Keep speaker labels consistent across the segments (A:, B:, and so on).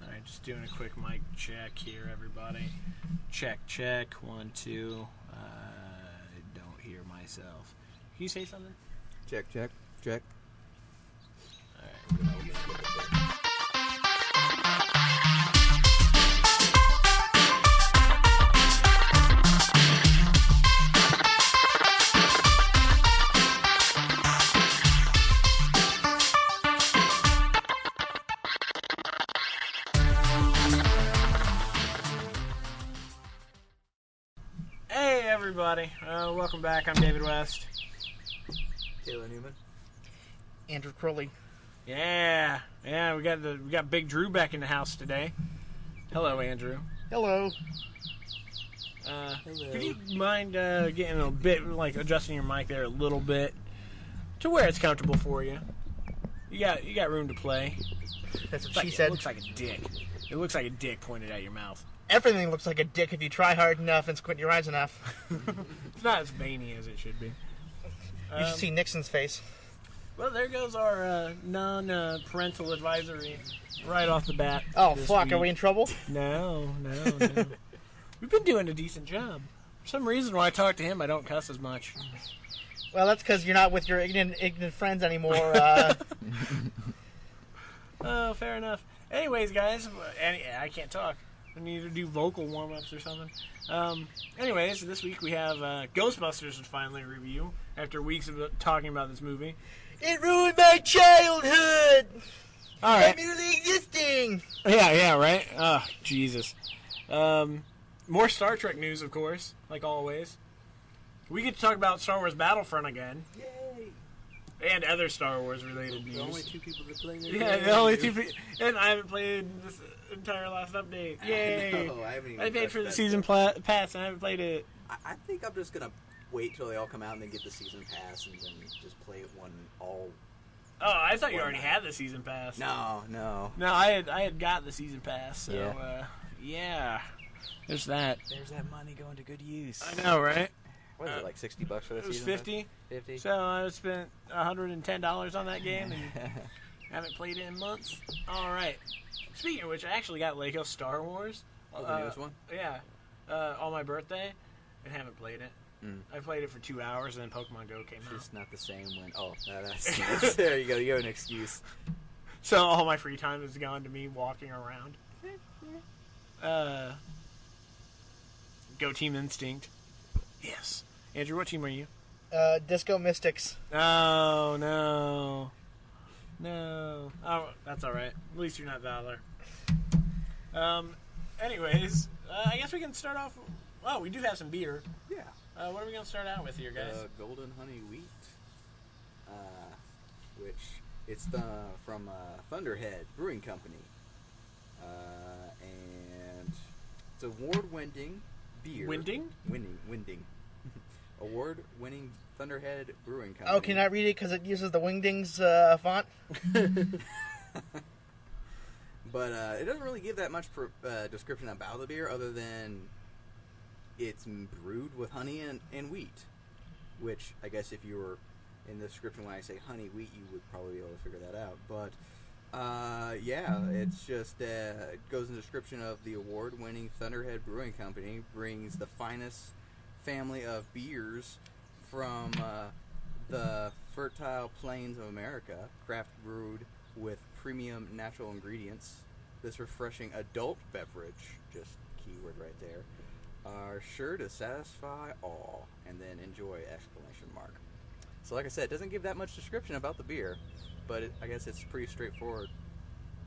A: right, just doing a quick mic check here, everybody. Check, check. One, two. Uh, I don't hear myself. Can you say something?
B: Check, check, check.
A: All right, we're gonna- Hey, everybody. Uh, welcome back. I'm David West.
B: Taylor Newman.
C: Andrew Crowley.
A: Yeah, yeah. We got the we got Big Drew back in the house today. Hello, Andrew.
C: Hello.
A: Uh,
B: Hello.
A: Could you mind uh, getting a bit like adjusting your mic there a little bit to where it's comfortable for you? You got you got room to play.
C: That's
A: It's
C: what she
A: like-
C: said.
A: It looks like a dick. It looks like a dick pointed at your mouth.
C: Everything looks like a dick if you try hard enough and squint your eyes enough.
A: It's not as veiny as it should be. Um,
C: you should see Nixon's face.
A: Well, there goes our uh, non-parental advisory right off the bat.
C: Oh
A: this
C: fuck, are we
A: week.
C: in trouble?
A: No, no, no. We've been doing a decent job. For some reason, when I talk to him, I don't cuss as much.
C: Well, that's because you're not with your ignorant, ignorant friends anymore. Uh,
A: Oh, fair enough. Anyways, guys, any, I can't talk. I need to do vocal warm ups or something. Um, anyways, this week we have uh, Ghostbusters to finally review after weeks of talking about this movie.
C: it ruined my childhood.
A: All
C: I'm
A: right.
C: merely existing.
A: Yeah, yeah, right? Oh, Jesus. Um, more Star Trek news, of course, like always. We get to talk about Star Wars Battlefront again
B: Yay!
A: and other Star Wars related news.
B: The only two people that play there.
A: yeah, the only two. Pe- and I haven't played this entire last update. Yay!
B: No, Oh, I haven't even
A: I paid
B: touched
A: for the
B: that
A: season
B: stuff.
A: pla- pass and I haven't played it.
B: I, I think I'm just gonna wait till they all come out and then get the season pass and then just play it one all.
A: Oh, I thought you
B: Why
A: already
B: not?
A: had the season pass.
B: No, no.
A: no, I had I had got the season pass. So yeah,
B: Yeah.
A: uh, yeah. there's that.
B: There's that money going to good use.
A: I know, right?
B: What is it like sixty bucks for the
A: It was
B: season?
A: fifty,
B: Fifty.
A: so I spent hundred and ten dollars on that game and haven't played it in months. All right. Speaking of which, I actually got Lego Star Wars.
B: oh, the
A: uh,
B: newest one.
A: Yeah, uh, on my birthday, and haven't played it.
B: Mm.
A: I played it for two hours, and then Pokemon Go came out.
B: It's uh, not the same one. Oh, no, that's, that's- there you go. You have an excuse.
A: So all my free time has gone to me walking around. Uh, go Team Instinct. Yes. Andrew, what team are you?
C: Uh, Disco Mystics.
A: Oh, no. No. Oh, that's all right. At least you're not Valor. Um, anyways, uh, I guess we can start off. Oh, we do have some beer.
B: Yeah.
A: Uh, what are we going to start out with here, guys?
B: Uh, golden honey wheat, uh, which it's the from uh, Thunderhead Brewing Company, uh, and it's award-winning beer.
A: Winding?
B: Winning, winding. Award-winning Thunderhead Brewing Company.
C: Oh, can I read it because it uses the Wingdings uh, font?
B: But uh, it doesn't really give that much per, uh, description about the beer, other than it's brewed with honey and, and wheat. Which I guess if you were in the description when I say honey wheat, you would probably be able to figure that out. But uh, yeah, it's just uh, it goes in the description of the award-winning Thunderhead Brewing Company brings the finest family of beers from uh, the fertile plains of America, craft brewed with premium natural ingredients. This refreshing adult beverage, just keyword right there, are sure to satisfy all. And then enjoy exclamation mark. So, like I said, it doesn't give that much description about the beer, but it, I guess it's pretty straightforward.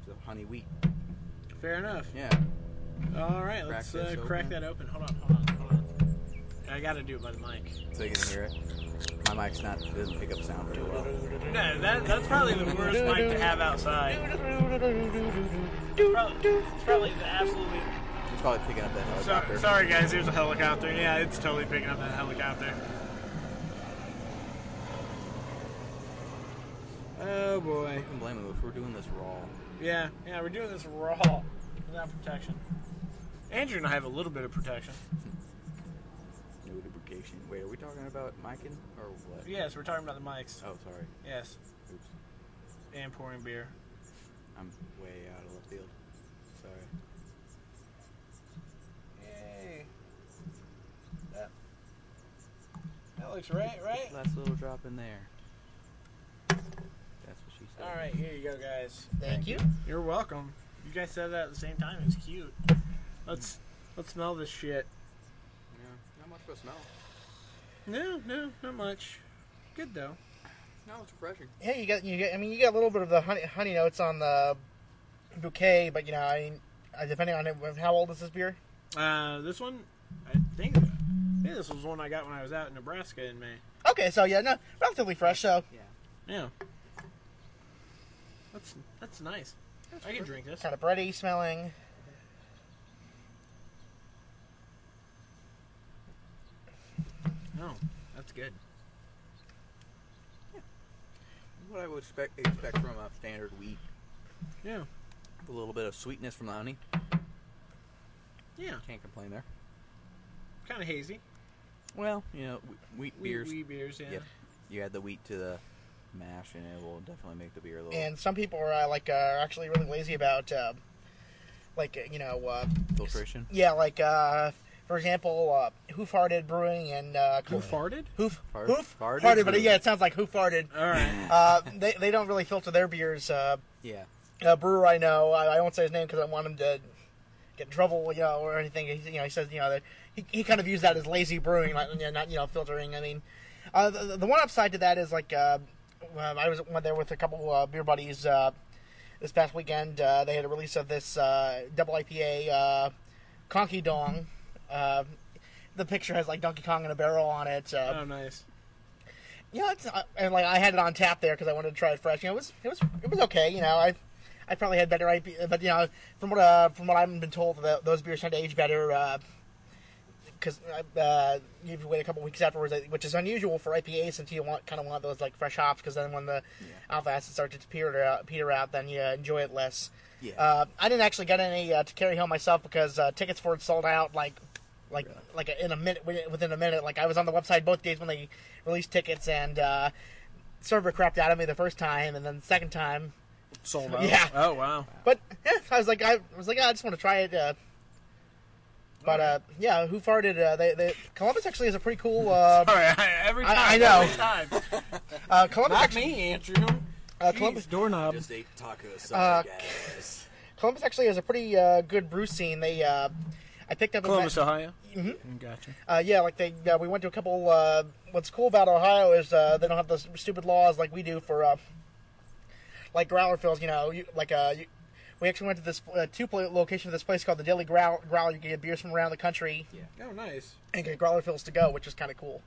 B: So, honey wheat.
A: Fair enough.
B: Yeah.
A: All right,
B: Uh, Crack
A: let's uh,
B: this
A: crack
B: open.
A: that open. Hold on, hold on, hold on. I gotta do it by the mic.
B: So you can hear it. My mic's not doesn't pick up sound very well.
A: No, that, that's probably the worst mic to have outside. It's prob- it's probably the absolutely.
B: It's probably picking up that
A: So,
B: helicopter.
A: sorry, guys. Here's a helicopter. Yeah, it's totally picking up that helicopter. Oh boy.
B: I can blame them if we're doing this raw.
A: Yeah, yeah. We're doing this raw, without protection. Andrew and I have a little bit of protection.
B: No lubrication. Wait, are we talking about micing or what?
A: Yes, we're talking about the mics.
B: Oh, sorry.
A: Yes,
B: Oops.
A: and pouring beer.
B: I'm way out of left field. Sorry.
A: looks right, right?
B: Last little drop in there. That's what she said.
A: All right, here you go, guys.
C: Thank you.
A: You're welcome. You guys said that at the same time. It's cute. Let's let's smell this shit.
B: Yeah, not much of a smell.
A: No, no, not much. Good though.
B: No, it's refreshing.
C: Yeah, you got you get. I mean, you got a little bit of the honey honey notes on the bouquet, but you know, I mean, uh, depending on it, how old is this beer?
A: Uh, this one, I think, I think this was one I got when I was out in Nebraska in May.
C: Okay, so yeah, no, relatively fresh. So
B: Yeah.
A: Yeah. That's that's nice. I can drink this.
C: kind of bready smelling.
A: No, Oh, that's good.
B: What I would expect expect from a standard wheat.
A: Yeah,
B: A little bit of sweetness from the honey.
A: yeah.
B: Can't complain there.
A: Kind of hazy.
B: Well, you know, wh- wheat
A: Wee-
B: beers.
A: wee beers. Yeah.
B: Yep. You add the wheat to the mash, and it will definitely make the beer a little,
C: And some people are uh, like uh, are actually really lazy about uh, like uh, you know uh,
B: filtration.
C: yeah like uh, for example uh, who farted brewing and uh,
A: Who farted?
C: Hoof,
B: Fart-
C: hoof,
B: farted
C: farted, but
B: brewing.
C: yeah, it sounds like who farted.
A: All right.
C: Uh, they, they don't really filter their beers. Uh,
B: Yeah.
C: a brewer I know, I, I won't say his name because I want him to get in trouble, you know, or anything. He, you know, he says, you know, that he, he kind of views that as lazy brewing, like, you know, not you know filtering. I mean, uh, the, the one upside to that is like uh, um, I was went there with a couple uh, beer buddies uh, this past weekend. Uh, they had a release of this uh, double IPA uh, Conky Dong. Uh, the picture has like Donkey Kong in a barrel on it. Uh,
A: Oh, nice.
C: yeah, it's uh, and like I had it on tap there because I wanted to try it fresh. You know, it was it was it was okay. You know, I I probably had better IP, but you know, from what uh, from what I've been told, the, those beers tend to age better because uh, uh, you have to wait a couple weeks afterwards, uh, which is unusual for IPAs since you want kind of want those like fresh hops because then when the alpha acids start to peter out, peter out, then you uh, enjoy it less.
B: Yeah.
C: Uh, I didn't actually get any uh, to carry home myself because uh, tickets for it sold out like, like,
B: Really?
C: like in a minute within a minute. Like I was on the website both days when they released tickets, and uh, server crapped out of me the first time, and then the second time.
A: Sold out.
C: Yeah.
A: Oh wow.
C: But eh, I was like, I was like, "Ah, I just want to try it. Uh, but uh, yeah, who farted? Uh, they, they, Columbus actually is a pretty cool. Uh,
A: All right. Every time.
C: I- I know.
A: Every time.
C: uh, Columbus
A: Not
C: actually,
A: me, Andrew.
C: Uh,
A: Jeez,
C: Columbus-
A: doorknob.
B: Just ate tacos,
C: Uh,
B: guys.
C: Columbus actually has a pretty uh, good brew scene. They, uh, I picked up a-
A: Columbus, Ohio.
C: Mhm.
A: Gotcha.
C: Uh, yeah, like they, uh, we went to a couple. Uh, what's cool about Ohio is uh, they don't have those stupid laws like we do for, uh, like growler fills. You know, you, like uh, you, we actually went to this uh, two pla location of this place called the Daily Growl. Growler. You can get beers from around the country
A: Oh, nice.
C: and get growler fills to go, which is kind of cool.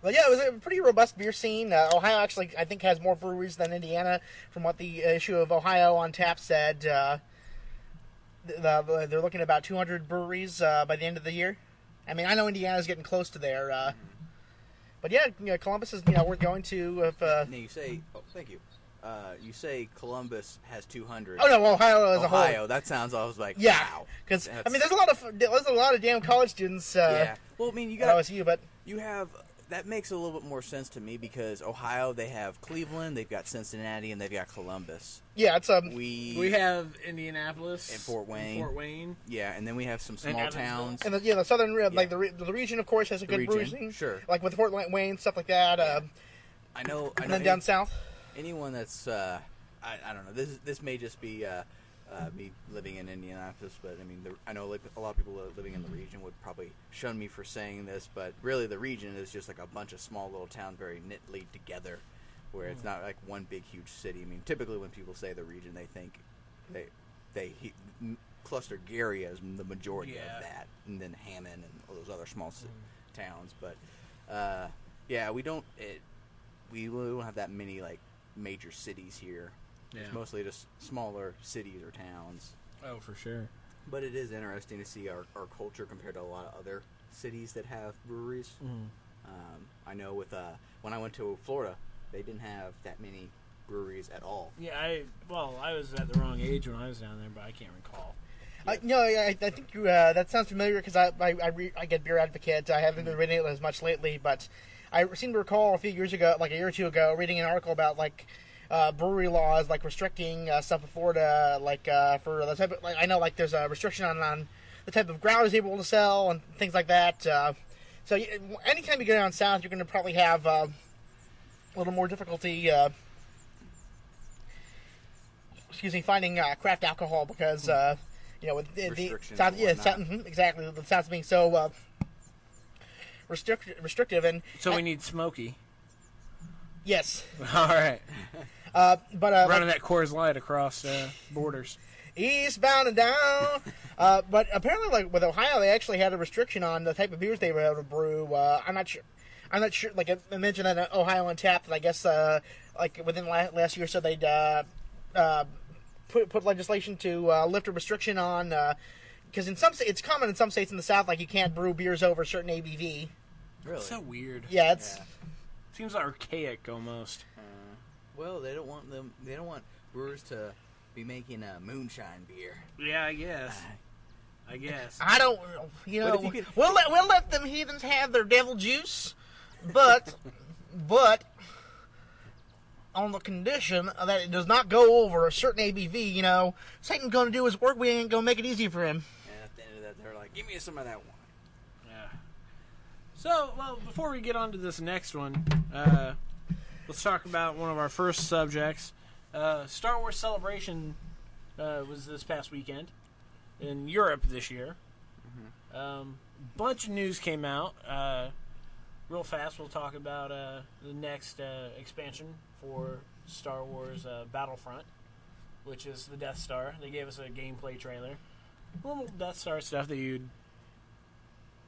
C: But yeah, it was a pretty robust beer scene. Uh, Ohio actually, I think, has more breweries than Indiana, from what the issue of Ohio on Tap said. Uh, th- the, they're looking at about 200 breweries uh, by the end of the year. I mean, I know Indiana's getting close to there, uh, but yeah, you know, Columbus is you know we're going to. If, uh,
B: Now you say, oh, thank you. Uh, you say Columbus has 200.
C: oh no, Ohio as a
B: Ohio.
C: whole.
B: That sounds. I was like,
C: Yeah,
B: wow.
C: because I
B: That's-
C: mean, there's a lot of there's a lot of damn college students uh,
B: yeah. Well, I mean, you
C: at
B: got
C: OSU, but
B: you have that makes a little bit more sense to me because Ohio they have Cleveland, they've got Cincinnati, and they've got Columbus.
C: yeah, it's um,
B: We
A: We have Indianapolis
B: And Fort Wayne.
A: Fort Wayne.
B: yeah, and then we have some small
A: Evansville.
B: towns.
C: And the, yeah, the southern rim,
B: Yeah.
C: like the, re- the region, of course, has a
B: The
C: good
B: region,
C: brewery scene.
B: sure.
C: Like with Fort Wayne, stuff like that. Uh,
B: I know. I
C: and
B: know
C: then down south.
B: anyone that's uh, I, I don't know this is- this may just be uh, uh, me living in Indianapolis, but I mean the, I know like, a lot of people that are living in the region would probably shun me for saying this, but really the region is just like a bunch of small little towns very knitly together, where it's not like one big huge city. I mean typically when people say the region, they think they they he, m- cluster Gary as the majority
A: Yeah.
B: of that, and then Hammond and all those other small ci- towns, but. Uh, yeah, we don't. It, we really don't have that many like major cities here.
A: Yeah.
B: It's mostly just smaller cities or towns.
A: Oh, for sure.
B: But it is interesting to see our, our culture compared to a lot of other cities that have breweries. Um, I know with uh, when I went to Florida, they didn't have that many breweries at all.
A: Yeah, I well, I was at the wrong age when I was down there, but I can't recall.
C: I, no, I, I think you, uh, that sounds familiar because I I, I, re- I get Beer Advocate. I haven't
B: Mm-hmm.
C: been reading it as much lately, but I seem to recall a few years ago, like a year or two ago, reading an article about like uh, brewery laws, like restricting uh, stuff in Florida, like uh, for the type of like I know like there's a restriction on, on the type of growlers able to sell and things like that. Uh, So you, anytime you go down south, you're going to probably have uh, a little more difficulty. Uh, excuse me, finding uh, craft alcohol because uh, you know with the, the
B: Restrictions
C: south,
B: and
C: yeah,
B: whatnot.
C: south, mhm, exactly the south being so uh, restrict, restrictive and
A: So we need Smokey.
C: yes,
A: All right,
C: uh, but uh,
A: running that Coors Light across uh, borders.
C: eastbound and down. uh, but apparently, like with Ohio, they actually had a restriction on the type of beers they were able to brew. Uh, I'm not sure. I'm not sure. Like I mentioned that Ohio on tap, that I guess uh, like within la- last year, or so they'd uh, uh, put put legislation to uh, lift a restriction on. because in some sta- it's common in some states in the South, like you can't brew beers over a certain ABV.
B: Really?
A: So weird.
C: Yeah, it's
B: Yeah.
A: Seems archaic almost.
B: Uh, Well, they don't want them. They don't want brewers to be making a moonshine beer.
A: Yeah, I guess. I guess.
C: I don't, you
B: But
C: know,
B: if you could-
C: we'll let we'll let them heathens have their devil juice, but but on the condition that it does not go over a certain ABV. You know, Satan going to do his work. We ain't going to make it easy for him.
B: And at the end of that, they're like, "Give me some of that wine."
A: Yeah. So, well, before we get on to this next one, uh, let's talk about one of our first subjects. Uh, Star Wars Celebration uh, was this past weekend in Europe this year. Um, bunch of news came out. Uh, real fast, we'll talk about uh, the next uh, expansion for Star Wars uh, Battlefront, which is the Death Star. They gave us a gameplay trailer. Normal Death Star stuff that you'd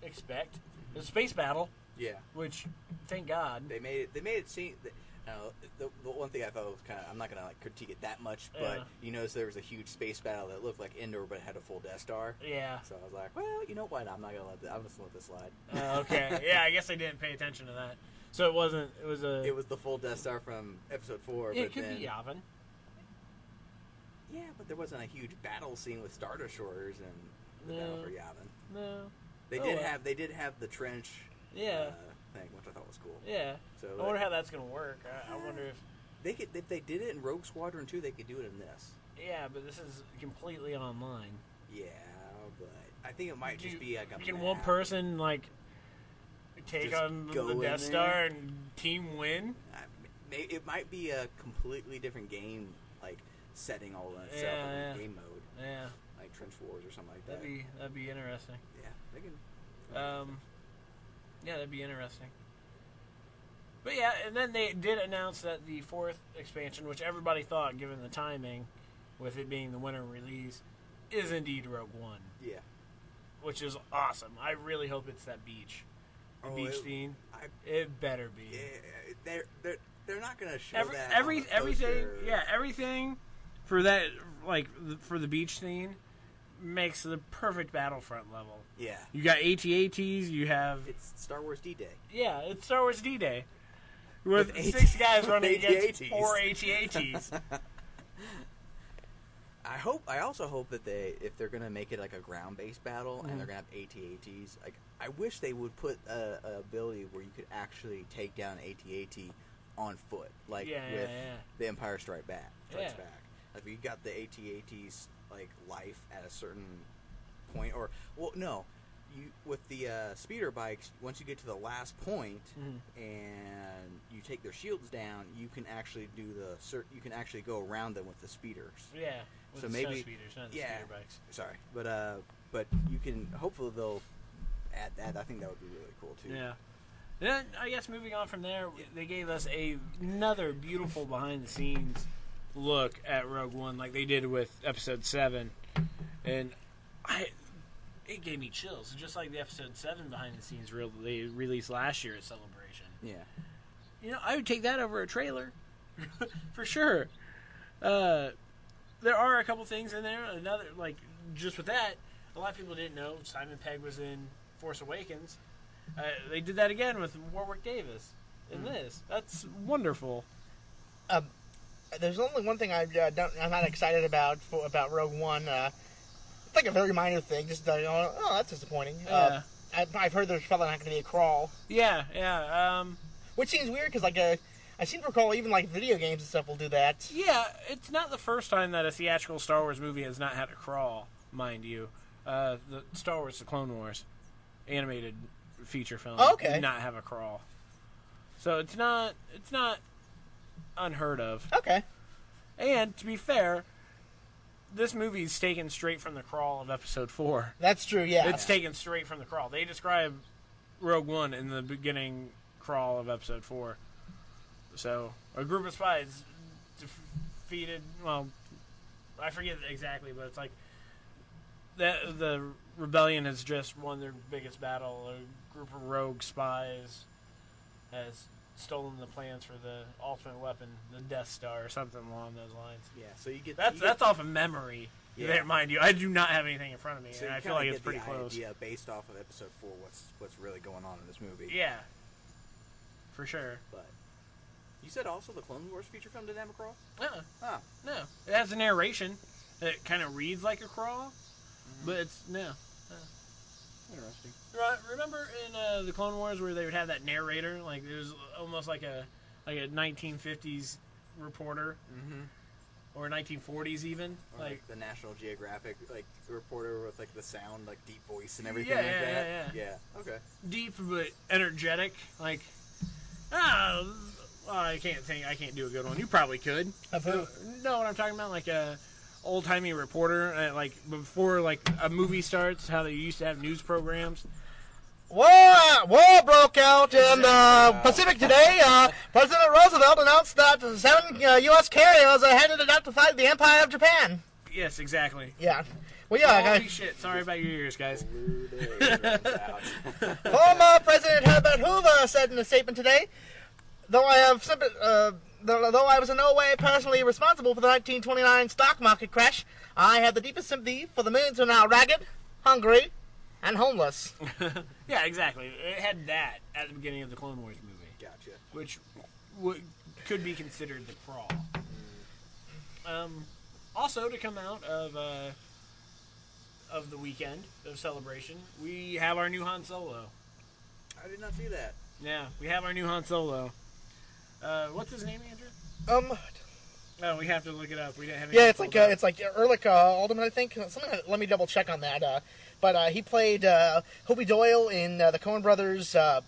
A: expect. The space battle,
B: Yeah,
A: which thank God.
B: they made it. They made it seem. That, now, the, the one thing I thought was kind of. I'm not gonna like critique it that much, but
A: Yeah.
B: you notice there was a huge space battle that looked like Endor, but it had a full Death Star.
A: Yeah.
B: So I was like, well, you know what? I'm not gonna let. That, I'm just gonna let this slide.
A: Uh, okay. yeah, I guess I didn't pay attention to that. So it wasn't. It was a.
B: It was the full Death Star from Episode Four,
A: It
B: but
A: could
B: then
A: be Yavin.
B: yeah, but there wasn't a huge battle scene with Star Destroyers and the battle
A: No.
B: for Yavin.
A: No.
B: They
A: Oh,
B: did
A: well.
B: have they did have the trench
A: Yeah.
B: uh, thing, which I thought was cool.
A: yeah.
B: So
A: I wonder
B: like,
A: how that's gonna work. I, I wonder if.
B: they could if they did it in Rogue Squadron 2, they could do it in this.
A: Yeah, but this is completely online.
B: Yeah, but I think it might
A: Do
B: just
A: you-
B: be like a
A: Can one
B: map.
A: person like take
B: Just
A: on
B: go
A: the
B: in
A: Death
B: there?
A: Star and team win?
B: I, may- it might be a completely different game, like setting all in itself
A: Yeah,
B: in
A: yeah.
B: game mode,
A: Yeah,
B: like Trench Wars or something like that.
A: that'd be that'd be interesting.
B: yeah, they can.
A: Um, yeah, that'd be interesting. But yeah, and then they did announce that the fourth expansion, which everybody thought, given the timing, with it being the winter release, is indeed Rogue One,
B: Yeah.
A: which is awesome. I really hope it's that beach, the
B: Oh,
A: beach
B: it-
A: scene.
B: I-
A: It better be.
B: Yeah, they're they're they're not gonna show
A: Every,
B: that. on
A: every
B: the
A: everything,
B: poster.
A: yeah, everything for that, like the- for the beach scene, makes the perfect Battlefront level.
B: yeah.
A: You got ATATs, you have
B: It's Star Wars D Day.
A: Yeah, it's Star Wars D Day. With,
B: With
A: six
B: AT-
A: guys running
B: with
A: against
B: AT-ATs.
A: four AT-ATs.
B: I hope. I also hope that they, if they're gonna make it like a ground-based battle and
A: Mm-hmm.
B: they're gonna have AT-ATs, like I wish they would put a, a ability where you could actually take down AT-AT on foot, like
A: Yeah, yeah,
B: with
A: yeah.
B: the Empire Strike Back. Strikes
A: Yeah.
B: Back. Like if you got the AT-ATs like life at a certain point, or well, no. You, with the uh, speeder bikes, once you get to the last point
A: Mhm.
B: and you take their shields down, you can actually do the cer- you can actually go around them with the speeders.
A: yeah, with
B: So
A: the
B: maybe-
A: snow speeders, not the
B: yeah.
A: speeder bikes.
B: Sorry, but uh, but you can hopefully they'll add that. I think that would be really cool too.
A: Yeah. Then I guess moving on from there, they gave us a, another beautiful behind-the-scenes look at Rogue One, like they did with Episode Seven, and I it gave me chills, just like the Episode Seven behind-the-scenes reel they released last year at Celebration.
B: Yeah.
A: you know, I would take that over a trailer for sure. Uh, there are a couple things in there. Another, like, just with that, a lot of people didn't know Simon Pegg was in Force Awakens. Uh, they did that again with Warwick Davis in this. That's wonderful.
C: Um, there's only one thing I uh, don't, I'm not excited about for, about Rogue One. Uh, it's like a very minor thing. Just uh, oh, oh, that's disappointing. Uh, I, I've heard there's probably not going to be a crawl.
A: Yeah, yeah, um,
C: Which seems weird because like uh, I seem to recall even like video games and stuff will do that.
A: yeah. It's not the first time that a theatrical Star Wars movie has not had a crawl, mind you. Uh, the Star Wars: The Clone Wars animated feature film.
C: Okay.
A: Did not have a crawl. So it's not it's not unheard of.
C: Okay.
A: And to be fair, this movie's taken straight from the crawl of episode four.
C: That's true, yeah.
A: It's taken straight from the crawl. They describe Rogue One in the beginning crawl of episode four. So a group of spies defeated. Well, I forget exactly, but it's like that the rebellion has just won their biggest battle. A group of rogue spies has stolen the plans for the ultimate weapon, the Death Star, or something along those lines.
B: Yeah, so you get
A: That's
B: you
A: that's
B: get,
A: off of memory.
B: Yeah.
A: There, mind you, I do not have anything in front of me,
B: So
A: and
B: you
A: I feel
B: kinda
A: like it's
B: get
A: pretty
B: the
A: close.
B: Idea based off of episode four, what's what's really going on in this movie?
A: Yeah, for sure.
B: But you said also the Clone Wars feature film didn't have a crawl.
A: No,
B: Huh.
A: Uh, no, it has a narration that kind of reads like a crawl, but it's no.
B: Interesting.
A: Right, Remember in uh, the Clone Wars where they would have that narrator, like it was almost like a like a 1950s reporter
B: Mm-hmm.
A: or 1940s even,
B: Or like,
A: like
B: the National Geographic like reporter with like the sound like deep voice and everything
A: Yeah,
B: like
A: yeah,
B: that.
A: yeah,
B: Okay.
A: deep but energetic, like ah. well, I can't think. I can't do a good one. You probably could.
C: of who?
A: No, what I'm talking about, like a old timey reporter, uh, like before like a movie starts, how they used to have news programs.
C: War, war broke out in the Pacific today. Uh, President Roosevelt announced that the seven uh, U.S. carriers are headed out to fight the Empire of Japan.
A: Yes, exactly.
C: Yeah. Well, yeah, I
A: Holy shit! Sorry about your ears, guys.
B: Blue Day runs out.
C: Former President Herbert Hoover said in a statement today, "Though I have sympa- uh, though, though I was in no way personally responsible for the 1929 stock market crash, I have the deepest sympathy for the millions who are now ragged, hungry, and homeless."
A: Yeah, exactly. It had that at the beginning of the Clone Wars movie,
B: gotcha.
A: which w- could be considered the crawl. Um, also, to come out of uh, of the weekend of celebration, we have our new Han Solo.
B: I did not see that.
A: Yeah, we have our new Han Solo. Uh, what's his name, Andrew?
C: Um,
A: No, we have to look it up. We didn't have.
C: yeah,
A: anything
C: it's like
A: pulled
C: uh,
A: up.
C: it's like Erlich uh, Alderman, I think. Something. Let me double check on that. Uh, but uh, he played uh, Hobie Doyle in uh, the Coen Brothers. Uh,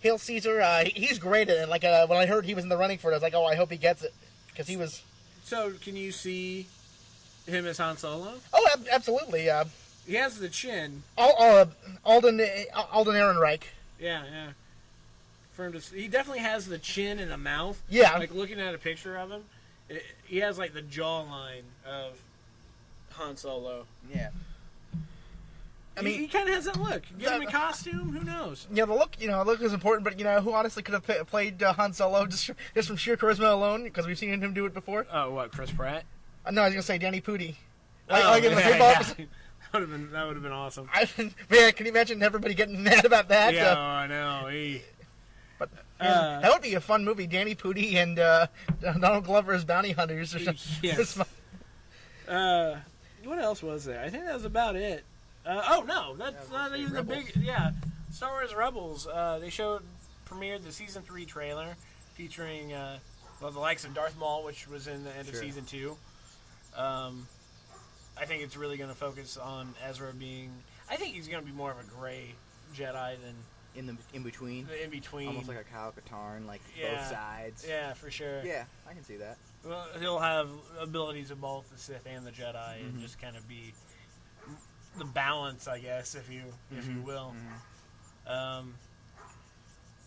C: Hail Caesar. Uh, he- he's great in it. Like uh, when I heard he was in the running for it, I was like, oh, I hope he gets it because he was.
A: So, can you see him as Han Solo?
C: Oh, ab- absolutely. Uh,
A: He has the chin.
C: Al- uh, Alden uh, Alden Ehrenreich.
A: Yeah, yeah. For him to, s- he definitely has the chin and the mouth.
C: Yeah.
A: Like looking at a picture of him, it, he has like the jawline of Han Solo.
B: Yeah.
A: I mean, he, kind of has that look. Give him a
C: That-
A: costume, who knows?
C: You know, the look, you know, look is important, but you know, who honestly could have p- played uh, Han Solo just, just from sheer charisma alone? Because we've seen him do it before.
A: Oh, what Chris Pratt?
C: Uh, no, I was gonna say Danny Pudi. Like,
A: Oh,
C: like in the
A: yeah,
C: football
A: yeah.
C: episode.
A: That would have been that would have been awesome.
C: I, man, can you imagine everybody getting mad about that?
A: yeah, oh,
C: Uh,
A: I know. He,
C: but
A: Uh,
C: that would be a fun movie. Danny Pudi and uh, Donald Glover as bounty hunters. Or something.
A: Yes. Uh, what else was there? I think that was about it. Uh, oh no, that's
B: Yeah,
A: not
B: let's say
A: even the
B: Rebels.
A: big. Yeah, Star Wars Rebels. Uh, they showed premiered the season three trailer, featuring uh, well the likes of Darth Maul, which was in the end of
B: Sure.
A: season two. Um, I think it's really going to focus on Ezra being. I think he's going to be more of a gray Jedi than
B: In the in between,
A: the in between.
B: almost like a Kyle Katarn, like
A: Yeah.
B: both sides.
A: yeah, for sure.
B: Yeah, I can see that.
A: Well, he'll have abilities of both the Sith and the Jedi, and
B: Mhm.
A: just kind of be the balance, I guess, if you if you
B: Mhm,
A: will.
B: mhm.
A: Um,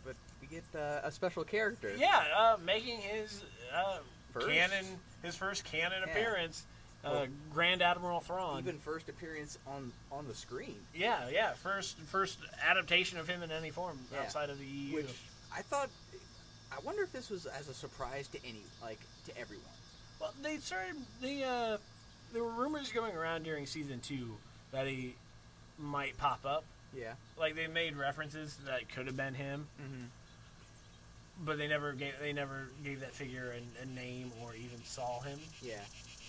B: But we get uh, a special character.
A: yeah, uh, making his uh,
B: First.
A: canon his first canon
B: Yeah.
A: appearance, uh,
B: Well,
A: Grand Admiral Thrawn.
B: Even first appearance on on the screen,
A: yeah, yeah, first first adaptation of him in any form
B: Yeah.
A: outside of the E EU.
B: which I thought. I wonder if this was as a surprise to any, like to everyone.
A: Well, they started. They uh, there were rumors going around during season two that he might pop up.
B: Yeah.
A: Like they made references that could have been him.
B: Mm-hmm.
A: but they never gave they never gave that figure a, a name or even saw him.
B: Yeah,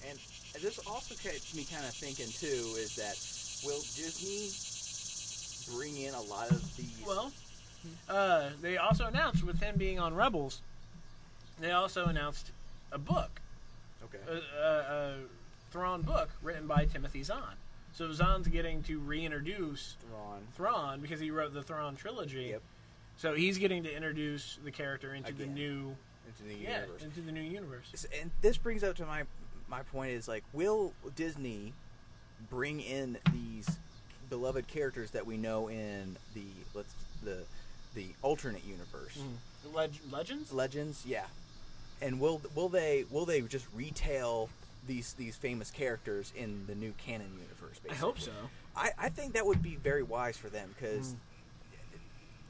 B: and this also gets me kind of thinking too is that will Disney bring in a lot of these?
A: Well, uh, they also announced with him being on Rebels, they also announced a book,
B: okay,
A: uh, a, a, a Thrawn book written by Timothy Zahn. So Zahn's getting to reintroduce
B: Thrawn.
A: Thrawn because he wrote the Thrawn trilogy.
B: Yep.
A: So he's getting to introduce the character into the
B: Again.
A: new
B: Into the
A: yeah,
B: universe.
A: into the new universe.
B: S- and this brings up to my my point is like will disney bring in these beloved characters that we know in the let's the the alternate universe
A: The Leg- Legends?
B: legends yeah and will will they will they just retell these these famous characters in the new canon universe basically?
A: I hope so.
B: I, I think that would be very wise for them
A: Mm.
B: because,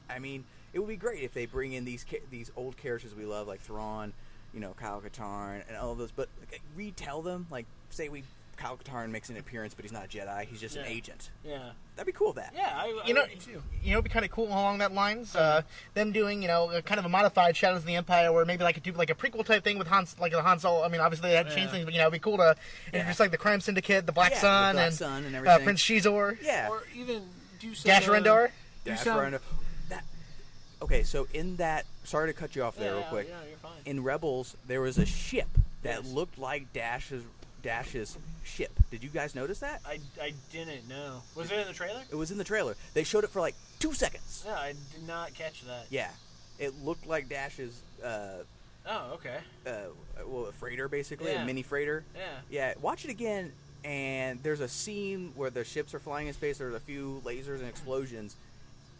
B: I mean, it would be great if they bring in these cha- these old characters we love, like Thrawn, you know, Kyle Katarn, and all of those, but like, retell them. Like, say we Kyle Katarn makes an appearance, but he's not a Jedi; he's just an
A: Yeah.
B: agent.
A: Yeah.
B: That'd be cool. That
A: Yeah, I, I
C: You know,
A: would too.
C: you know, it'd be kind of cool along that lines. Uh, them doing, you know, a kind of a modified Shadows of the Empire, where maybe like a do like a prequel type thing with Han, like the Han Solo. I mean, obviously they had to change
A: Yeah.
C: things, but you know, it'd be cool to introduce like the Crime Syndicate, the Black
B: Yeah, the
C: Sun,
B: Black
C: and,
B: Sun and
C: uh,
B: everything.
C: Prince Shizor,
B: yeah.
A: Or even do some
C: Dash
A: uh,
C: Rendar.
A: do
B: Dash
A: some-
B: Rhino- That, okay, so in that, sorry to cut you off
A: Yeah,
B: there real
A: yeah,
B: quick.
A: yeah, you're fine.
B: In Rebels, there was a ship that
A: Yes.
B: looked like Dash's Dash's ship. Did you guys notice that?
A: I, I didn't know. Was it in the trailer?
B: It was in the trailer. They showed it for like two seconds.
A: No, I did not catch that.
B: Yeah, it looked like Dash's uh,
A: Oh, okay.
B: uh, well, a freighter basically,
A: Yeah.
B: a mini freighter.
A: Yeah.
B: Yeah, watch it again, and there's a scene where the ships are flying in space. There's a few lasers and explosions,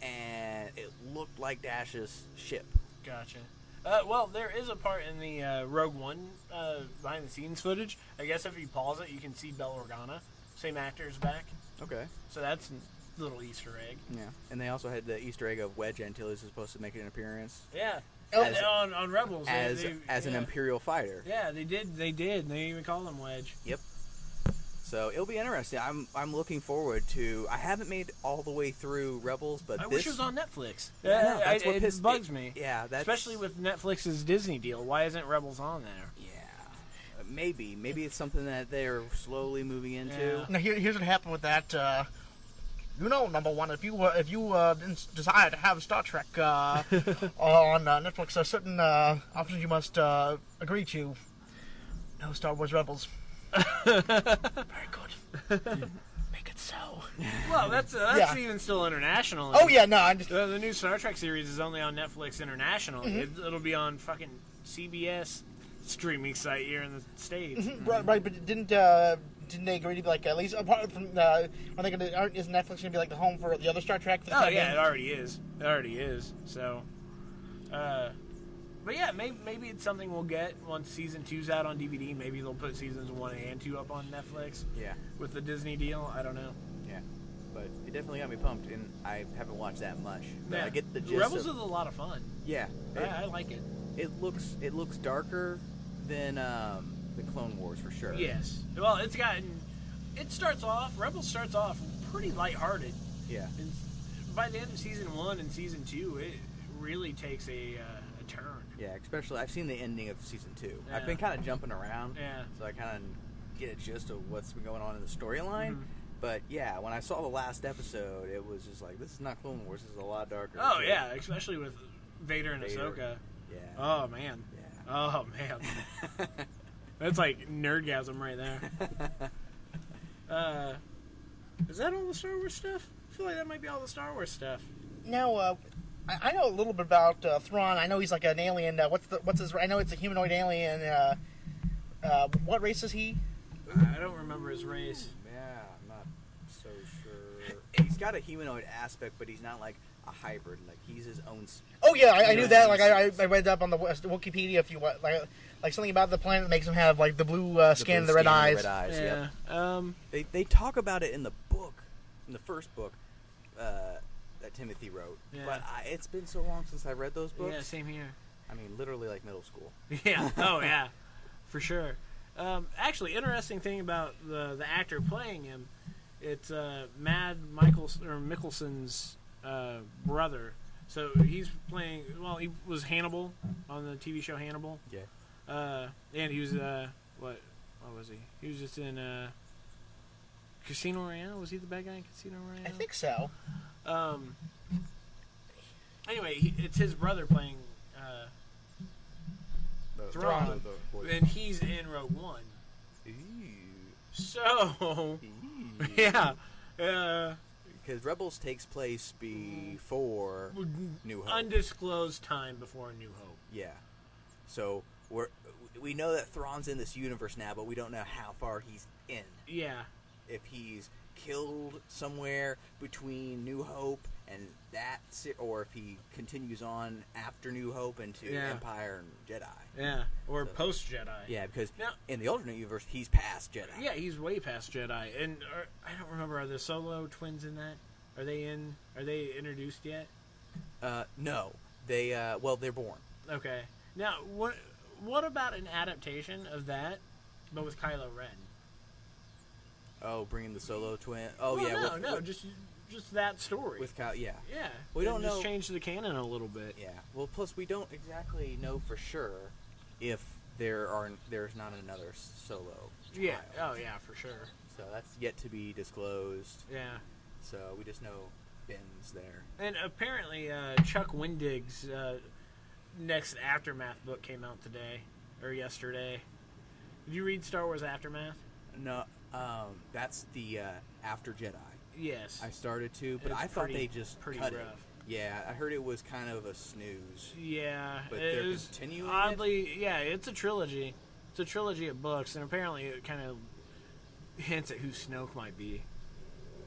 B: and it looked like Dash's ship.
A: Gotcha. Uh, well, there is a part in the uh, Rogue One uh, behind the scenes footage. I guess if you pause it, you can see Bell Organa. Same actor's back.
B: Okay.
A: So that's a little Easter egg.
B: Yeah, and they also had the Easter egg of Wedge Antilles was supposed to make an appearance
A: Yeah.
C: Oh.
A: And on, on Rebels. they-
B: as
A: they-
B: as an
A: yeah.
B: Imperial fighter.
A: Yeah, they did. They did. They even call him Wedge.
B: Yep. So it'll be interesting. I'm I'm looking forward to. I haven't made all the way through Rebels, but
A: I
B: this
A: wish it was on Netflix.
B: Yeah, I know, that's
A: I-
B: what
A: it
B: pissed-
A: bugs
B: it-
A: me.
B: yeah, that's-
A: especially with Netflix's Disney deal. Why isn't Rebels on there?
B: Yeah, Uh, maybe maybe it's something that they're slowly moving into.
C: Now here, here's what happened with that. Uh, you know, number one, if you uh, if you uh, didn't desire to have Star Trek uh, on uh, Netflix, there are certain uh, options you must uh, agree to. No Star Wars Rebels. Very good. Make it so.
A: Well, that's uh, that's
C: Yeah.
A: even still international.
C: Oh yeah, no, I'm just.
A: The, the new Star Trek series is only on Netflix International. It, it'll be on fucking CBS streaming site here in the states.
C: Right, right, but didn't uh, didn't they agree to be like at least apart from uh, are they gonna aren't, is Netflix gonna be like the home for the other Star Trek? For the
A: Oh
C: time
A: yeah, it
C: being?
A: already is. It already is. So, uh, but yeah, maybe, maybe it's something we'll get once season two's out on DVD. Maybe they'll put seasons one and two up on Netflix
B: Yeah,
A: with the Disney deal. I don't know.
B: yeah, but it definitely got me pumped, and I haven't watched that much. But I get the gist.
A: Rebels
B: of,
A: is a lot of fun.
B: yeah,
A: I,
B: it,
A: I like it.
B: it looks it looks darker than um, the Clone Wars for sure.
A: Yes. Well, it's gotten. It starts off. Rebels starts off pretty lighthearted,
B: yeah,
A: and s- by the end of season one and season two, it really takes a, uh, a turn.
B: yeah. Especially I've seen the ending of season two. I've
A: Yeah.
B: been kind of jumping around.
A: Yeah.
B: so I kind of get a gist of what's been going on in the storyline.
A: Mhm.
B: But yeah, when I saw the last episode, it was just like, this is not Clone Wars. This is a lot darker.
A: Oh
B: too.
A: yeah, especially with Vader and
B: Vader.
A: Ahsoka.
B: yeah,
A: Oh man.
B: yeah.
A: Oh man. That's like nerdgasm right there. Uh, is that all the Star Wars stuff? I feel like that might be all the Star Wars stuff.
C: Now, uh, I, I know a little bit about uh, Thrawn. I know he's like an alien. Uh, what's the what's his? I know it's a humanoid alien. Uh, uh, what race is he?
A: I don't remember his race.
B: yeah, I'm not so sure. He's got a humanoid aspect, but he's not like a hybrid. Like he's his own. s-
C: Oh yeah, I, I knew
B: Yeah.
C: that. Like I, I- I read up on the West- Wikipedia. If you want, like like something about the planet that makes him have like the blue uh,
B: the
C: skin and the
B: blue
C: red
B: skin and
C: eyes.
B: the Red eyes.
A: yeah.
B: Yep.
A: Um.
B: They they talk about it in the book, in the first book, uh, that Timothy wrote.
A: Yeah.
B: But I, it's been so long since I read those books.
A: Yeah. Same here.
B: I mean, literally like middle school.
A: Yeah. Oh yeah, for sure. Um, actually, interesting thing about the the actor playing him, it's uh, Mad Michael or Mickelson's uh, brother. So he's playing. Well, he was Hannibal on the TV show Hannibal,
B: Yeah.
A: uh, and he was uh, what? What was he? He was just in uh, Casino Royale. Was he the bad guy in Casino Royale?
C: I think so.
A: Um. Anyway, he, it's his brother playing. Uh, Thrawn.
B: the- the-
A: and he's in Rogue One. So,
B: Ew.
A: yeah. Uh,
B: Because Rebels takes place before New Hope.
A: undisclosed time before New Hope.
B: yeah. So we're we know that Thrawn's in this universe now, but we don't know how far he's in.
A: Yeah.
B: If he's killed somewhere between New Hope and that, se- or if he continues on after New Hope into
A: Yeah.
B: Empire and Jedi.
A: Yeah. Or
B: So-
A: post Jedi.
B: Yeah, because
A: Now-
B: in the alternate universe, he's past Jedi.
A: Yeah, he's way past Jedi, and are, I don't remember. Are the Solo twins in that? Are they in? Are they introduced yet?
B: Uh, no, they uh, well, they're born.
A: Okay. Now, what what about an adaptation of that, but with Kylo Ren?
B: Oh, bringing the solo twin. Oh
A: Well,
B: yeah,
A: no,
B: with,
A: no,
B: with,
A: just just that story.
B: with Kyle. Yeah,
A: yeah,
B: We don't
A: just
B: know-
A: Change the canon a little bit.
B: yeah. Well, plus we don't exactly know for sure if there are there's not another solo.
A: Yeah.
B: child.
A: Oh, yeah, for sure.
B: So that's yet to be disclosed.
A: Yeah.
B: So we just know Ben's there.
A: And apparently, uh, Chuck Wendig's uh, next Aftermath book came out today or yesterday. Did you read Star Wars Aftermath?
B: No, um, that's the uh, after Jedi.
A: Yes.
B: I started to, but
A: It's
B: I thought
A: pretty-
B: they just
A: pretty
B: cut it.
A: rough.
B: Yeah, I heard it was kind of a snooze.
A: Yeah,
B: But
A: it
B: they're
A: was
B: continuing it?
A: oddly. Yeah, it's a trilogy. It's a trilogy of books, and apparently it kind of hints at who Snoke might be.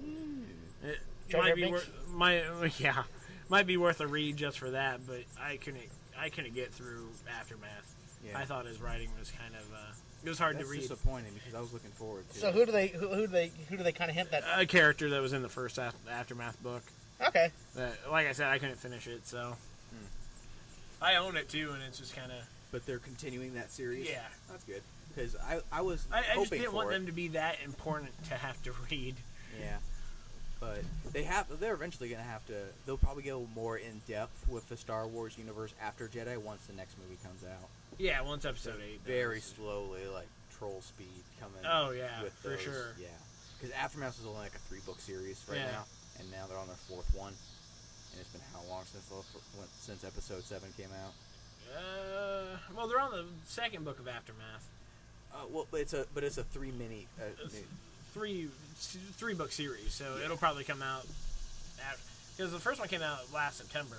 B: Hmm.
A: It
C: Jar Jar
A: might be
C: Binks?
A: worth my yeah, might be worth a read just for that. But I couldn't I couldn't get through aftermath.
B: Yeah.
A: I thought his writing was kind of uh, it was hard
B: That's
A: to read.
B: disappointing because I was looking forward to.
C: So
B: it.
C: who do they who, who do they who do they kind of hint that?
A: A character that was in the first af- aftermath book.
C: Okay,
A: That, like I said, I couldn't finish it, so
B: Hmm.
A: I own it too, and it's just kind of
B: But they're continuing that series.
A: Yeah.
B: that's good because I, I was
A: I, I
B: hoping
A: just didn't
B: for
A: want
B: it.
A: them to be that important to have to read.
B: Yeah, but they have. They're eventually going to have to. They'll probably go more in depth with the Star Wars universe after Jedi once the next movie comes out.
A: Yeah, once episode eight. though.
B: Very slowly, like troll speed coming.
A: Oh, yeah,
B: with
A: for
B: those.
A: sure.
B: Yeah, because Aftermath is only like a three book series right
A: Yeah.
B: now, and now they're on their fourth one. And it's been how long since the fir- since Episode Seven came out?
A: Uh, well, they're on the second book of Aftermath.
B: Uh, well, but it's a but it's a three mini. Uh,
A: It's- Three, three book series, so it'll probably come out after because the first one came out last September.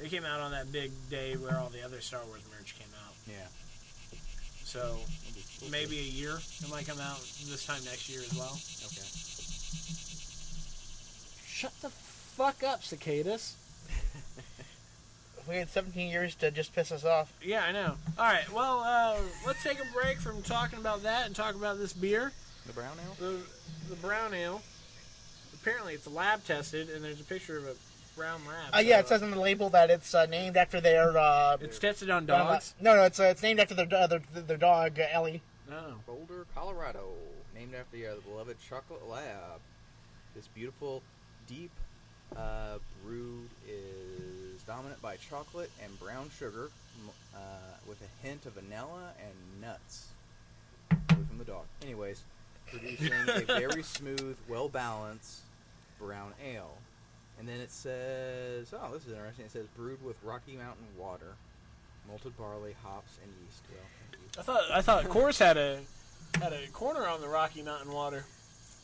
A: It came out on that big day where all the other Star Wars merch came out.
B: yeah.
A: So maybe a year it might come out this time next year as well.
B: Okay.
A: Shut the fuck up, cicadas.
C: we had 17 years to just piss us off.
A: Yeah, I know. All right, well, uh, let's take a break from talking about that and talk about this beer.
B: The brown ale?
A: The, the brown ale. Apparently, it's lab tested, and there's a picture of a brown lab.
C: Uh, yeah, it
A: so-
C: says on the label that it's uh, named after their uh,
A: it's tested on dogs.
C: No, no, it's uh, it's named after their do- their, their dog uh, Ellie.
A: Oh,
B: Boulder, Colorado, named after the uh, beloved chocolate lab. This beautiful, deep uh, brood is dominant by chocolate and brown sugar, m- uh, with a hint of vanilla and nuts. Away from the dog. Anyways, producing a very smooth, well balanced brown ale. And then it says, oh, this is interesting. It says brewed with Rocky Mountain water, malted barley, hops, and yeast. Well, thank you.
A: I thought I thought Coors had a had a corner on the Rocky Mountain water.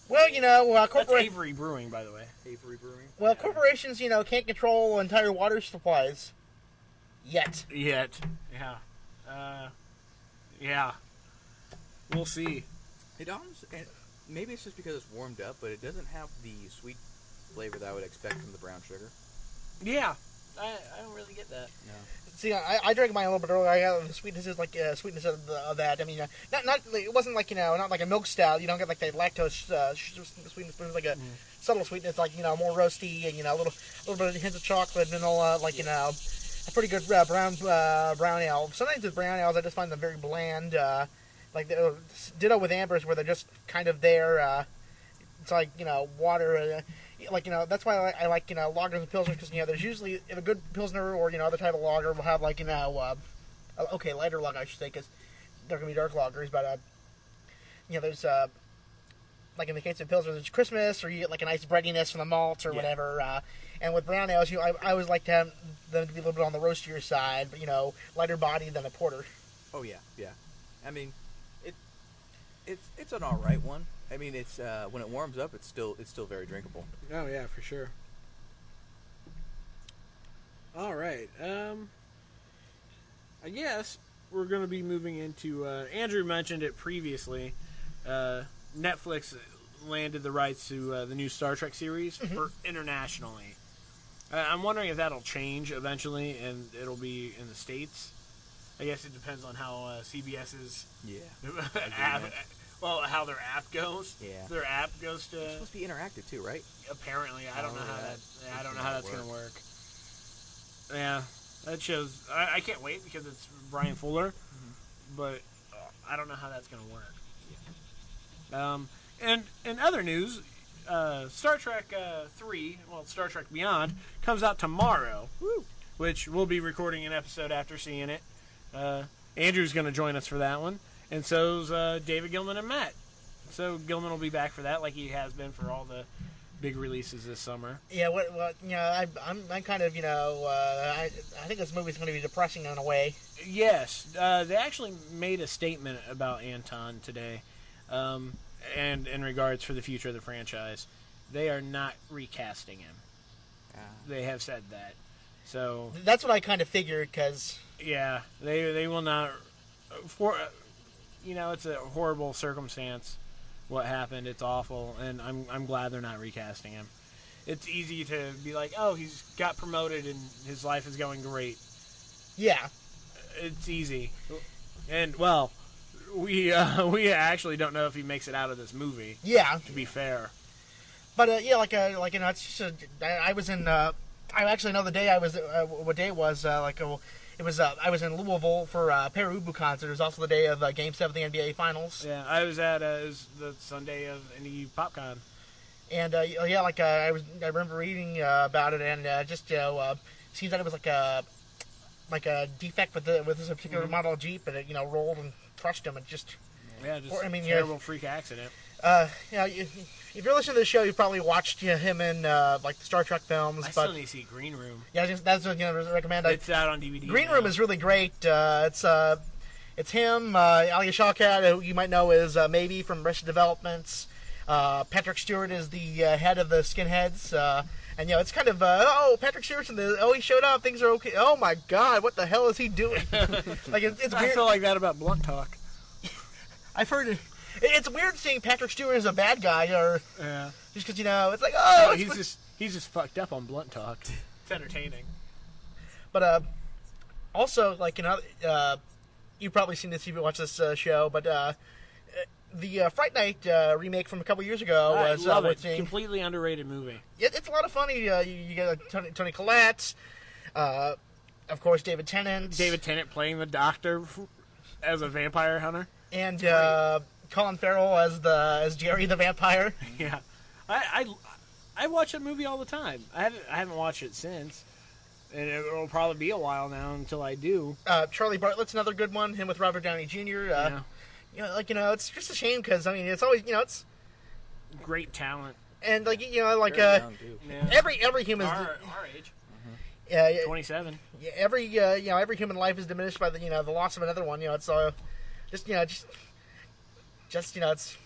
C: Well, you know, uh,
A: That's
C: corpora-
A: Avery Brewing, by the way.
B: Avery Brewing.
C: well, corporations, you know, can't control entire water supplies yet.
A: Yet, yeah, uh, yeah. We'll see.
B: It almost, and maybe it's just because it's warmed up, but it doesn't have the sweet flavor that I would expect from the brown sugar.
A: Yeah, I, I don't really get that.
B: No.
C: See, I, I drank mine a little bit earlier. I got the sweetness is like uh, sweetness of, the, of that. I mean, uh, not not like, it wasn't like you know, not like a milk stout. You don't get like that lactose uh, sh- sweetness, but it was like a subtle sweetness, like you know, more roasty and you know, a little little bit of hints of chocolate, vanilla, like you know, a pretty good uh, brown uh, brown ale. Sometimes with brown ales, I just find them very bland. Uh, like the, ditto with ambers, where they're just kind of there. Uh, it's like you know water uh, like you know that's why I, like- I like you know lagers and pilsners because you know there's usually if a good pilsner or you know other type of lager will have like you know uh, okay lighter lager I should say because there can be dark lagers but uh, you know there's uh, like in the case of pilsner there's Christmas or you get like a nice breadiness from the malt or
B: Yeah.
C: whatever uh, and with brown ales you I, I always like to have them to be a little bit on the roastier side but you know lighter body than a porter
B: Oh yeah, yeah. I mean, it it's it's an all right one. I mean, it's uh, when it warms up, it's still it's still very drinkable.
A: Oh yeah, for sure. All right. Um, I guess we're going to be moving into. Uh, Andrew mentioned it previously. Uh, Netflix landed the rights to uh, the new Star Trek series
B: Mm-hmm.
A: for internationally. Uh, I'm wondering if that'll change eventually, and it'll be in the states. I guess it depends on how uh, CBS's
B: Yeah,
A: app, well, how their app goes.
B: Yeah.
A: Their app goes to
B: it's supposed to be interactive too, right?
A: apparently i don't know how that i don't know how
B: how
A: that's
B: that
A: gonna work yeah that shows i, I can't wait because it's brian fuller but uh, i don't know how that's gonna work um, and in other news uh, star trek uh, 3 well star trek beyond comes out tomorrow
B: Woo!
A: which we'll be recording an episode after seeing it uh, andrew's gonna join us for that one and so's uh, david gilman and matt so gilman will be back for that like he has been for all the big releases this summer.
C: Yeah, what, what you know, I, I'm, I'm kind of, you know, uh, I, I think this movie's going to be depressing in a way.
A: Yes, uh, they actually made a statement about Anton today, um, and in regards for the future of the franchise, they are not recasting him.
B: Ah.
A: They have said that. So
C: That's what I kind of figured because
A: yeah, they they will not. For you know, it's a horrible circumstance. What happened? It's awful, and I'm I'm glad they're not recasting him. It's easy to be like, oh, he's got promoted and his life is going great.
C: yeah,
A: it's easy. And well, we uh, we actually don't know if he makes it out of this movie.
C: yeah,
A: To be fair,
C: but uh, yeah, like uh, like you know, it's just a, I, I was in. Uh, I actually know the day I was. Uh, what day it was uh, like? Uh, it was. Uh, I was in Louisville for uh, Perubu concert. It was also the day of uh, Game Seven of the NBA Finals.
A: yeah, I was at uh, it was the Sunday of Indie PopCon.
C: And uh, yeah, like uh, I was, I remember reading uh, about it, and uh, just you know, uh, seems like it was like a like a defect with the, with this particular model Jeep, and it you know rolled and crushed him, and just
A: Yeah, just
C: Or, I mean, yeah.
A: terrible freak accident.
C: uh, you know, you, if you're listening to the show, you've probably watched you know, him in uh, like the Star Trek films,
A: I
C: but
A: still need to see Green Room.
C: yeah, just, that's what you know, I recommend. I,
A: It's out on DVD.
C: Green
A: now.
C: Room is really great. Uh, it's uh, it's him, uh, Alia Shawkat, who you might know is uh, maybe from Arrested Developments. Uh, Patrick Stewart is the uh, head of the Skinheads, uh, and you know it's kind of uh, oh Patrick Stewart's in the oh he showed up things are okay oh my god what the hell is he doing like it, it's
A: I
C: weird
A: feel like that about Blunt Talk.
C: I've heard it, it's weird seeing Patrick Stewart as a bad guy or
A: Yeah,
C: just because you know it's like oh it's-
A: he's just he's just fucked up on Blunt Talk. It's entertaining.
C: But uh, also, like you know, uh, you've probably seen this if you watch this uh, show. But uh, the uh, Fright Night uh, remake from a couple years ago
A: I
C: was uh,
A: love it.
C: worth seeing.
A: Completely underrated movie.
C: It- it's a lot of funny. Uh, you, you get uh, Tony, Tony Collette, uh, of course, David Tennant,
A: David Tennant playing the doctor as a vampire hunter.
C: and uh, Colin Farrell as the as Jerry the vampire.
A: Yeah, I, I I watch that movie all the time. I haven't I haven't watched it since, and it will probably be a while now until I do.
C: Uh, Charlie Bartlett's another good one. Him with Robert Downey Jr. Uh,
A: Yeah.
C: You know, like you know, it's just a shame because I mean, it's always you know, it's
A: Great talent.
C: and like you know, like
B: Very
C: uh,
B: young, too.
A: Yeah.
C: every every human.
A: our age,
C: Yeah, yeah,
A: twenty seven.
C: Yeah, every uh, you know every human life is diminished by the you know the loss of another one. You know, it's uh, just you know just just you know it's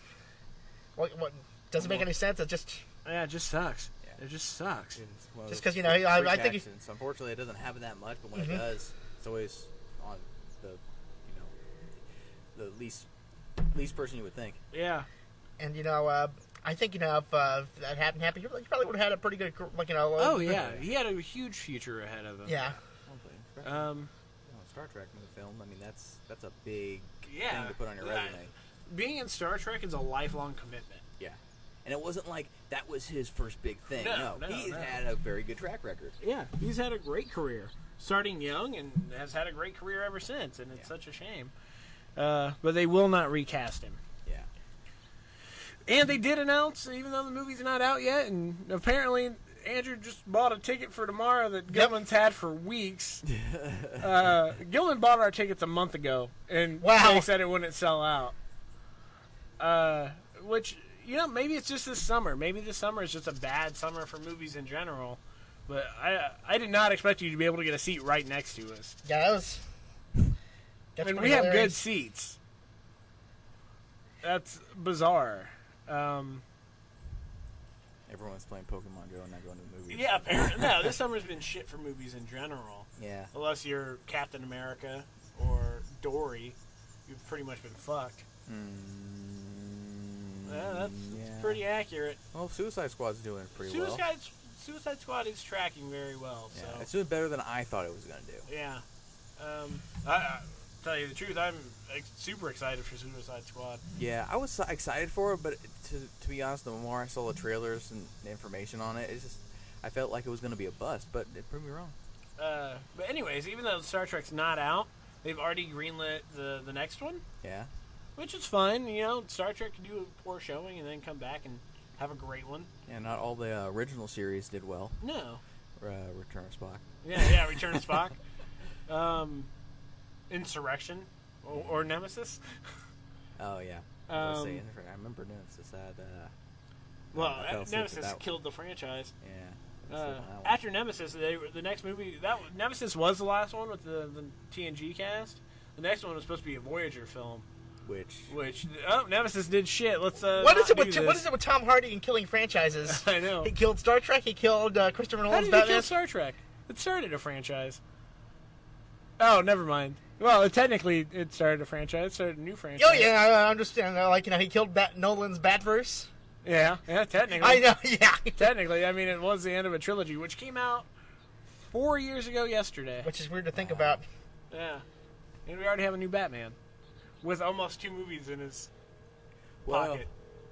C: what, what doesn't make any sense. It just
A: Yeah, it just sucks.
B: Yeah.
A: It just sucks.
B: It's one of
C: Just
B: those
C: 'cause, you Mm-hmm. know, I- I
B: freak
C: think he-
B: accidents. unfortunately it doesn't happen that much, but when it does, it's always on the you know the least least person you would think.
A: Yeah,
C: and you know uh, I think you know if, uh, if that hadn't happened, you really- you probably would have had a pretty good like you know. uh,
A: Oh yeah, he had a huge future ahead of him.
C: yeah.
A: Um,
B: You know, Star Trek in the film. I mean, that's that's a big
A: Yeah.
B: thing to put on your
A: Yeah.
B: resume.
A: being in Star Trek is a lifelong commitment.
B: Yeah, and it wasn't like that was his first big thing.
A: No,
B: No,
A: no,
B: he
A: no.
B: had a very good track record.
A: Yeah, he's had a great career, starting young, and has had a great career ever since. And it's
B: Yeah.
A: such a shame. Uh, but they will not recast him.
B: Yeah,
A: And they did announce, even though the movie's not out yet, and apparently Andrew just bought a ticket for tomorrow that Gilman's had for weeks. uh, Gilman bought our tickets a month ago, and
C: Wow.
A: they said it wouldn't sell out. Uh, which, you know, maybe it's just this summer. Maybe this summer is just a bad summer for movies in general. But I, I did not expect you to be able to get a seat right next to us.
C: Yeah, that was. That's
A: I mean,
C: pretty
A: we have good
C: hilarious.
A: seats. That's bizarre. Uh, Um,
B: Everyone's playing Pokemon Go and not going to the movies.
A: yeah, apparently no. This summer's been shit for movies in general.
B: Yeah.
A: Unless you're Captain America or Dory, you've pretty much been fucked.
B: Mm,
A: Yeah, that's,
B: yeah.
A: that's pretty accurate.
B: Well, Suicide Squad's doing pretty well.
A: Suicide Suicide Squad is tracking very well.
B: Yeah,
A: so
B: it's doing better than I thought it was going to do.
A: Yeah. Um, I, I tell you the truth, I'm ex- super excited for Suicide Squad.
B: Yeah, I was so excited for it, but to, to be honest, the more I saw the trailers and the information on it, it's just I felt like it was going to be a bust, but it proved me wrong.
A: Uh, but anyways, even though Star Trek's not out, they've already greenlit the the next one,
B: Yeah,
A: which is fine. You know, Star Trek can do a poor showing and then come back and have a great one.
B: and not all the uh, original series did well.
A: No.
B: Uh, Return of Spock.
A: Yeah, yeah. Return of Spock. Um, Insurrection or, or Nemesis.
B: Oh yeah, I was
A: Um,
B: saying, I remember Nemesis had. Uh,
A: well,
B: I fell asleep at
A: Nemesis
B: that one.
A: killed the franchise.
B: Yeah. I fell
A: Uh,
B: asleep on that one.
A: after Nemesis, they were- the next movie that was- Nemesis was the last one with the, the TNG cast. The next one was supposed to be a Voyager film,
B: Which
A: which oh Nemesis did shit. Let's uh,
C: What is
A: not
C: it with
A: do
C: what
A: this.
C: is it with Tom Hardy and killing franchises?
A: I know.
C: He killed Star Trek. He killed uh, Christopher
A: How
C: Nolan's
A: did they kill
C: Batman.
A: Star Trek? It started a franchise. Oh, never mind. Well, it, technically, it started a franchise. It started a new franchise.
C: Oh yeah, I- I understand. Uh, Like you know, he killed Bat- Nolan's Batverse.
A: yeah, yeah. Technically,
C: I know. Yeah,
A: Technically, I mean, it was the end of a trilogy, which came out four years ago yesterday.
C: which is weird to think about.
A: Yeah, and we already have a new Batman with almost two movies in his
B: well,
A: pocket.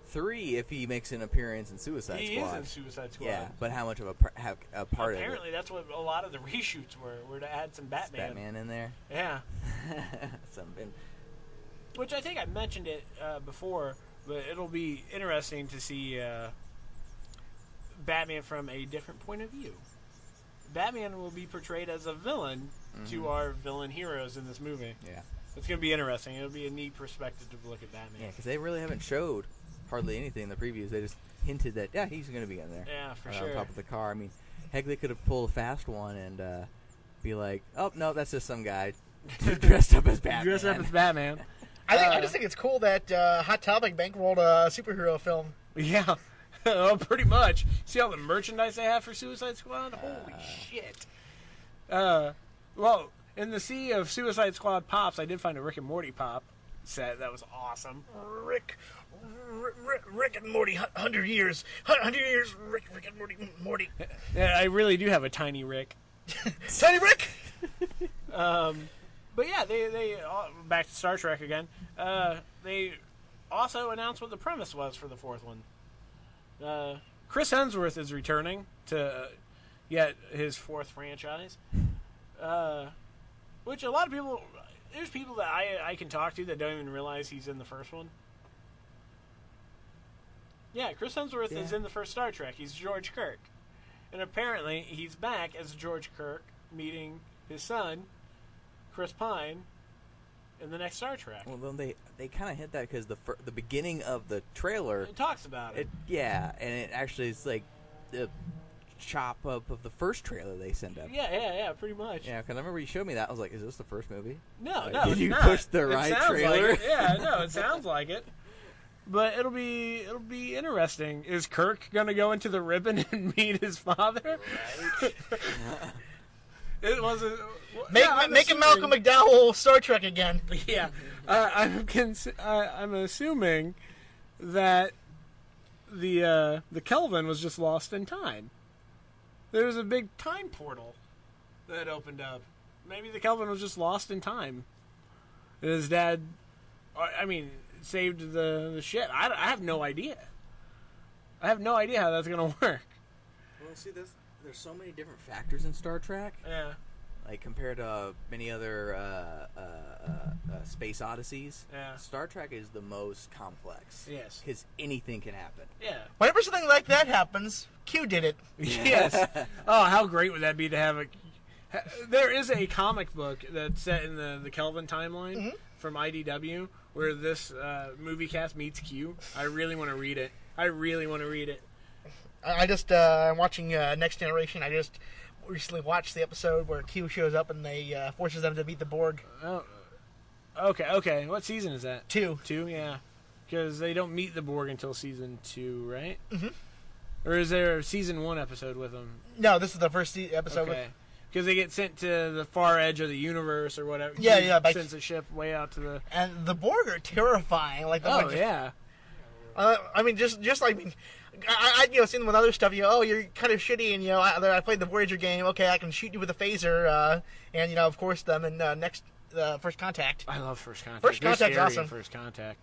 B: three if he makes an appearance in Suicide
A: he
B: Squad.
A: is in Suicide Squad.
B: yeah, but how much of a, par- have a part of it?
A: Apparently, that's what a lot of the reshoots were. Were to add some
B: Is Batman in there.
A: Yeah.
B: Something.
A: which I think I mentioned it uh, before, but it'll be interesting to see uh, Batman from a different point of view. Batman will be portrayed as a villain
B: Mm-hmm.
A: to our villain heroes in this movie.
B: Yeah.
A: It's going to be interesting. It'll be a neat perspective to look at
B: Yeah,
A: Batman.
B: because they really haven't showed hardly anything in the previews. They just hinted that yeah, he's going to be in there.
A: Yeah, for
B: uh,
A: sure.
B: On top of the car. I mean, heck, they could have pulled a fast one and uh, be like, "Oh no, that's just some guy dressed up as Batman."
A: Dress up as Batman.
C: I think I
A: Uh,
C: just think it's cool that uh, Hot Topic bankrolled a superhero film.
A: yeah. oh, pretty much. See all the merchandise they have for Suicide
B: Uh,
A: Squad? Holy shit. Uh, well, in the sea of Suicide Squad pops, I did find a Rick and Morty pop set that was awesome.
C: Rick, Rick, Rick and Morty, hundred years, hundred years. Rick, Rick and Morty, Morty.
A: Yeah, I really do have a tiny Rick.
C: Tiny Rick.
A: But yeah, they they uh, back to Star Trek again. Uh, they also announced what the premise was for the fourth one. Uh, Chris Hemsworth is returning to uh, yet his fourth franchise, uh, which a lot of people there's people that I I can talk to that don't even realize he's in the first one. Yeah, Chris Hemsworth is
B: Yeah.
A: in the first Star Trek. He's George Kirk, and apparently he's back as George Kirk meeting his son Chris Pine in the next Star Trek.
B: Well, then they they kind of hit that because the fir- the beginning of the trailer,
A: It talks about it.
B: it yeah, and it actually is like the chop up of the first trailer they send up.
A: yeah, yeah, yeah, pretty much.
B: Yeah, because I remember you showed me that. I was like, "Is this the first movie?"
A: No,
B: Like,
A: no,
B: Did
A: it's
B: you
A: not.
B: push the
A: It
B: right
A: sounds like
B: trailer?
A: it. Yeah, no, it sounds like it. But it'll be it'll be interesting. Is Kirk gonna go into the ribbon and meet his father? it was a
C: Make
A: yeah, I'm
C: make a
A: assuming-
C: Malcolm McDowell Star Trek again.
A: Yeah, uh, I'm cons- I, I'm assuming that the uh, the Kelvin was just lost in time. There was a big time portal that opened up. Maybe the Kelvin was just lost in time. And his dad, I I mean, saved the the ship. I, I have no idea. I have no idea how that's gonna work.
B: Well, see, there's there's so many different factors in Star Trek.
A: Yeah,
B: like compared to uh, many other uh, uh, uh, uh, space odysseys,
A: Yeah.
B: Star Trek is the most complex.
A: Yes.
B: because anything can happen.
A: yeah.
C: Whenever something like that happens, Q did it.
A: yes. Oh, how great would that be to have a? ha- There is a comic book that's set in the the Kelvin timeline
C: Mm-hmm.
A: from IDW where this uh, movie cast meets Q. I really want to read it. I really want to read it.
C: I I just uh, I'm watching uh, Next Generation. I just recently watched the episode where Q shows up and they uh, forces them to beat the Borg.
A: Oh, okay, okay. What season is that?
C: Two.
A: Two, yeah. because they don't meet the Borg until season two, right?
C: Mhm.
A: Or is there a season one episode with them?
C: No, this is the first se- episode.
A: okay. Because they get sent to the far edge of the universe or whatever.
C: Yeah, yeah, by-
A: Sends a ship way out to the.
C: With, and the Borg are terrifying. Like the
A: Oh
C: bunch of-
A: yeah.
C: Uh, I mean, just just like I, mean, I, I you know seen them with other stuff. You know, oh, you're kind of shitty, and you know, I, I played the Voyager game. Okay, I can shoot you with a phaser, uh, and you know, of course, them in uh, next uh, first contact.
A: I love First Contact.
C: First
A: They're
C: Contact's
A: scary in
C: awesome.
A: First Contact.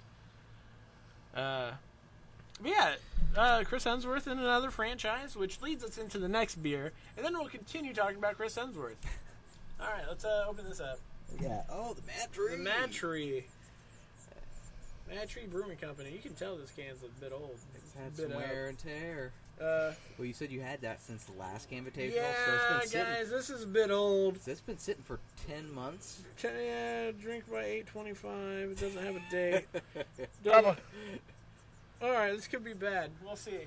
A: Uh, but yeah, uh, Chris Hemsworth in another franchise, which leads us into the next beer, and then we'll continue talking about Chris Hemsworth. All right, let's uh, open this up.
B: Yeah. Oh, the mad tree.
A: The Mad Tree. Mad Tree Brewing Company. You can tell this can's a bit old.
B: It's had
A: Bit
B: some
A: out.
B: wear and tear.
A: Uh,
B: Well, you said you had that since the last Canvitational, so
A: yeah,
B: it's been
A: guys,
B: sitting.
A: this is a bit old.
B: So it's been sitting for ten months.
A: Can I, uh, drink by 8.25. It doesn't have a date.
C: Probably.
A: All right, this could be bad. We'll see.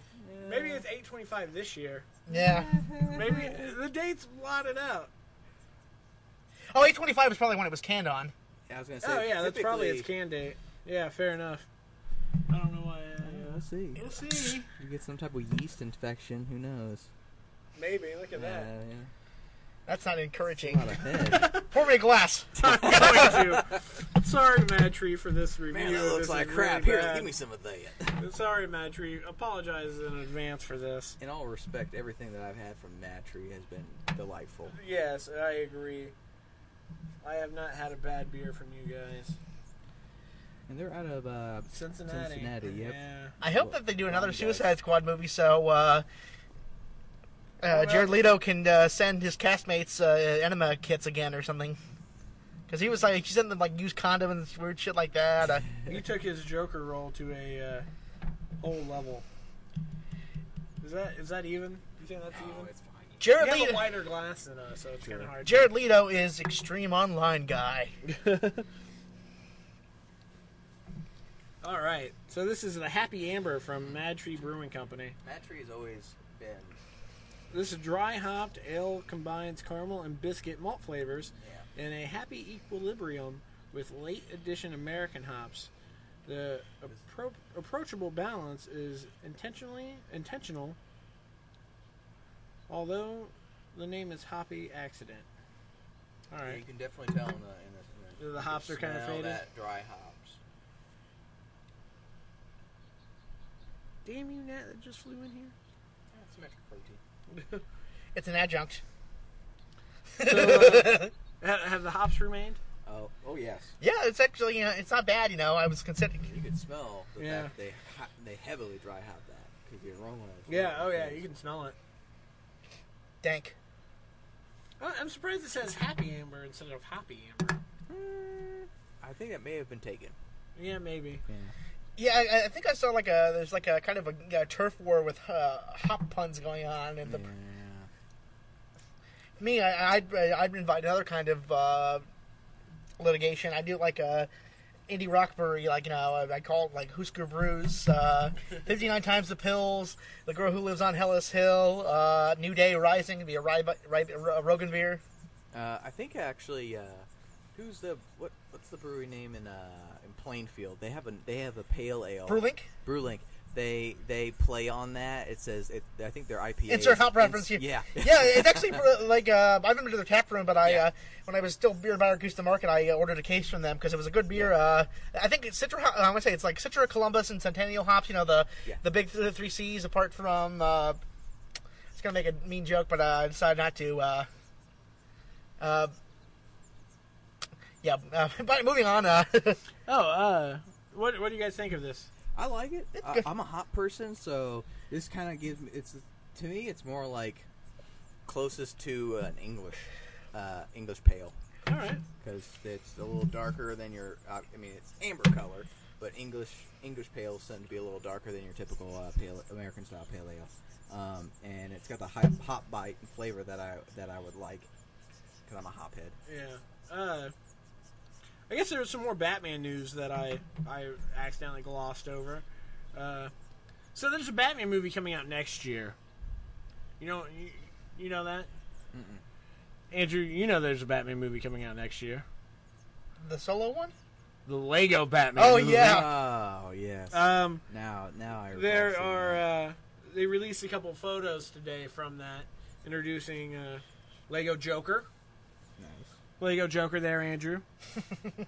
A: Maybe it's 8:25 this year.
C: Yeah.
A: Maybe the date's blotted out.
C: Oh, eight twenty five is probably when it was canned on.
B: I was gonna say.
A: Oh yeah, that's probably its
B: typically-
A: can date. Yeah, fair enough. I don't know why.
B: Yeah,
A: Uh,
B: let's see.
A: we'll see.
B: You get some type of yeast infection. Who knows?
A: Maybe. Look at that.
B: Uh,
C: That's not
B: yeah.
C: encouraging.
B: Not a head.
C: Pour me a glass.
A: I'm going to. Sorry, Mad Tree, for this review.
B: Man, that looks
A: This
B: like
A: is really
B: crap. Here,
A: bad.
B: give me some of that.
A: Sorry, Mad Tree. Apologize in advance for this.
B: In all respect, everything that I've had from Mad Tree has been delightful.
A: Yes, I agree. I have not had a bad beer from you guys.
B: And they're out of uh,
A: Cincinnati.
B: Cincinnati, yep.
A: Yeah.
C: I hope that they do another
B: Well, guys.
C: Suicide Squad movie so uh, uh, Jared Leto can uh, send his castmates uh, enema kits again or something. Because he was like, he sent them like used condom and weird shit like that. Uh,
A: He took his Joker role to a uh, whole level. Is that is that even? You think that's even?
B: Oh, it's fine.
C: Jared
A: You have a
C: Leto.
A: wider glass than us, so it's
B: Sure.
A: kind of hard.
C: Jared Leto is extreme online guy.
A: All right, so this is the Happy Amber from Mad Tree Brewing Company.
B: Mad Tree has always been.
A: This is dry hopped ale combines caramel and biscuit malt flavors
B: Yeah.
A: in a happy equilibrium with late addition American hops. The appro- approachable balance is intentionally intentional, although the name is Hoppy Accident. All
B: yeah,
A: right.
B: You can definitely tell in the. In the, in
A: The hops are kinda
B: smell
A: faded?
B: That dry hops.
A: Damn you, Nat, that just flew in here.
B: Yeah, It's some extra protein.
C: It's an adjunct.
A: So, uh, ha- have the hops remained?
B: Oh, oh yes.
C: Yeah, it's actually you know, it's not bad. You know, I was considering.
B: You can smell the
A: Yeah.
B: fact they ho- they heavily dry hop that because the aroma. is
A: Yeah, oh
B: really
A: yeah,
B: good.
A: you can smell it.
C: Dank.
A: Oh, I'm surprised it says Happy Amber instead of Hoppy Amber.
B: I think that may have been taken.
A: Yeah, maybe.
B: Yeah.
C: Yeah, I, I think I saw like a there's like a kind of a, a turf war with uh, hop puns going on, and the, me I, I'd I'd invite another kind of uh, litigation. I do like a indie rock brewery, like you know I call it like Husker Brews, uh, fifty nine times the pills, the girl who lives on Hellas Hill, uh, New Day Rising, it'd be a Rib- Rib- Ro- Rogan beer.
B: Uh, I think actually, uh, who's the what? What's the brewery name in uh, in Plainfield? They have a they have a pale ale.
C: Brewlink?
B: Brewlink. They they play on that. It says it, I think they're IPA.
C: Insert hop reference here.
B: Yeah.
C: yeah, it's actually for, like uh, I've been to the tap room, but I
B: Yeah.
C: uh, when I was still beer bar Augusta Market, I uh, ordered a case from them because it was a good beer. Uh, I think it's Citra. I want to say it's like Citra, Columbus, and Centennial hops. You know the
B: Yeah.
C: the big th- three C's. Apart from, uh, it's gonna make a mean joke, but uh, I decided not to. Uh, uh, yeah, uh, but moving on. Uh,
A: Oh, uh, what what do you guys think of this?
B: I like it.
C: It's
B: I,
C: good.
B: I'm a hop person, so this kind of gives me. It's to me, it's more like closest to an English uh, English pale
A: All right.
B: because it's a little darker than your. Uh, I mean, it's amber color, but English English pales tend to be a little darker than your typical uh, pale American style pale ale. Um, and it's got the hop, hop bite and flavor that I that I would like because I'm a hop head.
A: Yeah. Uh, I guess there was some more Batman news that I I accidentally glossed over. Uh, so there's a Batman movie coming out next year. You know you, you know that. Andrew, you know there's a Batman movie coming out next year.
C: the solo one.
A: the Lego Batman.
C: Oh,
A: movie.
C: yeah.
B: Oh yes.
A: Um,
B: now, now I. recall
A: there
B: seeing
A: are.
B: that.
A: Uh, they released a couple photos today from that, introducing uh, Lego Joker. uh,
B: Nice.
A: Lego Joker there, Andrew.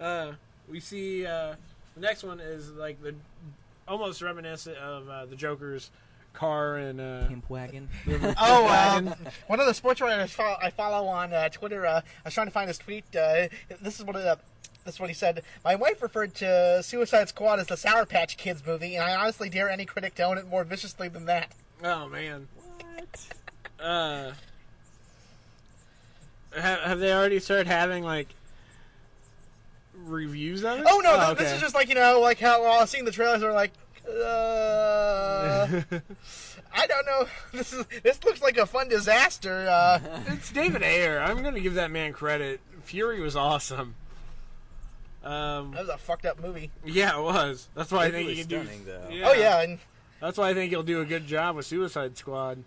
A: uh, we see uh, the next one is like the almost reminiscent of uh, the Joker's car and uh,
B: Pimp wagon.
C: Oh,
A: wagon.
C: um, one of the sports writers fo- I follow on uh, Twitter. Uh, I was trying to find his tweet. Uh, this is what it, uh, this is what he said. My wife referred to Suicide Squad as the Sour Patch Kids movie, and I honestly dare any critic to own it more viciously than that.
A: oh man.
B: what?
A: Uh, have, have they already started having like reviews of it?
C: Oh no, th- this
A: okay.
C: is just like you know, like how we're all seeing the trailers are like. Uh, I don't know. This is this looks like a fun disaster. Uh,
A: it's David Ayer. I'm gonna give that man credit. Fury was awesome. Um,
C: that was a fucked up movie.
A: yeah, it was. That's why I think he
B: Visually
A: can do.
B: stunning, though.
C: Oh yeah, and
A: That's why I think he'll do a good job with Suicide Squad.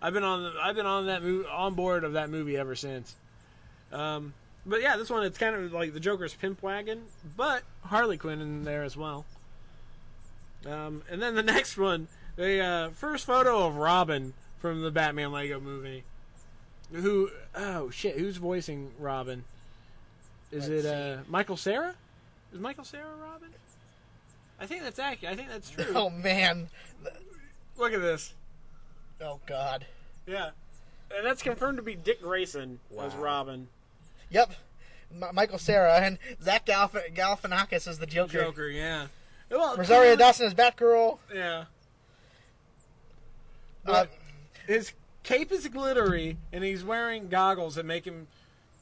A: I've been on I've been on that mo- on board of that movie ever since. Um, but yeah, this one it's kind of like the Joker's pimp wagon, but Harley Quinn in there as well. Um, and then the next one, the uh, first photo of Robin from the Batman Lego movie. Who? Oh shit! Who's voicing Robin? Is
C: Let's
A: it uh, Michael Sarah? Is Michael Sarah Robin? I think that's accurate. I think that's true.
C: oh man,
A: Look at this.
C: oh god.
A: Yeah. And that's confirmed to be Dick Grayson as
B: Wow.
A: Robin.
C: Yep. M- Michael Sarah and Zach Galif- Galifianakis is the Joker.
A: Joker, yeah. Well,
C: Rosario
A: clearly-
C: Dawson is Batgirl.
A: Yeah.
C: Uh,
A: But his cape is glittery, and he's wearing goggles that make him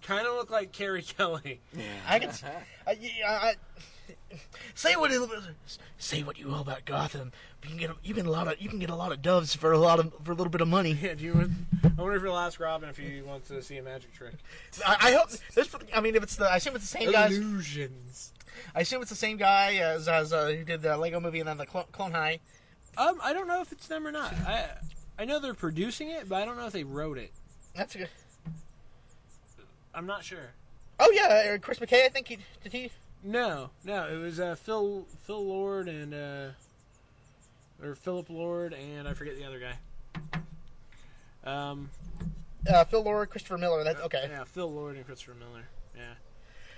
A: kind of look like Carrie Kelly.
C: I can s- I, I, I, say what it, say what you will about Gotham. But you can get a, you can a lot of you can get a lot of doves for a lot of for a little bit of money.
A: Yeah, do you want, I wonder if you'll ask Robin if he wants to see a magic trick.
C: I, I hope this. I mean, if it's the I assume it's the same guys.
A: Illusions.
C: I assume it's the same guy as, as uh, who did the Lego movie and then the Clone, Clone High.
A: Um, I don't know if it's them or not. I I know they're producing it, but I don't know if they wrote it.
C: That's a good.
A: I'm not sure.
C: Oh yeah, uh, Chris McKay. I think he did he.
A: No, no, it was uh, Phil Phil Lord and uh, or Philip Lord and I forget the other guy. Um,
C: Uh, Phil Lord, Christopher Miller. That's okay.
A: yeah, Phil Lord and Christopher Miller. Yeah.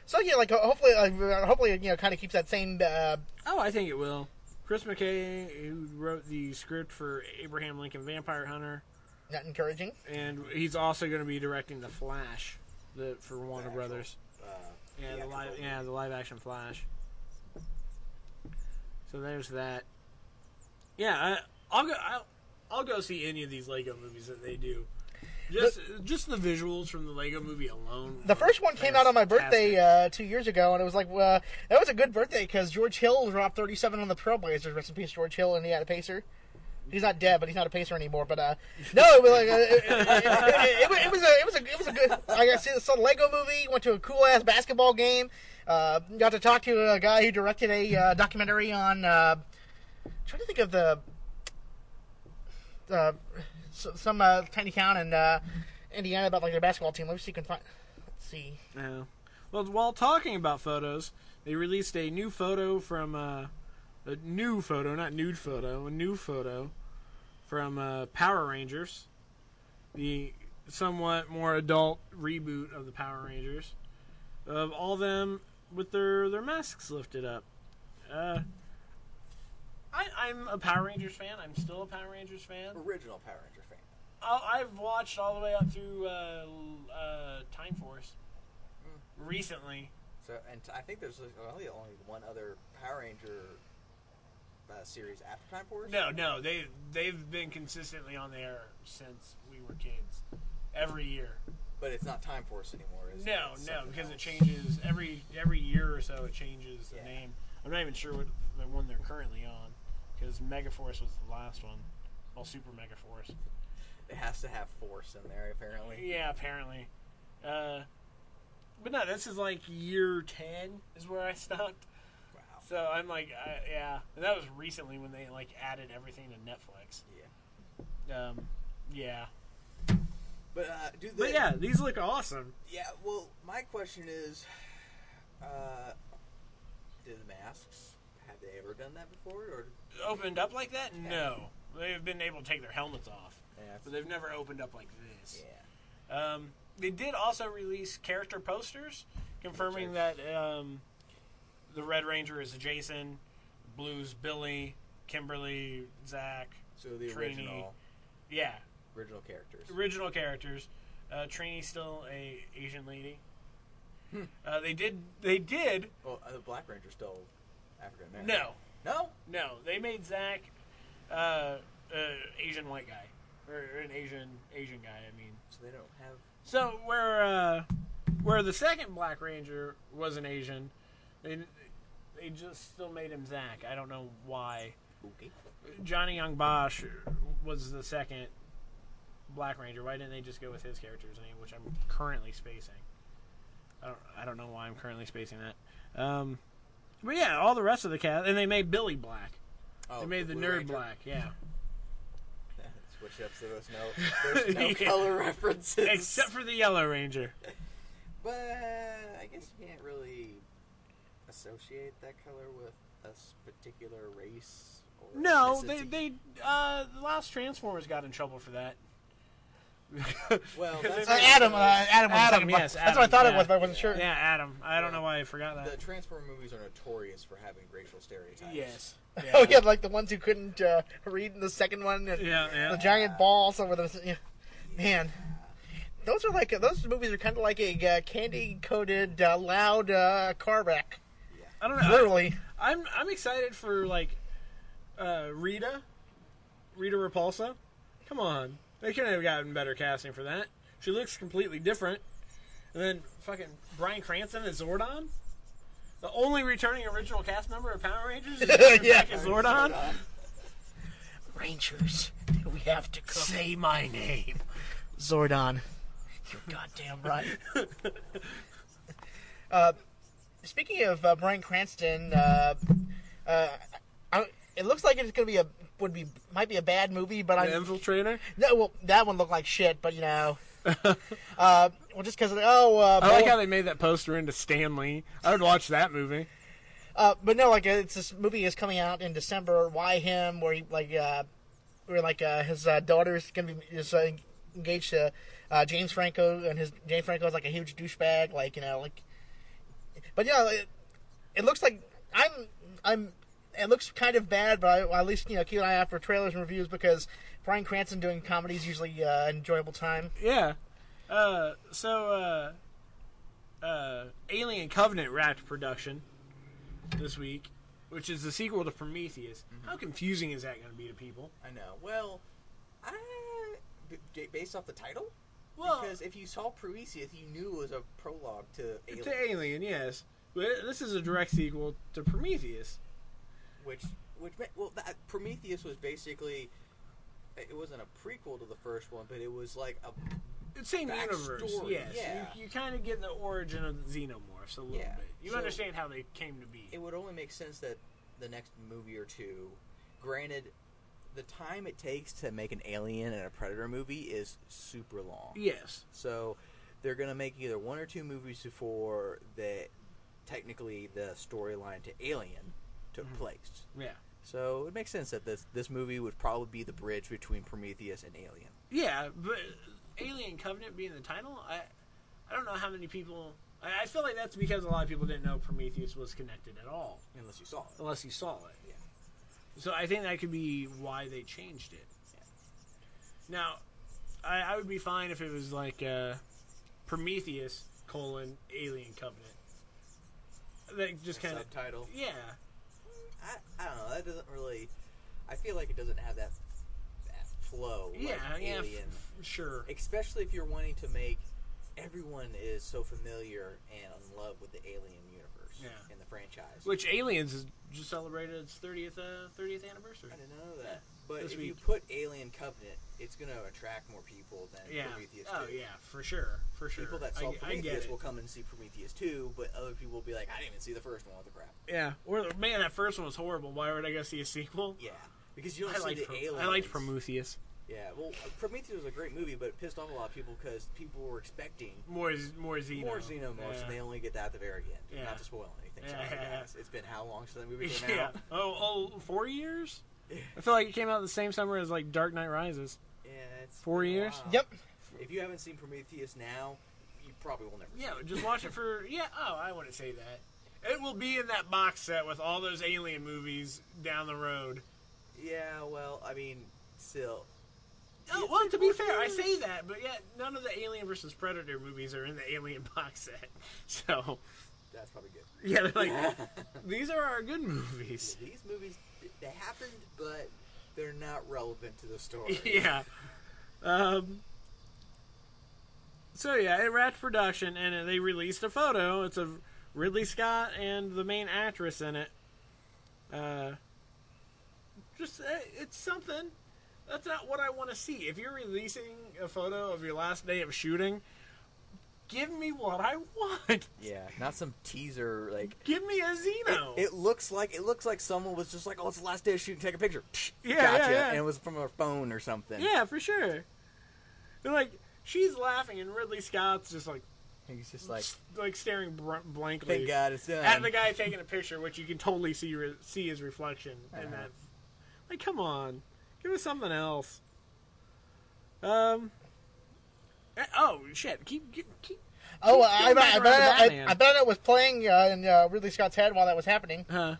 C: So yeah, like ho- hopefully, uh, hopefully you know, kind of keeps that same. Uh,
A: Oh, I think it will. Chris McKay, who wrote the script for Abraham Lincoln Vampire Hunter,
C: not encouraging.
A: and he's also going to be directing the Flash, the for Warner
B: actual-
A: Brothers.
B: Uh,
A: Yeah, the
B: theatrical
A: live, yeah, the live action Flash. So there's that. Yeah, I, I'll go. I'll, I'll go see any of these Lego movies that they do. Just, just the visuals from the Lego movie alone.
C: The
A: were
C: first one came out on my birthday
A: fantastic.
C: uh, two years ago, and it was like uh, that was a good birthday because George Hill dropped 37 on the Trailblazers. Rest in peace, George Hill, and he had a pacer. He's not dead, but he's not a pacer anymore. But uh, no, it was like uh, it, it- it- it was- it was a it was a it was a good. I got to see saw the Lego movie. Went to a cool ass basketball game. Uh, got to talk to a guy who directed a uh, documentary on. Uh, trying to think of the uh, s- some uh, tiny town in uh, Indiana about like their basketball team. Let me see if you can find. Let's see.
A: Yeah. Well, while talking about photos, they released a new photo from uh, a new photo, not nude photo, a new photo from uh, Power Rangers, the somewhat more adult reboot of the Power Rangers, of all them with their their masks lifted up. Uh, I, I'm a Power Rangers fan. I'm still a Power Rangers fan.
B: original Power Ranger fan.
A: I- I've watched all the way up through uh, uh, Time Force
B: Hmm.
A: recently.
B: So, and I think there's only only one other Power Ranger uh, series after Time Force.
A: No, no, they they've been consistently on there since we were kids, every year.
B: but it's not Time Force anymore. Is
A: No,
B: it? It's
A: no,
B: something
A: because it
B: else.
A: changes every every year or so. It changes the
B: Yeah.
A: name. I'm not even sure what the one they're currently on, because Megaforce was the last one. Well, Super Megaforce.
B: It has to have Force in there apparently.
A: Yeah, apparently. Uh, but no, this is like year ten is where I stopped.
B: Wow.
A: So I'm like, I, yeah, and that was recently when they like added everything to Netflix.
B: Yeah.
A: Um, yeah,
B: But uh, do they,
A: but yeah, these look awesome.
B: yeah. Well, my question is, Uh, do the masks have they ever done that before? Or
A: Opened up like that? No. They've been able to take their helmets off,
B: yeah,
A: but they've never opened up like this.
B: yeah.
A: Um, they did also release character posters confirming that um, the Red Ranger is Jason, Blue's Billy, Kimberly, Zach.
B: So the
A: Trini.
B: original
A: Yeah,
B: original characters.
A: original characters. Uh, Trini's still a Asian lady.
B: Hmm.
A: Uh, they did. They did.
B: Well, uh, the Black Ranger's still African American.
A: No,
B: no.
A: no. They made Zach uh, an Asian white guy or an Asian Asian guy. I mean,
B: So they don't have.
A: So where uh, where the second Black Ranger was an Asian, they they just still made him Zach. I don't know why.
B: Okay.
A: Johnny Young Bosch was the second Black Ranger. Why didn't they just go with his character's name, which I'm currently spacing? I don't I don't know why I'm currently spacing that. Um, but yeah, all the rest of the cast, and they made Billy black.
B: Oh,
A: they made the,
B: Blue
A: nerd
B: Ranger?
A: black. Yeah,
B: Switch up so there's no, there's no
A: Yeah.
B: color references.
A: except for the Yellow Ranger.
B: But I guess you can't really associate that color with a s- particular race. Or
A: No, they
B: ethnicity.
A: they uh, the last Transformers got in trouble for that.
B: Well,
A: Because
B: that's-
C: Uh,
A: they made-
C: Adam, uh, Adam, was the
A: Adam,
C: second black-
A: yes,
C: that's what I
A: Adam,
C: thought it
A: yeah.
C: was, but I wasn't sure.
A: yeah, Adam. I don't know why I forgot
B: the
A: that.
B: Transformer movies are notorious for having racial stereotypes.
A: yes. Yeah.
C: Oh yeah, like the ones who couldn't uh, read in the second one. And
A: Yeah,
C: The
A: yeah.
C: giant ball also with the yeah. man. Those are like those movies are kind of like a uh, candy coated uh, loud uh, car wreck.
A: I don't know.
C: Literally,
A: I, am I'm excited for like uh, Rita, Rita Repulsa. Come on, they couldn't have gotten better casting for that. She looks completely different. And then fucking Brian Cranston as Zordon. The only returning original cast member of Power Rangers is coming
C: Yeah.
A: back as Zordon.
C: Rangers, we have to come.
A: Say my name.
C: Zordon. You're goddamn right. uh, speaking of uh, Brian Cranston, uh, uh, I, it looks like it's gonna be a would be might be a bad movie, but
A: The
C: I
A: infiltrator.
C: no well that one looked like shit, but you know, uh, well just because oh uh,
A: I like
C: Bella-
A: how they made that poster into Stan Lee. I would watch that movie.
C: Uh, but no, like uh, it's this movie is coming out in December. Why him? Where he like uh, where like uh, his uh, daughter's gonna be is uh, engaged to uh, James Franco, and his James Franco is like a huge douchebag. Like you know, like. But yeah, it, it looks like I'm I'm. It looks kind of bad, but I, well, at least you know keep an eye out for trailers and reviews because Brian Cranston doing comedy is usually uh, an enjoyable time.
A: Yeah. Uh, so, uh, uh, Alien Covenant wrapped production this week, which is the sequel to Prometheus.
B: Mm-hmm.
A: How confusing is that going to be to people?
B: I know. Well, I, b- j- based off the title,
A: Well,
B: because if you saw Prometheus, you knew it was a prologue to Alien,
A: to Alien, yes. But this is a direct sequel to Prometheus.
B: which which meant, well, that, Prometheus was basically it wasn't a prequel to the first one, but it was like a
A: It's same universe,
B: Backstory,
A: yes.
B: yeah.
A: You, you kind of get the origin of the xenomorphs a little
B: Yeah.
A: bit. You
B: So-
A: understand how they came to be.
B: it would only make sense that the next movie or two, granted, the time it takes to make an Alien and a Predator movie is super long.
A: yes.
B: So they're gonna make either one or two movies before that technically the storyline to Alien took
A: Mm-hmm.
B: place.
A: Yeah.
B: So it makes sense that this this movie would probably be the bridge between Prometheus and Alien.
A: Yeah, but Alien Covenant being the title, I I don't know how many people. I, I feel like that's because a lot of people didn't know Prometheus was connected at all,
B: Unless you saw it.
A: unless you saw it.
B: Yeah.
A: So I think that could be why they changed it.
B: Yeah.
A: Now, I, I would be fine if it was like uh, Prometheus colon Alien Covenant. That just kind of
B: subtitle.
A: yeah.
B: I, I don't know. That doesn't really. I feel like it doesn't have that that flow. like
A: Yeah, yeah, f-
B: Alien.
A: f- sure.
B: especially if you're wanting to make everyone is so familiar and in love with the alien universe
A: Yeah.
B: and the franchise.
A: Which Aliens has just celebrated its thirtieth uh, thirtieth anniversary.
B: I didn't know that. But
A: This
B: if you
A: week.
B: put Alien Covenant, it's going to attract more people than
A: Yeah.
B: Prometheus.
A: Oh
B: 2.
A: yeah, for sure, for sure.
B: People that
A: I-
B: saw
A: I, get
B: Prometheus
A: it.
B: will come and see Prometheus 2, but other people will be like, I didn't even see the first one. What the crap?
A: Yeah. Or man, that first one was horrible. Why would I go see a sequel?
B: Yeah. Because you don't
A: I
B: see
A: like
B: the
A: Pro-
B: aliens.
A: I liked Prometheus.
B: Yeah, well, Prometheus was a great movie, but it pissed off a lot of people because people were expecting
A: More Z- more Xeno.
B: more Xenomorphs,
A: Yeah.
B: and they only get that at the very end.
A: Yeah.
B: Not to spoil anything.
A: Yeah,
B: Sorry,
A: yeah,
B: guys. It's been how long since that movie came
A: yeah.
B: out?
A: Oh, oh, four years. I feel like it came out the same summer as like Dark Knight Rises.
B: Yeah, it's
A: Four
B: been a
A: years?
B: while.
C: Yep.
B: If you haven't seen Prometheus now, you probably will never.
A: Yeah,
B: see it.
A: just watch it for yeah. Oh, I wouldn't say that. It will be in that box set with all those alien movies down the road.
B: Yeah, well, I mean, still.
A: Oh,
B: It's
A: well,
B: been
A: to be
B: four
A: fair, I
B: years.
A: say that, but yeah, none of the Alien versus Predator movies are in the Alien box set. So
B: That's probably good.
A: yeah, they're like these are our good movies.
B: These movies, they happened, but they're not relevant to the story.
A: yeah. Um, so yeah, it wrapped production, and uh, they released a photo. It's of Ridley Scott and the main actress in it. Uh, just uh, it's something. That's not what I want to see. If you're releasing a photo of your last day of shooting, give me what I want.
B: Yeah, not some teaser like.
A: give me a Xeno.
B: It looks like it looks like someone was just like, "Oh, it's the last day of shooting. Take a picture." Psh,
A: Yeah,
B: gotcha.
A: yeah, yeah.
B: And it was from her phone or something.
A: yeah, for sure. And, like she's laughing, and Ridley Scott's just like
B: he's just like,
A: like staring br- blankly.
B: "Thank God it's done."
A: at the guy taking a picture, which you can totally see re- see his reflection in
B: Uh-huh.
A: that. Like, come on, give us something else. Um. eh, Oh shit! Keep keep. keep
C: Oh,
A: keep
C: I, I,
A: going back
C: bet- I,
A: around
C: bet
A: to
C: I,
A: Batman.
C: I bet it was playing uh, in uh, Ridley Scott's head while that was happening.
A: Huh?
C: God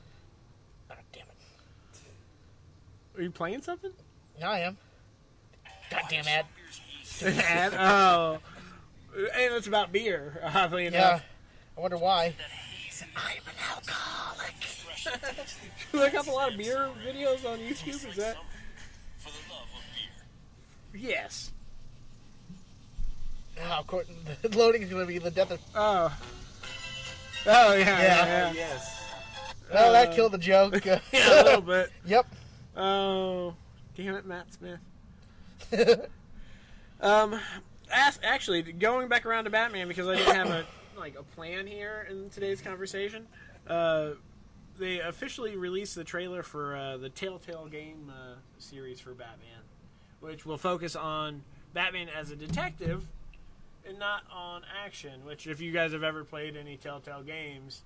C: Ah, damn it.
A: Are you playing something?
C: Yeah, I am. God damn it.
A: Ad? Oh. And it's about beer, oddly
C: Yeah.
A: enough.
C: I wonder why.
A: I'm an alcoholic. Look up a lot of beer videos on YouTube. Is that?
D: For the love of beer.
A: Yes.
C: Wow, Court, the loading is going to be the death of.
A: Oh. Oh yeah.
C: Yeah.
A: Yeah. Yeah.
B: Yes.
C: Oh, that
A: Uh,
C: killed the joke.
A: yeah a little bit.
C: yep.
A: Oh, damn it, Matt Smith. um, as, actually, going back around to Batman because I didn't have a like a plan here in today's conversation. Uh, they officially released the trailer for uh, the Telltale game uh, series for Batman, which will focus on Batman as a detective and not on action. Which, if you guys have ever played any Telltale games,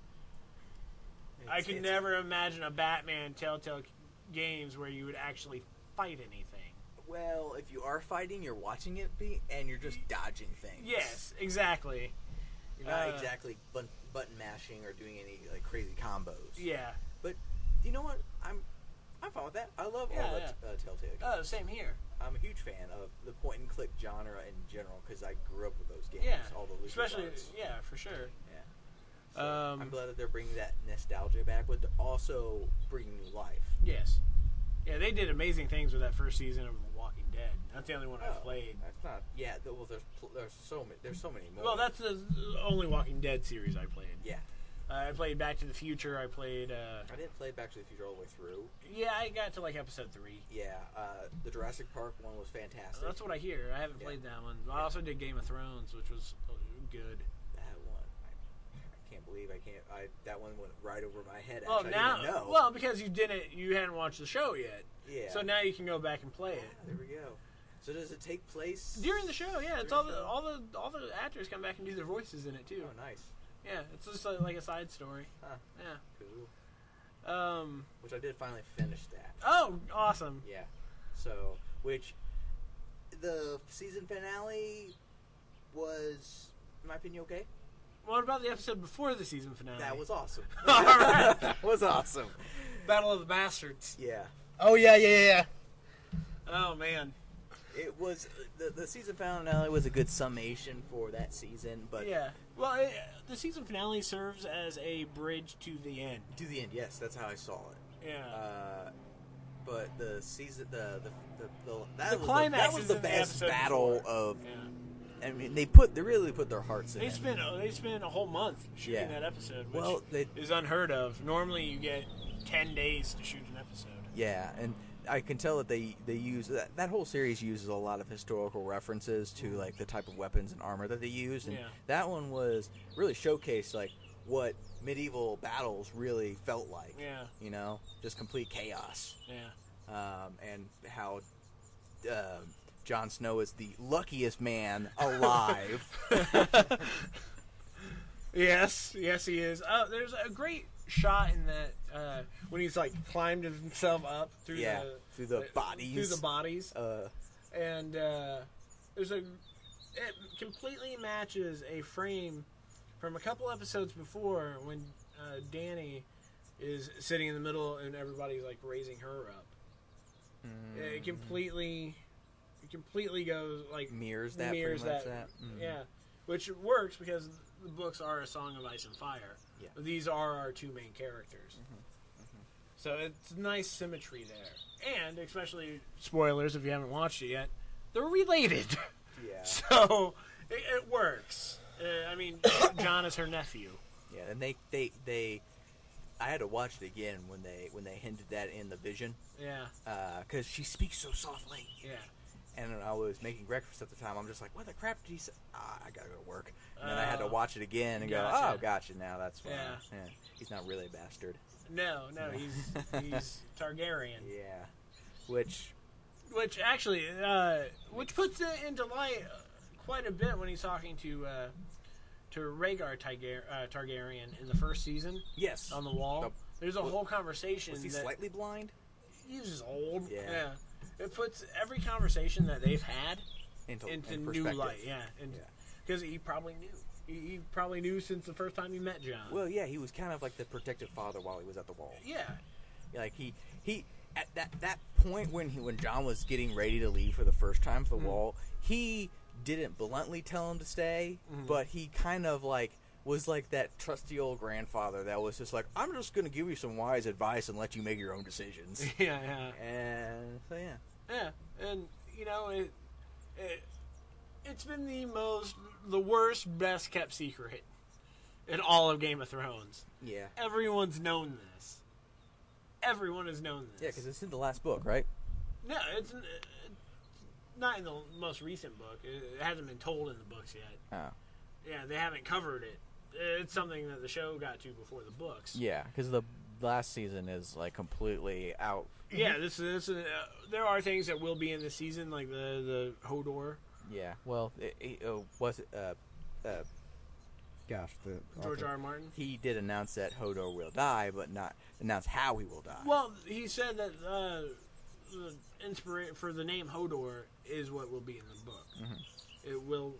A: I
B: It's-
A: could
B: it's-
A: never imagine a Batman Telltale games where you would actually fight anything.
B: Well, if you are fighting, you're watching it be, and you're just dodging things.
A: Yes, exactly.
B: You're not
A: Uh,
B: exactly button, button mashing or doing any like crazy combos.
A: Yeah.
B: But you know what? I'm I'm fine with that. I love all
A: Yeah,
B: the
A: yeah.
B: t- uh, Telltale. games.
A: Oh, same here.
B: I'm a huge fan of the point and click genre in general because I grew up with those games.
A: Yeah.
B: All the Lucas
A: Especially,
B: Arts.
A: yeah, for sure.
B: Yeah.
A: Um,
B: I'm glad that they're bringing that nostalgia back, but they're also bringing new life.
A: Yes. Yeah, they did amazing things with that first season of The Walking Dead. That's the only one I've
B: Oh,
A: played.
B: That's not. Yeah. th- Well, there's pl- there's so many. There's so many more.
A: Well, that's the only Walking Dead series I played.
B: yeah.
A: Uh, I played Back to the Future. I played. Uh,
B: I didn't play Back to the Future all the way through.
A: yeah, I got to like episode three.
B: Yeah. Uh, the Jurassic Park one was fantastic.
A: That's what I hear. I haven't
B: Yeah.
A: played that one. I also did Game of Thrones, which was uh, good.
B: that one. I, I can't believe I can't. I that one went right over my head.
A: Well,
B: actually. I
A: now,
B: didn't even know.
A: well, because you didn't, you hadn't watched the show yet.
B: yeah.
A: So now you can go back and play
B: Yeah,
A: it
B: there we go. So does it take place
A: during the show. Yeah, it's all the,
B: During the show.
A: all the all the actors come back and do their voices in it too.
B: Oh, nice.
A: Yeah, it's just like, like a side story.
B: Huh.
A: Yeah.
B: Cool.
A: Um.
B: Which I did finally finish that.
A: Oh, awesome.
B: Yeah. So, which the season finale was, in my opinion, okay.
A: What about the episode before the season finale?
B: That was awesome.
A: All right.
B: That was awesome.
A: Battle of the Bastards.
B: Yeah.
C: Oh, yeah, yeah, yeah, yeah.
A: Oh man.
B: It was the the season finale was a good summation for that season, but
A: Yeah. Well, it, the season finale serves as a bridge to the end.
B: to the end, yes, that's how I saw it.
A: Yeah.
B: Uh, but the season, the the, the, the that
A: The
B: was
A: climax
B: the, that was
A: is
B: the
A: in the
B: best
A: episode
B: battle
A: before.
B: of.
A: yeah.
B: I mean, they put they really put their hearts in.
A: They
B: it.
A: spent oh, they spent a whole month shooting
B: Yeah.
A: that episode, which
B: Well, they
A: is unheard of. Normally, you get ten days to shoot an episode.
B: Yeah, and I can tell that they they use that, that whole series uses a lot of historical references to like the type of weapons and armor that they used, and
A: Yeah.
B: that one was really showcased like what medieval battles really felt like.
A: Yeah.
B: You know, just complete chaos,
A: Yeah.
B: um, and how uh, Jon Snow is the luckiest man alive.
A: Yes, yes, he is. Uh, there's a great shot in that uh, when he's like climbed himself up through
B: Yeah,
A: the
B: through the
A: through
B: bodies.
A: the bodies,
B: uh,
A: and uh, there's a it completely matches a frame from a couple episodes before when uh, Danny is sitting in the middle and everybody's like raising her up.
B: Mm-hmm.
A: It completely, it completely goes like
B: mirrors that
A: mirrors
B: pretty much
A: that,
B: that. Mm.
A: yeah, which works because the books are a Song of Ice and Fire.
B: Yeah. Mm-hmm.
A: These are our two main characters. So it's nice symmetry there, and especially spoilers if you haven't watched it yet, they're related,
B: yeah,
A: so it, it works. Uh, I mean, John is her nephew.
B: yeah. And they, they, they. I had to watch it again when they when they hinted that in the vision
A: Yeah,
B: because she speaks so softly.
A: yeah.
B: and I was making breakfast at the time. I'm just like, what the crap did he say? Ah, I gotta go to work. And then I had to
A: Oh.
B: watch it again and go,
A: Gotcha.
B: oh, gotcha. Now that's why.
A: Yeah.
B: Yeah. He's not really a bastard.
A: No, no, he's he's Targaryen.
B: Yeah. Which,
A: which actually uh, which puts it into light uh, quite a bit when he's talking to uh, to Rhaegar Tigar- uh, Targaryen in the first season
B: yes.
A: on the wall.
B: Yep.
A: There's a whole conversation
B: Was he
A: that
B: slightly blind?
A: he's just old.
B: Yeah.
A: it puts every conversation that they've had
B: Into,
A: into
B: in
A: new
B: perspective.
A: light. Yeah,
B: Yeah.
A: because he probably knew. He, he probably knew since the first time he met John.
B: Well, yeah, he was kind of like the protective father while he was at the wall.
A: yeah,
B: Like he he at that that point when he when John was getting ready to leave for the first time
E: Mm-hmm.
B: for the wall, he didn't bluntly tell him to stay,
E: Mm-hmm.
B: but he kind of like was like that trusty old grandfather that was just like, I'm just gonna give you some wise advice and let you make your own decisions.
A: yeah, yeah.
B: and so yeah.
A: Yeah, and you know it, it it's been the most the worst best kept secret in all of Game of Thrones.
B: Yeah.
A: Everyone's known this. Everyone has known this.
B: Yeah, because it's in the last book, right?
A: no, it's, it's not in the most recent book. It, it hasn't been told in the books yet.
E: Uh,
B: Oh.
A: Yeah, they haven't covered it. It's something that the show got to before the books.
E: Yeah, because the last season is like completely out.
A: Yeah, this this uh, there are things that will be in this season, like the the Hodor,
E: Yeah. Well,
B: It, it, uh, was it, uh, uh, gosh, the
A: George R. R. Martin.
B: he did announce that Hodor will die, but not announce how he will die.
A: Well, he said that uh, the inspira- for the name Hodor is what will be in the book.
B: Mm-hmm.
A: It will.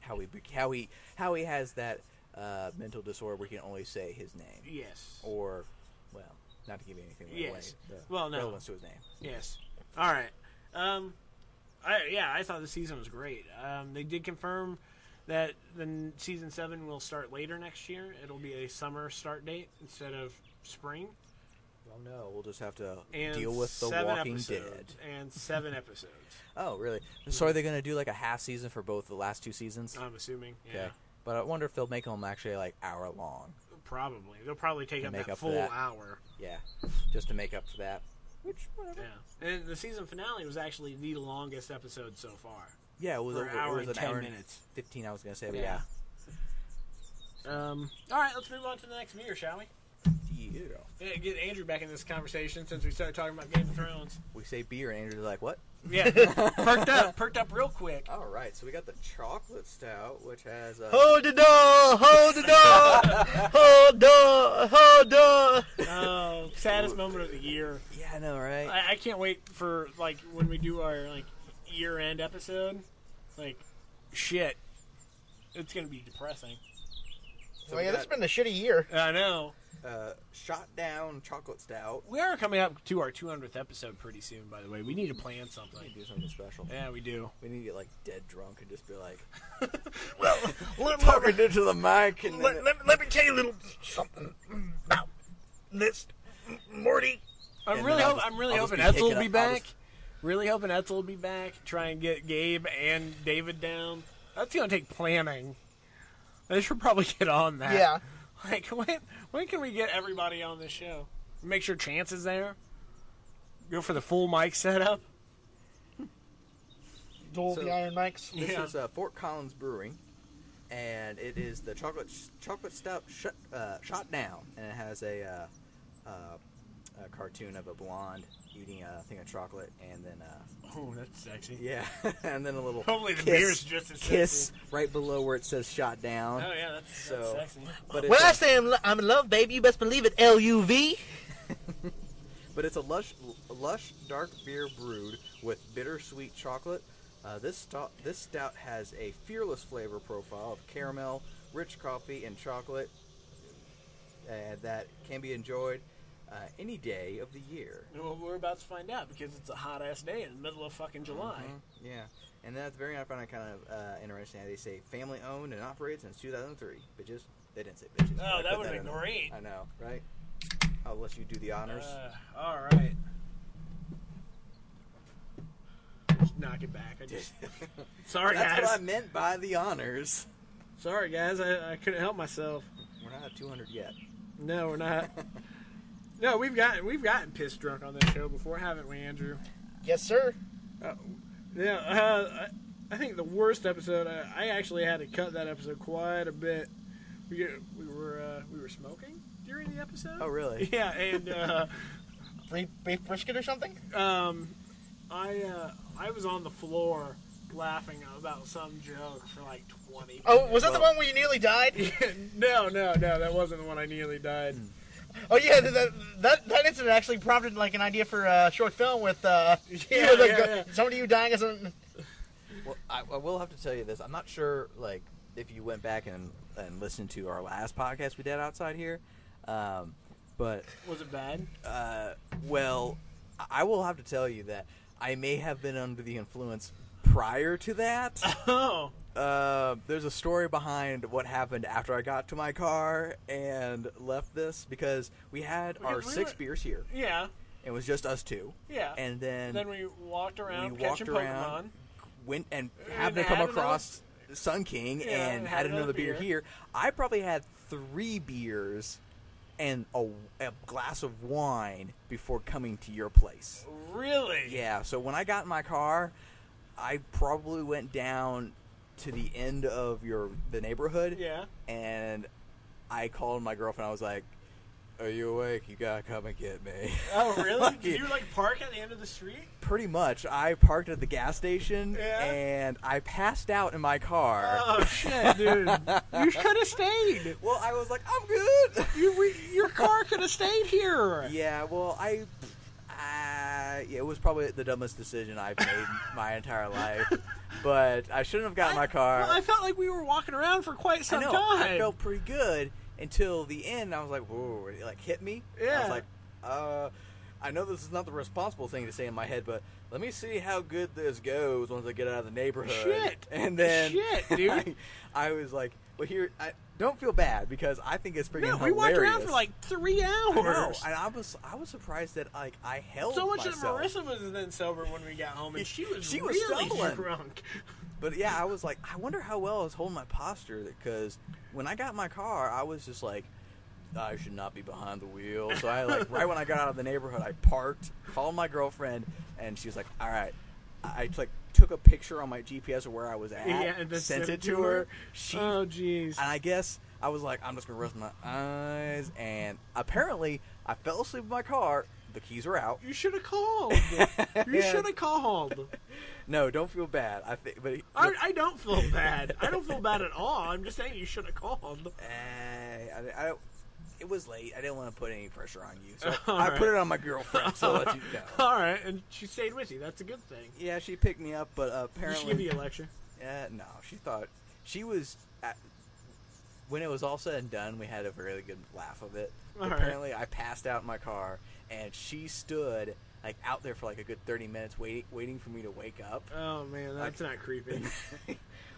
B: how he bec- how he how he has that uh, mental disorder where he can only say his name
A: Yes.
B: or well not to give you anything
A: Yes.
B: away Oh, the
A: Well, no.
B: relevance to his name
A: Yes. All right. Um, I yeah, I thought the season was great. Um, they did confirm that the n- season seven will start later next year. It'll be a summer start date instead of spring.
B: well no we'll just have to
A: And
B: deal with the
A: seven
B: Walking Dead
A: episodes, and seven episodes.
B: oh really so are they going to do like a half season for both the last two seasons
A: I'm assuming. Oh, Yeah.
B: okay but I wonder if they'll make them actually like hour long
A: Probably. They'll probably take up
B: make
A: that
B: up for
A: full
B: that.
A: hour.
B: yeah just to make up for that which whatever
A: Yeah, and the season finale was actually the longest episode so far.
B: yeah it was,
A: For
B: over-
A: an hour
B: it
A: and
B: was an
A: 10
B: hour
A: minutes.
B: and 15 I was going to say but yeah
A: Yeah. Um, all right, let's move on to the next beer, shall we?
B: yeah
A: Yeah, get Andrew back in this conversation since we started talking about Game of Thrones.
B: we say beer and Andrew's like what
A: Yeah, perked up, perked up real quick.
B: All right, so we got the chocolate stout, which has uh,
C: Hold the door! Hold the door! hold door! Hold door!
A: Oh, saddest moment of the year.
B: yeah, I know, right?
A: I, I can't wait for like when we do our like year-end episode. Like, shit, it's gonna be depressing.
B: so
C: So
B: we
C: yeah, this has
B: got,
C: been a shitty year.
A: I know.
B: uh, shot down chocolate stout.
A: We are coming up to our 200th episode pretty soon. By the way, we need to plan
B: We need
A: something.
B: to do something special.
A: Yeah, we do.
B: We need to get like dead drunk and just be like
C: Well, let,
B: talking into the mic and then
C: let, let, let me tell you a little something about this, Morty.
A: I'm
B: And
A: really,
B: then I'll
A: hope,
B: just-
A: I'm really
B: I'll just
A: hoping
B: be
A: Etzel will
B: kicking
A: be
B: up- I'll
A: back.
B: just-
A: Really hoping Etzel will be back. Try and get Gabe and David down. That's gonna take planning. They should probably get on that.
C: Yeah.
A: Like when when can we get everybody on this show? Make sure Chance is there. Go for the full mic setup.
C: Duel of
B: So-
C: the Iron Mics.
B: this
A: Yeah.
B: is uh, Fort Collins Brewing, and it is the chocolate chocolate stout shut, uh, shot down, and it has a uh, uh, a cartoon of a blonde eating a thing of chocolate, and then uh,
A: Oh, that's sexy.
B: yeah, and then a little
A: Hopefully the
B: kiss,
A: beer's just as
B: kiss
A: sexy.
B: right below where it says "shot down."
A: Oh yeah, that's,
B: So-
A: that's sexy.
B: But it's
C: When I
B: a-
C: say I'm, lo- I'm in love, baby, you best believe it. L U V.
B: but it's a lush, lush dark beer brewed with bittersweet chocolate. Uh, this stout, this stout has a fearless flavor profile of caramel, rich coffee, and chocolate uh, that can be enjoyed uh, any day of the year.
A: Well, we're about to find out because it's a hot ass day in the middle of fucking July.
B: Mhm, Yeah, and that's very I found it kind of uh, interesting. how They say family owned and operated since 2003. Bitches, they didn't say bitches. but I
A: Oh, that
B: put
A: would've
B: in
A: been
B: there.
A: great.
B: I know, right? I'll let you do the honors.
A: Uh, all right. Just knock it back. I just sorry
B: that's
A: guys.
B: what I meant by the honors.
A: Sorry guys. I, I couldn't help myself.
B: We're not at 200 yet.
A: No, we're not. no, we've gotten we've gotten pissed drunk on this show before, haven't we, Andrew?
C: Yes, sir.
A: Yeah, uh, I I think the worst episode. I, I actually had to cut that episode quite a bit. We we were uh, we were smoking during the episode.
B: Oh, really?
A: Yeah, and uh,
C: Beef, beef brisket or something?
A: um, I uh, I was on the floor laughing about some joke for like twenty.
C: Oh, was that the
B: Well-
C: one where you nearly died?
A: no, no, no! That wasn't the one I nearly died.
B: Hmm.
C: Oh yeah, that that, that incident actually prompted like an idea for a short film with uh,
A: Yeah,
C: you know, the
A: yeah,
C: gu-
A: yeah.
C: somebody you dying as a
B: Well, I, I will have to tell you this. I'm not sure, like, if you went back and, and listened to our last podcast we did outside here, um, but
A: Was it bad?
B: uh, well, I- I will have to tell you that I may have been under the influence prior to that.
A: Oh,
B: uh, there's a story behind what happened after I got to my car and left this because we had our
A: Because we
B: six
A: were-
B: beers here.
A: yeah,
B: It was just us two.
A: yeah.
B: And then,
A: then we walked around
B: we walked
A: catching Pokemon.
B: around, went and happened
A: And
B: to come
A: had
B: across Sun King
A: Yeah,
B: and had another beer.
A: beer.
B: here. I probably had three beers and a, a glass of wine before coming to your place.
A: Really?
B: Yeah, so when I got in my car, I probably went down to the end of your the neighborhood.
A: Yeah.
B: And I called my girlfriend. I was like, "Are you awake? You gotta come and get me."
A: Oh, really?
B: Like,
A: Did you like park at the end of the street?
B: pretty much. I parked at the gas station
A: Yeah.
B: and I passed out in my car.
A: Oh shit, dude! you could have stayed.
B: well, I was like, I'm good.
A: You, we, your car could have stayed here.
B: yeah. Well, I. Uh, yeah, it was probably the dumbest decision I've made my entire life, but I shouldn't have gotten my car.
A: Well, I felt like we were walking around for quite some
B: I know.
A: time.
B: I felt pretty good until the end. I was like, whoa, it like hit me. I
A: Yeah.
B: was like, uh, I know this is not the responsible thing to say in my head, but let me see how good this goes once I get out of the neighborhood.
A: Shit.
B: And then
A: Shit, dude.
B: I, I was like, well, here, I don't feel bad because I think it's freaking
A: no,
B: hilarious.
A: we walked around for like three
B: I know,
A: hours.
B: and I was I was surprised that like I held
A: so much
B: myself.
A: that Marissa was then sober when we got home, and she was
B: She was
A: really
B: stumbling.
A: drunk.
B: But yeah, I was like, I wonder how well I was holding my posture because when I got in my car, I was just like, I should not be behind the wheel. So I like right when I got out of the neighborhood, I parked, called my girlfriend, and she was like, All right. I I, like took a picture on my GPS of where I was at,
A: Yeah, and then
B: sent it to her. She
A: oh jeez.
B: and I guess I was like, I'm just gonna rest my eyes. And apparently, I fell asleep in my car. The keys were out.
A: You should have called. You
B: Yeah.
A: should have called.
B: No, don't feel bad. I think, but
A: I, I don't feel bad. I don't feel bad at all. I'm just saying you should have called.
B: Eh, I, I don't. It was late. I didn't want to put any pressure on you, so
A: All
B: I put
A: right.
B: it on my girlfriend. So I'll let you know.
A: All right, and she stayed with you. That's a good thing.
B: Yeah, she picked me up, but uh,
A: Did she give
B: apparently,
A: you a lecture?
B: uh, no, she thought she was. At, when it was all said and done, we had a really good laugh of it.
A: All right.
B: apparently, I passed out in my car, and she stood like out there for like a good thirty minutes, waiting, waiting for me to wake up.
A: Oh man, that's not creepy.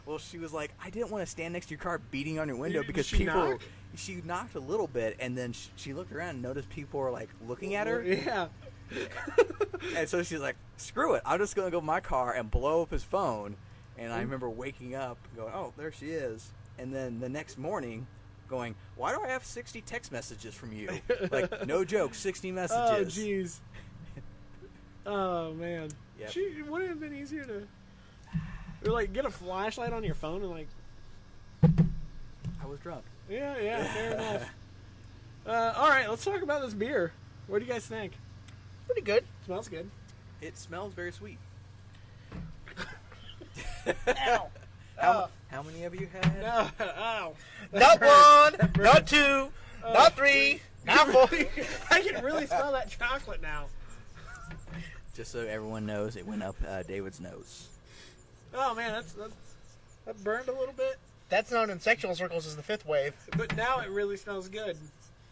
B: well, she was like, I didn't want to stand next to your car beating on your window
A: Did
B: because
A: she
B: people.
A: knock?
B: She knocked a little bit, and then she, she looked around and noticed people were like looking at her.
A: Yeah.
B: And so she's like, "Screw it! I'm just gonna go to my car and blow up his phone." And I
A: Mm.
B: remember waking up, and going, "Oh, there she is!" And then the next morning, going, "Why do I have 60 text messages from you? like, no joke, 60
A: Oh
B: messages."
A: jeez. Oh man.
B: Yep.
A: She it wouldn't have been easier to. or, like get a flashlight on your phone and like
B: I was drunk.
A: yeah yeah fair enough. Uh, all right, let's talk about this beer. What do you guys think?
C: Pretty good.
A: Smells good.
B: It smells very sweet.
C: Ow.
B: How,
A: Oh.
B: how many of you had?
A: No, oh. ow.
C: Not one,
A: That
C: not two,
B: Oh,
C: not three, not four.
A: Oh. I can really smell that chocolate now.
B: Just so everyone knows, it went up uh, David's nose.
A: Oh man, that's, that's that burned a little bit,
C: That's known in sexual circles as the fifth wave.
A: but now it really smells good.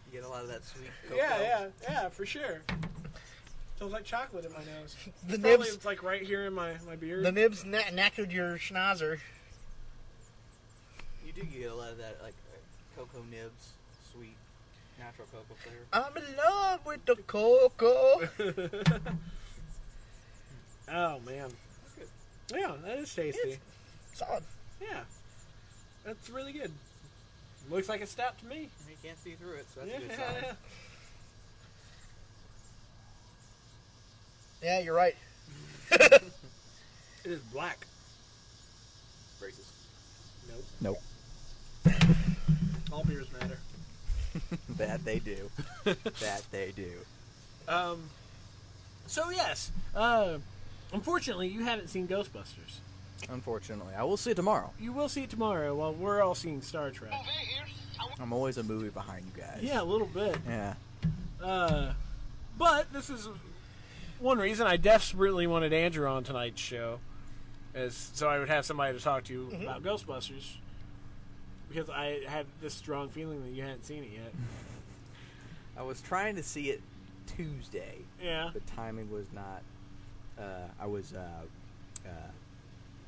B: You get a lot of that sweet. Cocoa.
A: Yeah, yeah, yeah, for sure. Smells like chocolate in my nose.
C: The
A: Probably
C: nibs,
A: it's like right here in my my beard.
C: the nibs na- knackered your schnozzer.
B: You do get a lot of that like uh, cocoa nibs, sweet, natural cocoa flavor.
C: I'm in love with the cocoa.
A: oh man. Yeah, that is tasty.
C: Solid.
A: yeah, that's really good. Looks like it stopped to me.
B: You can't see through it, so that's
A: yeah.
B: a good sign.
C: Yeah, you're right.
A: It is black.
B: Braces.
A: Nope.
E: Nope.
A: All beers matter.
B: That they do. that they do.
A: Um, so yes, uh, unfortunately, you haven't seen Ghostbusters.
E: Unfortunately, I will see it tomorrow.
A: You will see it tomorrow while we're all seeing Star Trek.
C: Oh,
E: I'm always a movie behind you guys.
A: Yeah, a little bit.
E: Yeah.
A: Uh, but this is one reason I desperately wanted Andrew on tonight's show, is so I would have somebody to talk to about Ghostbusters, because I had this strong feeling that you hadn't seen it yet.
B: I was trying to see it Tuesday.
A: Yeah.
B: The timing was not. Uh, I was uh, uh,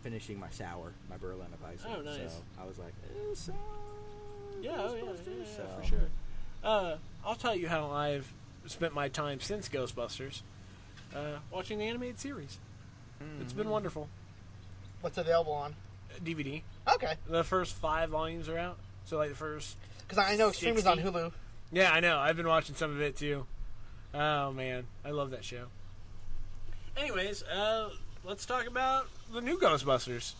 B: finishing my sour, my Berliner Weiss.
A: Oh, nice.
B: So I was like, eh, sour.
A: Yeah, oh, yeah, yeah,
B: Ghostbusters,
A: yeah, for
B: so-
A: sure. Uh, I'll tell you how I've spent my time since Ghostbusters, uh, watching the animated series. It's been wonderful.
C: What's available on?
A: Uh, DVD.
C: Okay,
A: The first five volumes are out, so like the first.
C: because I know Extreme is on
A: 60.
C: Hulu.
A: Yeah, I know. I've been watching some of it too. Oh man, I love that show. Anyways, uh, let's talk about the new Ghostbusters.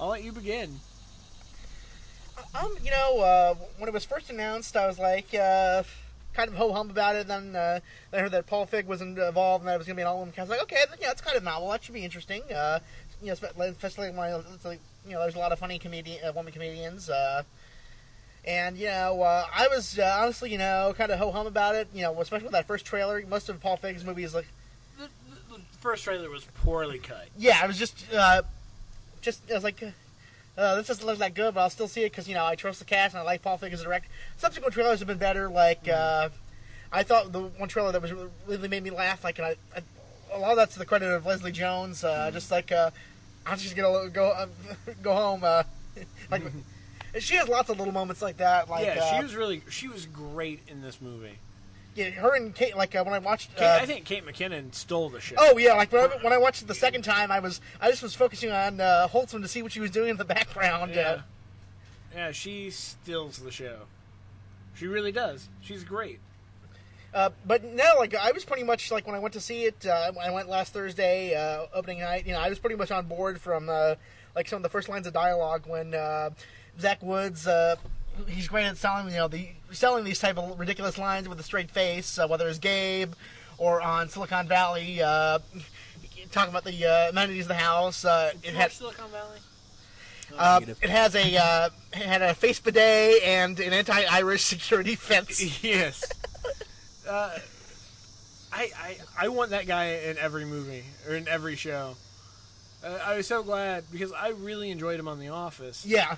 A: I'll let you begin.
C: Um, you know, uh, when it was first announced, I was like, uh, kind of ho hum about it. Then uh, I heard that Paul Fig was involved and that it was going to be an all woman cast. I was like, okay, yeah, that's kind of novel. That should be interesting. Uh, you know, spe- especially when I- it's like, you know, there's a lot of funny comedian, uh, woman comedians. Uh, and you know, uh, I was uh, honestly, you know, kind of ho hum about it. You know, especially with that first trailer. Most of Paul Fig's movies, like,
A: The, the, the first trailer was poorly cut.
C: yeah, I was just, uh, just I was like, uh, this doesn't look that good, but I'll still see it because you know I trust the cast and I like Paul Feig as a director. Subsequent trailers have been better. Like, uh,
A: Mm-hmm.
C: I thought the one trailer that was really, really made me laugh. Like, and I, I, a lot of that's to the credit of Leslie Jones. Uh,
A: Mm-hmm.
C: Just like, uh, I'm just gonna go uh, go home. Uh, like, she has lots of little moments like that. Like,
A: Mm-hmm. yeah,
C: uh,
A: she was really she was great in this movie.
C: yeah, her and Kate. Like uh, when I watched.
A: Kate,
C: uh,
A: I think Kate McKinnon stole the show.
C: Oh yeah, like when I, when I watched it the second time, I was I just was focusing on uh, Holtzman to see what she was doing in the background.
A: yeah,
C: Uh,
A: yeah, she steals the show. She really does. She's great.
C: Uh, but no, like I was pretty much like when I went to see it, uh, I went last Thursday uh, opening night. You know, I was pretty much on board from uh, like some of the first lines of dialogue when uh, Zach Woods. Uh, He's great at selling, you know, the selling these type of ridiculous lines with a straight face, uh, whether it's Gabe or on Silicon Valley, uh, talking about the uh, amenities of the house. Uh, it
A: Did you
C: had-
A: watch Silicon Valley.
C: uh,
B: Negative.
C: it has a uh, it had a face bidet and an anti-Irish security fence.
A: Yes. uh, I, I I want that guy in every movie or in every show. Uh, I was so glad because I really enjoyed him on The Office,
C: Yeah,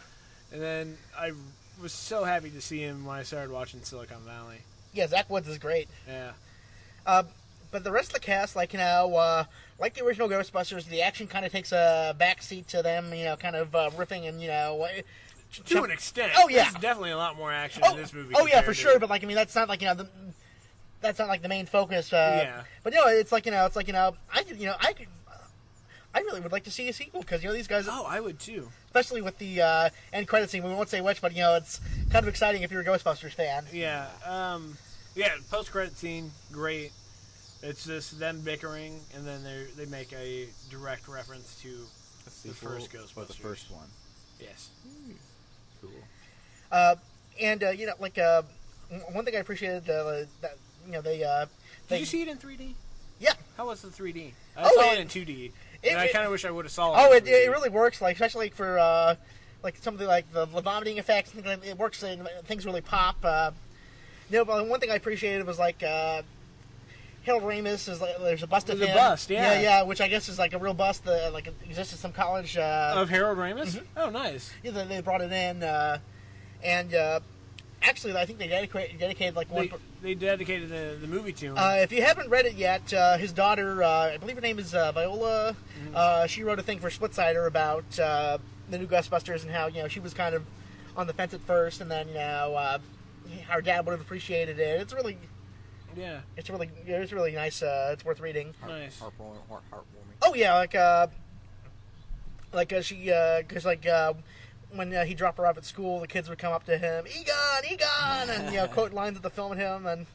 A: and then I was so happy to see him when I started watching Silicon Valley.
C: yeah. Zach Woods is great.
A: Yeah.
C: Uh, but the rest of the cast, like you know, uh, like the original Ghostbusters, the action kind of takes a backseat to them. You know, kind of uh, riffing and you know. uh, ch-
A: To
C: ch-
A: an extent.
C: Oh, yeah.
A: There's definitely a lot more action
C: oh,
A: in this movie.
C: oh yeah, for
A: compared to-
C: sure. But like, I mean, that's not like you know, the, that's not like the main focus. Uh,
A: Yeah.
C: But you know, it's like you know, it's like you know, I could, you know, I could. I really would like to see a sequel because you know these guys,
A: Oh, I would too.
C: especially with the uh, end credit scene. We won't say which, but you know it's kind of exciting if you're a Ghostbusters fan.
A: Yeah. Um, yeah. Post credit scene, great. It's just them bickering, and then they they make a direct reference to
E: The
A: first
E: Or the
A: Ghostbusters.
E: first one.
A: yes.
B: Cool.
C: Uh, and uh, you know, like uh, w- one thing I appreciated uh, that you know they uh,
A: Did
C: they
A: you see it in 3D?
C: yeah.
A: How was the 3D? I
C: Oh,
A: saw
C: it-
A: it, in 2D,
C: it-
A: and I
C: it-
A: kind of wish I would have saw it.
C: Oh,
A: in
C: it,
A: 3D.
C: it really works. Like especially for uh, like something like the the vomiting effects. and things like- It works. And things really pop. Uh, you know, but one thing I appreciated was like uh, Harold Ramis is like there's a bust of
A: The
C: him.
A: bust, yeah.
C: yeah, which I guess is like a real bust that like exists at some college. Uh,
A: of Harold Ramis. Oh, nice.
C: yeah, they, they brought it in, uh, and uh, actually, I think they dedicated dedicated like one.
A: They,
C: per-
A: they dedicated the, the movie to him.
C: Uh, if you haven't read it yet, uh, his daughter, uh, I believe her name is uh, Viola, uh, she wrote a thing for Splitsider about uh, the new Ghostbusters and how you know she was kind of on the fence at first, and then you know uh, our dad would have appreciated it. It's really,
A: yeah,
C: it's really, it's really nice. Uh, it's worth reading.
A: nice.
B: Heartwarming. Heart, heartwarming.
C: Oh yeah, like uh, like uh, she because like uh, when uh, he dropped her off at school, the kids would come up to him, Egon, Egon, and you know quote lines of the film at him, and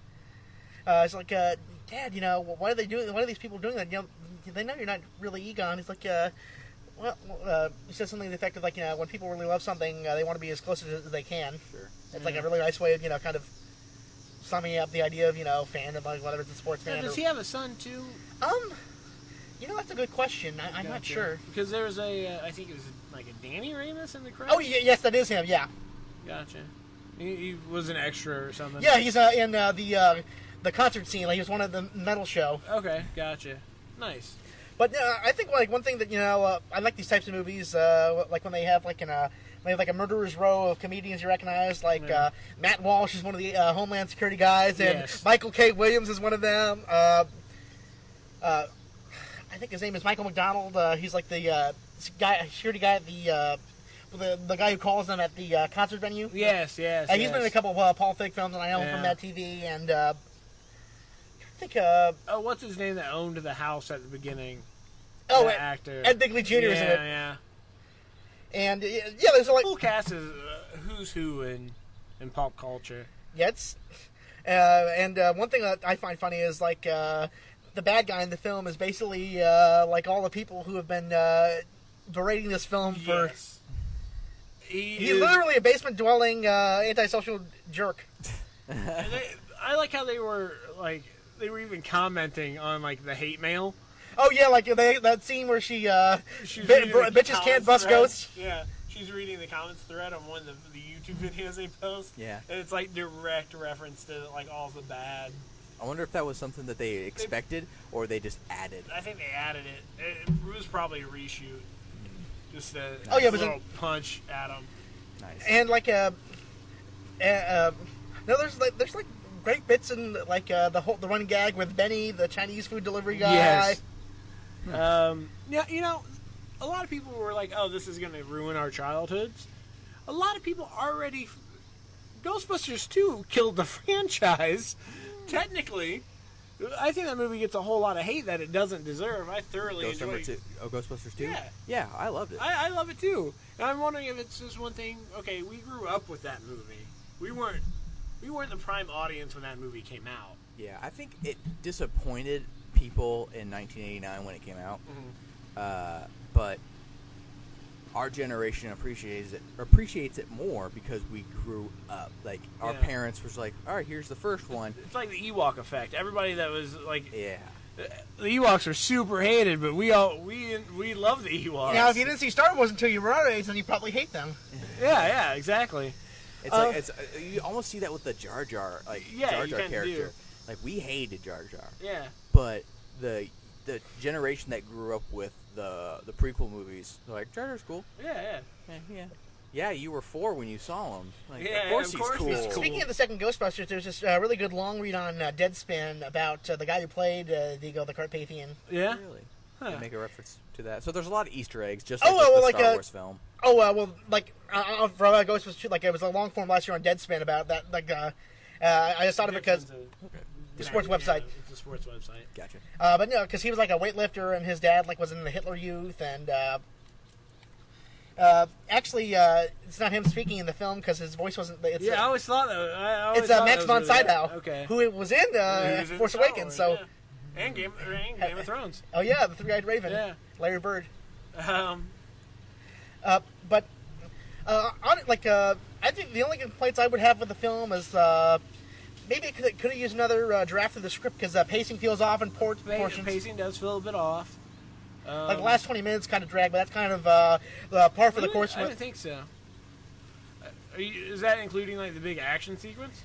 C: uh, it's like, uh, Dad, you know why are they doing? Why are these people doing that? You know, they know you're not really Egon. He's like, uh, well, uh, he said something to the effect of like, you know, when people really love something, uh, they want to be as close as they can.
B: Sure.
C: It's like a really nice way of you know kind of summing up the idea of you know fandom, like whether it's a sports fan.
A: Now, does
C: or-
A: he have a son too?
C: um, you know that's a good question. I, I'm not
A: Gotcha.
C: sure.
A: because there's a uh, I think it was like a Danny Ramis in the crowd.
C: Oh, y- yes, that is him. Yeah,
A: gotcha. He, he was an extra or something.
C: yeah, he's uh, in uh, the uh, the concert scene. Like he was one of the metal show.
A: Okay, gotcha. Nice.
C: But uh, I think like one thing that you know uh, I like these types of movies. Uh, like when they have like an uh, they have like a murderer's row of comedians you recognize. Like
A: Yeah.
C: uh, Matt Walsh is one of the uh, Homeland Security guys, and
A: Yes.
C: Michael K. Williams is one of them. Uh, uh, I think his name is Michael McDonald. Uh, he's like the uh, guy security guy at the. Uh, the, the guy who calls them at the uh, concert venue.
A: Yes, yes.
C: Uh, he's been in a
A: yes.
C: couple of uh, Paul Feig films, and I know him from
A: Yeah.
C: that TV. And uh, I think, uh,
A: Oh, what's his name that owned the house at the beginning?
C: oh,
A: That
C: Ed,
A: actor.
C: Ed Bigley Jr.
A: yeah,
C: is in it.
A: yeah.
C: And uh, yeah, there's like,
A: Full cast is uh, who's who in in pop culture.
C: yeah, it's, uh, and uh, one thing that I find funny is like uh, the bad guy in the film is basically uh, like all the people who have been uh, berating this film for.
A: Yes. He,
C: He's
A: is-
C: literally a basement dwelling uh, antisocial jerk.
A: and they- I like how they were like they were even commenting on like the hate mail.
C: Oh yeah, like they, that scene where she, uh,
A: She's
C: bi-
A: reading the
C: bitches can't
A: comments
C: bust
A: thread.
C: ghosts.
A: Yeah, she's reading the comments thread on one of the, the YouTube videos they post.
B: Yeah.
A: and it's like direct reference to like all the bad.
B: I wonder if that was something that they expected or they just added.
A: I think they added it. It, it was probably a reshoot. Just a
C: Oh, yeah, but
A: little
C: then-
A: punch at them.
B: Nice.
C: and like uh, uh, uh, no, there's like there's like great bits in like uh, the whole the running gag with Benny, the Chinese food delivery guy.
A: Yes. Um, yeah, you know, a lot of people were like, "Oh, this is going to ruin our childhoods." A lot of people already. Ghostbusters Two killed the franchise. Technically, I think that movie gets a whole lot of hate that it doesn't deserve. I thoroughly
B: Ghost
A: enjoy.
B: number two. Oh, Ghostbusters two.
A: Yeah.
B: Yeah, I loved it.
A: I, I love it too, and I'm wondering if it's just one thing. Okay, we grew up with that movie. We weren't. We weren't the prime audience when that movie came out.
B: yeah, I think it disappointed people in 1989 when it came out,
A: Mm-hmm.
B: uh, but our generation appreciates it appreciates it more because we grew up. Like our
A: Yeah.
B: parents was like, all right, here's the first one.
A: It's like the Ewok effect. Everybody that was like
B: Yeah.
A: the Ewoks are super hated, but we all we we love the Ewoks.
C: Now, if you didn't see Star Wars until you were our age, then you probably hate them.
A: yeah, yeah, exactly.
B: It's
C: Uh,
B: like it's uh, you almost see that with the Jar Jar like
A: Yeah,
B: Jar
A: you
B: Jar
A: kinda do.
B: character. Like we hated Jar Jar.
A: Yeah,
B: but the the generation that grew up with the the prequel movies, they're like Jar Jar's cool.
A: yeah,
B: Yeah, yeah, yeah. You were four when you saw him. Like,
A: Yeah,
B: of course,
A: of course
B: he's,
A: he's
B: cool.
A: cool.
C: Speaking of the second Ghostbusters, there's this uh, really good long read on uh, Deadspin about uh, the guy who played uh, Vigo the Carpathian.
A: yeah, yeah.
B: Really,
A: Huh.
B: they make a reference to that. So there's a lot of Easter eggs, just
C: Oh,
B: like with
C: well,
B: the
C: like,
B: Star
C: uh,
B: Wars film.
C: Oh uh, well, like uh, uh, for uh, Ghostbusters, like it was a long form last year on Deadspin about that. Like uh, uh, I just thought of it because. The sports website.
A: It's a sports website.
B: Gotcha.
C: Uh, but no, because he was like a weightlifter, and his dad like was in the Hitler Youth, and uh, uh, actually, uh, it's not him speaking in the film because his voice wasn't. It's,
A: yeah, I
C: uh,
A: always thought that. I I always
C: it's uh,
A: thought
C: Max
A: that
C: von
A: was really-
C: Sydow,
A: Okay,
C: who it was in
A: He
C: uh,
A: was in
C: Force
A: Star
C: Awakens.
A: Wars,
C: So,
A: yeah. and Game and Game of Thrones.
C: oh yeah, the three-eyed Raven,
A: Yeah.
C: Larry Bird.
A: Um,
C: Uh, but uh, on it, like uh, I think the only complaints I would have with the film is uh, maybe it could could have used another uh, draft of the script because uh, pacing feels off in port,
A: Pa-
C: portions.
A: Pacing does feel a bit off. Um,
C: Like the last twenty minutes kind of drag, but that's kind of uh, uh, par for the
A: really?
C: course.
A: I
C: with-
A: didn't think so. Uh, Are you, is that including like the big action sequence?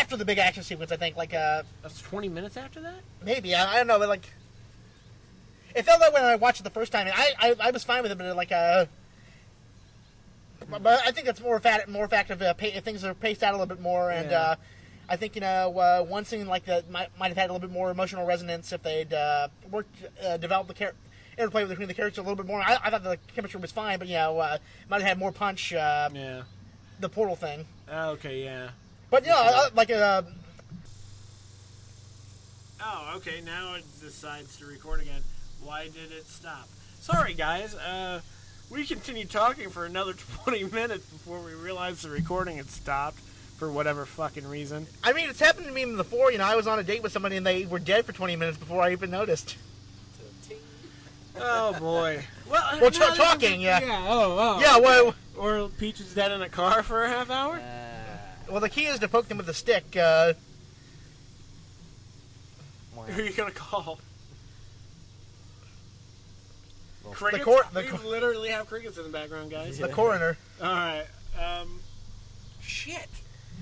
C: after the big action sequence, I think like uh,
A: That's 20 minutes after that.
C: maybe I, I don't know, but like it felt that way when I watched it the first time, and I I, I was fine with it, but like uh, but, but I think that's more fat more fact of uh, pa things are paced out a little bit more, and
A: Yeah.
C: uh, I think you know uh, one scene like that might, might have had a little bit more emotional resonance if they'd uh, worked uh, developed the character. Interplay between the characters a little bit more. I, I thought the chemistry was fine, but you know, uh, might have had more punch. Uh,
A: Yeah.
C: The portal thing,
A: Oh, okay. Yeah.
C: but you know, I- I- like uh,
A: Oh, okay. Now it decides to record again. Why did it stop? Sorry, guys. Uh, we continued talking for another 20 minutes before we realized the recording had stopped for whatever fucking reason.
C: I mean, it's happened to me before. You know, I was on a date with somebody and they were dead for 20 minutes before I even noticed.
A: Oh boy. Well,
C: Well,
A: no,
C: tra-
A: this is-
C: talking, yeah.
A: Yeah. Oh, oh.
C: Yeah, well,
A: Or Peach is dead in a car for a half hour.
B: Uh,
C: well, the key is to poke them with a stick. Uh,
A: Who are you gonna call? Crickets.
C: cor- the
A: we
C: cor-
A: literally have crickets in the background, guys.
C: the coroner.
A: All right. Um, shit.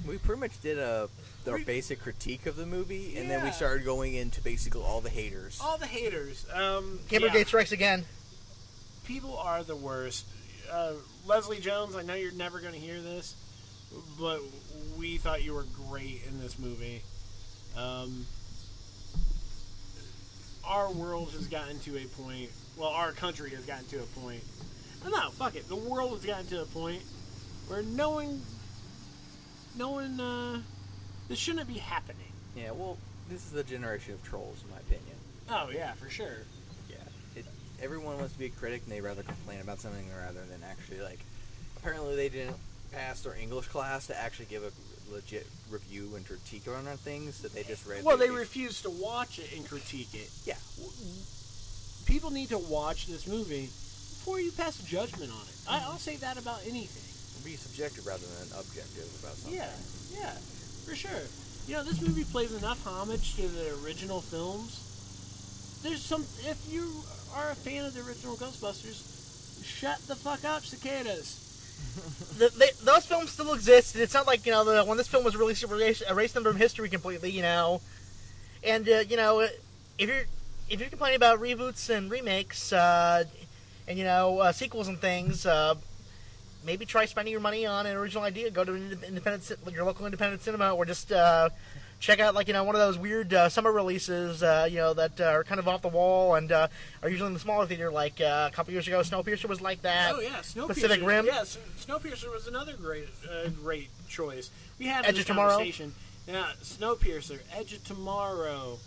B: We pretty much did a our
A: We-
B: basic critique of the movie, and then we
A: Yeah. Oh.
B: started going into basically all the haters.
A: All the haters. Um,
C: Gamer
A: yeah.
C: Gate strikes again.
A: people are the worst. Uh, Leslie Jones, I know you're never going to hear this, but we thought you were great in this movie. Um, our world has gotten to a point. Well, our country has gotten to a point. oh, No, fuck it. The world has gotten to a point where no one, no one, uh, this shouldn't be happening.
B: Yeah, well, this is the generation of trolls, in my opinion.
A: Oh yeah, for sure.
B: Yeah, it, everyone wants to be a critic, and they rather complain about something rather than actually like. Apparently, they didn't pass their English class to actually give a legit review and critique on our things that they just read.
A: Well,
B: the-
A: they refuse to watch it and critique it.
B: Yeah.
A: People need to watch this movie before you pass judgment on it. I,
C: Mm-hmm.
A: I'll say that about anything.
B: be subjective rather than objective about something.
A: Yeah, yeah, for sure. You know, this movie plays enough homage to the original films. There's some. If you are a fan of the original Ghostbusters, shut the fuck up, cicadas.
C: The, they, those films still exist. and It's not like, you know, the, when this film was released, it erased, erased them from history completely, you know. And, uh, you know, if you're if you're complaining about reboots and remakes uh, and, you know, uh, sequels and things, uh, maybe try spending your money on an original idea. Go to an inde- independent, ci- your local independent cinema, or just uh, check out like you know one of those weird uh, summer releases, uh, you know that uh, are kind of off the wall and uh, are usually in the smaller theater. Like uh, a couple years ago, Snowpiercer was like that.
A: oh yeah, Snowpiercer.
C: Pacific Rim?
A: Yes, Snowpiercer was another great, uh, great choice. We had
C: Edge
A: this
C: of Tomorrow?
A: conversation. Yeah, Snowpiercer, Edge of Tomorrow,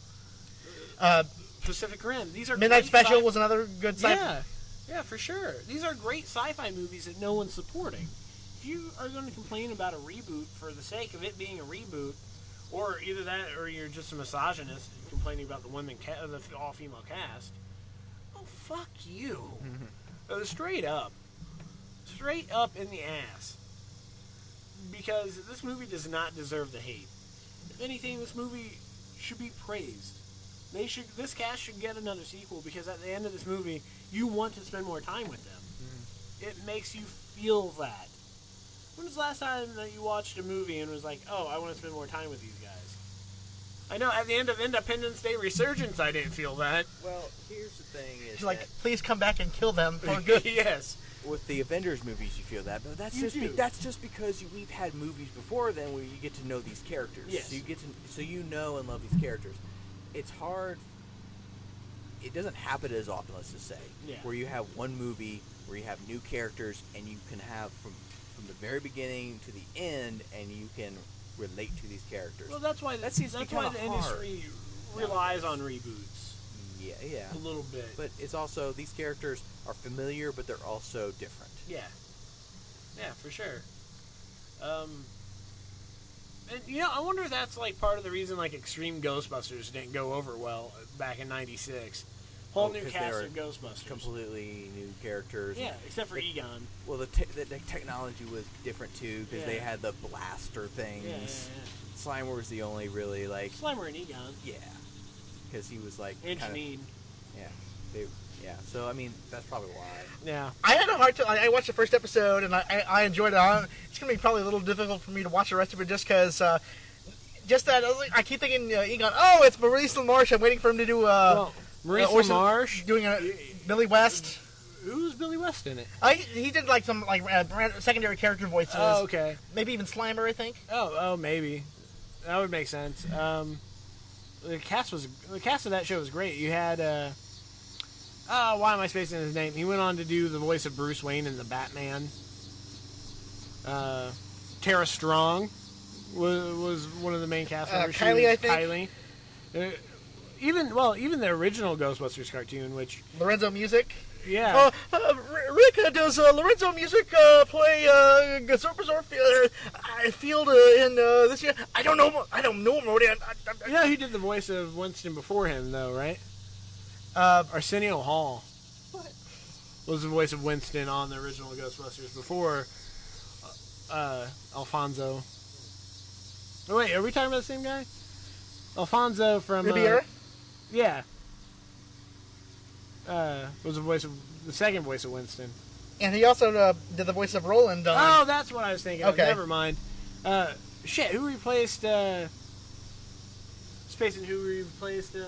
C: Uh,
A: Pacific Rim. These are
C: Midnight
A: great
C: Special
A: sci-
C: was another good sci-
A: Yeah, yeah, for sure. These are great sci-fi movies that no one's supporting. If you are going to complain about a reboot for the sake of it being a reboot, or either that, or you're just a misogynist complaining about the women, ca- the all-female cast. Oh fuck you! Uh, straight up, straight up in the ass. Because this movie does not deserve the hate. If anything, this movie should be praised. They should. This cast should get another sequel because at the end of this movie, you want to spend more time with them.
B: Mm-hmm.
A: It makes you feel that. When was the last time that you watched a movie and was like, "Oh, I want to spend more time with these guys"? I know at the end of Independence Day Resurgence, I didn't feel that.
B: Well, here's the thing: is
C: She's like, please come back and kill them for good.
A: yes.
B: that with the Avengers movies, you feel that, but that's
A: You
B: just be-
A: do.
B: that's just because you, we've had movies before then where you get to know these characters.
A: Yes.
B: So you get to so you know and love these characters. It's hard. It doesn't happen as often, let's just say,
A: Yeah.
B: where you have one movie where you have new characters and you can have from from the very beginning to the end, and you can relate to these characters.
A: Well, that's why
B: That
A: that's,
B: seems to be
A: why
B: kinda
A: the
B: hard
A: industry relies on reboots
B: yeah, yeah.
A: a little bit.
B: But it's also these characters are familiar, but they're also different.
A: Yeah. Yeah, for sure. Um, and you know, I wonder if uh, that's like part of the reason like Extreme Ghostbusters didn't go over well back in '96. Whole
B: Oh,
A: new
B: 'cause
A: cast
B: they were
A: of Ghostbusters.
B: completely new characters.
A: Yeah, except for
B: They-
A: Egon.
B: Well, the, te- the, the technology was different too because they
A: Yeah.
B: had the blaster things.
A: Yeah, yeah, yeah.
B: Slimer was the only really like
A: Slimer and Egon.
B: yeah, because he was like
A: And
B: kind of
A: Janine.
B: yeah, they yeah. So I mean that's probably why.
A: Yeah.
C: I had a hard time. I I watched the first episode and I, I, I enjoyed it. I, it's gonna be probably a little difficult for me to watch the rest of it just because. Uh, just that I, was like, I keep thinking uh, Egon. Oh, it's Maurice LaMarche. I'm waiting for him to do uh,
A: well, Maurice
C: uh, Orson-
A: LaMarche.
C: doing a Billy West.
A: Who's Billy West in it?
C: I, he did like some like uh, brand, secondary character voices.
A: Oh, okay.
C: Maybe even Slimer. I think.
A: Oh, oh, maybe that would make sense. Um, the cast was the cast of that show was great. You had uh, uh, why am I spacing his name? He went on to do the voice of Bruce Wayne in the Batman. Uh, Tara Strong was, was one of the main cast
C: Uh,
A: members. She
C: Kylie,
A: was
C: I think.
A: Kylie. Uh, even well, even the original Ghostbusters cartoon, which
C: Lorenzo Music.
A: yeah,
C: Uh, uh, R- Rick, uh, does uh, Lorenzo Music uh, play uh, Zorpazor Field, uh, field uh, in uh, this year? I don't know. I don't know, Modi. I, I, I,
A: yeah, he did the voice of Winston before him though, right?
C: Uh,
A: Arsenio Hall was the voice of Winston on the original Ghostbusters before uh, Alfonso. Oh, wait, are we talking about the same guy? Alfonso from uh,
C: Ribiera?
A: yeah, uh, was the voice of the second voice of Winston.
C: and he also uh, did the voice of Roland on.
A: oh, that's what I was thinking. of.
C: okay.
A: never mind. Uh, shit, who replaced uh, Space and who replaced? Uh,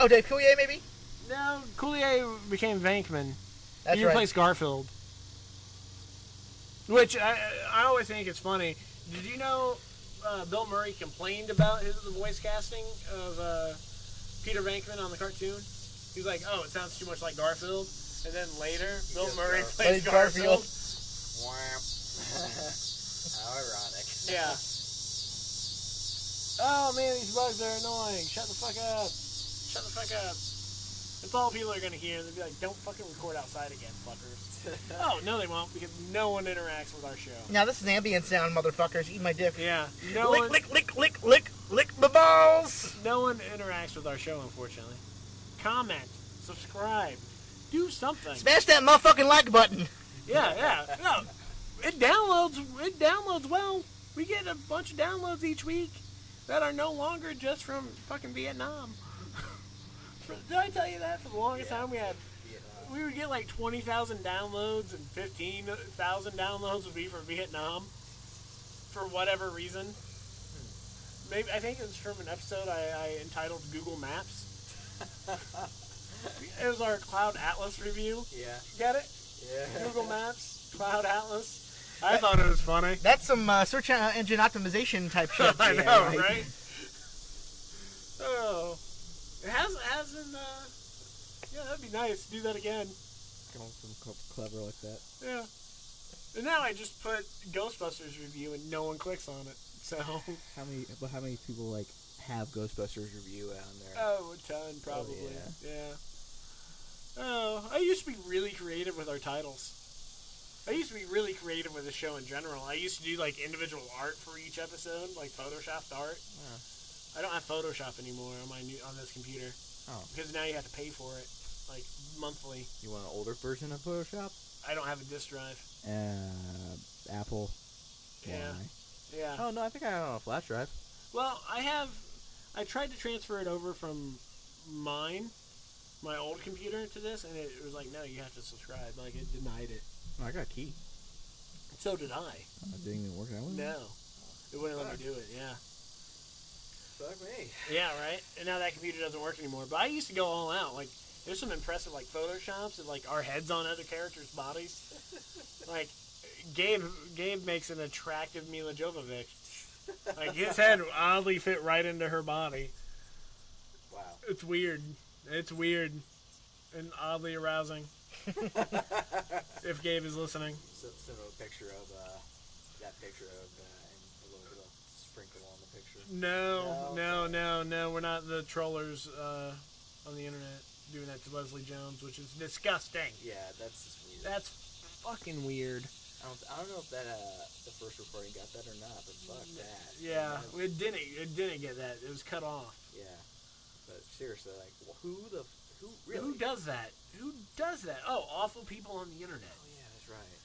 C: Oh, Dave Coulier, maybe?
A: no, Coulier became Vankman.
C: That's
A: he
C: right.
A: replaced Garfield. Which I, I always think it's funny. Did you know uh, Bill Murray complained about his, the voice casting of uh, Peter Venkman on the cartoon? He was like, "Oh, it sounds too much like Garfield." And then later, Bill
B: does
A: Murray
B: Gar-
A: plays
C: Plays Garfield.
A: Garfield.
B: How ironic.
A: Yeah. Oh man, these bugs are annoying. Shut the fuck up. Shut the fuck up. That's all people are gonna hear. They'll be like, "Don't fucking record outside again, fuckers." oh no, they won't because no one interacts with our show.
C: Now, this is ambient sound, motherfuckers. Eat my dick.
A: Yeah, no
C: lick,
A: one,
C: lick, lick, lick, lick, lick my balls.
A: no one interacts with our show, unfortunately. Comment, subscribe, do something.
C: Smash that motherfucking like button.
A: Yeah, yeah, no, it downloads. It downloads well. We get a bunch of downloads each week that are no longer just from fucking Vietnam. Did I tell you that for the longest time we had? We would get like twenty thousand downloads, and fifteen thousand downloads would be from Vietnam for whatever reason. Maybe I think it was from an episode I, I entitled Google Maps. it was our Cloud Atlas review.
B: Yeah,
A: Get it?
B: yeah.
A: Google Maps, Cloud Atlas. I thought it was funny.
C: That's some uh, search engine optimization type shit.
A: I
C: Yeah,
A: know, right? Oh, it has hasn't. Uh, yeah, that'd be nice. Do that again.
E: Going from clever like that.
A: Yeah. And now I just put Ghostbusters review and no one clicks on it. So,
E: How many? But how many people like
B: Have Ghostbusters review on there.
A: oh, a ton probably. yeah. Oh, I used to be really creative with our titles. I used to be really creative with the show in general. I used to do like individual art for each episode, like photoshopped art. I don't have Photoshop anymore on my new on this computer
B: oh,
A: because now you have to pay for it, like monthly.
B: you want an older version of Photoshop?
A: I don't have a disk drive.
E: uh, Apple?
A: Yeah,
E: Why?
A: yeah.
B: Oh no, I think I have it on a flash drive.
A: Well, I have. I tried to transfer it over from mine, my old computer, to this, and it was like, no, you have to subscribe. Like it denied it.
B: Oh, I got a key.
A: So did I.
E: It didn't even work that
B: Mm.
E: way.
A: No, it wouldn't let me do it. Yeah.
B: Fuck me.
A: Yeah, right. And now that computer doesn't work anymore. But I used to go all out. Like, there's some impressive like photoshops of like our heads on other characters' bodies. like, Gabe Gabe makes an attractive Mila Jovovich. Like his head oddly fit right into her body.
B: Wow.
A: It's weird. It's weird, and oddly arousing. if Gabe is listening,
B: So, send a picture of uh, that picture of uh, and a little bit of sprinkle on the picture.
A: no, no,
B: No.
A: no, no. We're not the trollers uh, on the internet doing that to Leslie Jones, which is disgusting.
B: Yeah, that's just weird.
A: That's fucking weird.
B: I don't, I don't know if that uh, the first recording got that or not, but fuck
E: Mm,
B: that.
A: Yeah,
B: That-
A: it didn't. It didn't get that. It was cut off.
B: yeah. But seriously, like, wh- who the Who really?
A: Who does that? Who does that? Oh, awful people on the internet.
B: Oh, yeah, that's right.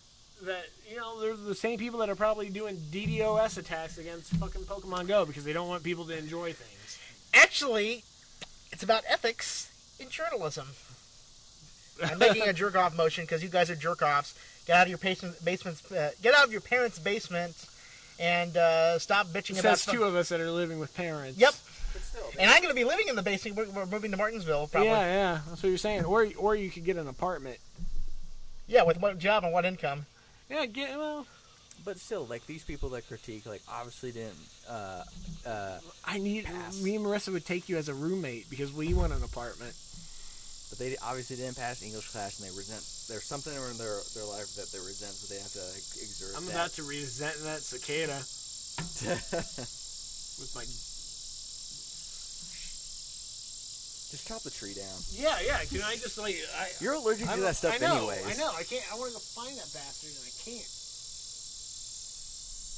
A: That you know, they're the same people that are probably doing DDoS attacks against fucking Pokemon Go because they don't want people to enjoy things.
C: Actually, it's about ethics in journalism. I'm making a jerk off motion because you guys are jerk offs. Get out of your basement, basements, uh, get out of your parents' basement, and uh, stop bitching about.
A: Says
C: stuff.
A: two of us that are living with parents.
C: Yep,
B: But still,
C: and I'm going to be living in the basement. We're, we're moving to Martinsville, probably.
A: Yeah,
C: Yeah,
A: yeah, that's what you're saying. Or or you could get an apartment.
C: with what job and what income?
A: Yeah, get well.
E: But still, like these people that critique, like obviously didn't. Uh, uh,
A: I need
E: Pass.
A: me and Marissa would take you as a roommate because we want an apartment.
E: but they obviously didn't pass English class, and they resent. There's something in their their life that they resent, so they have to like, exert.
A: I'm
E: that.
A: about to resent that cicada with my
E: Just chop the tree down.
A: yeah yeah. Can I just like I
E: You're allergic
A: I'm-
E: to that stuff,
A: I know,
E: anyways.
A: I know. I can't. I want to go find that bastard and I can't.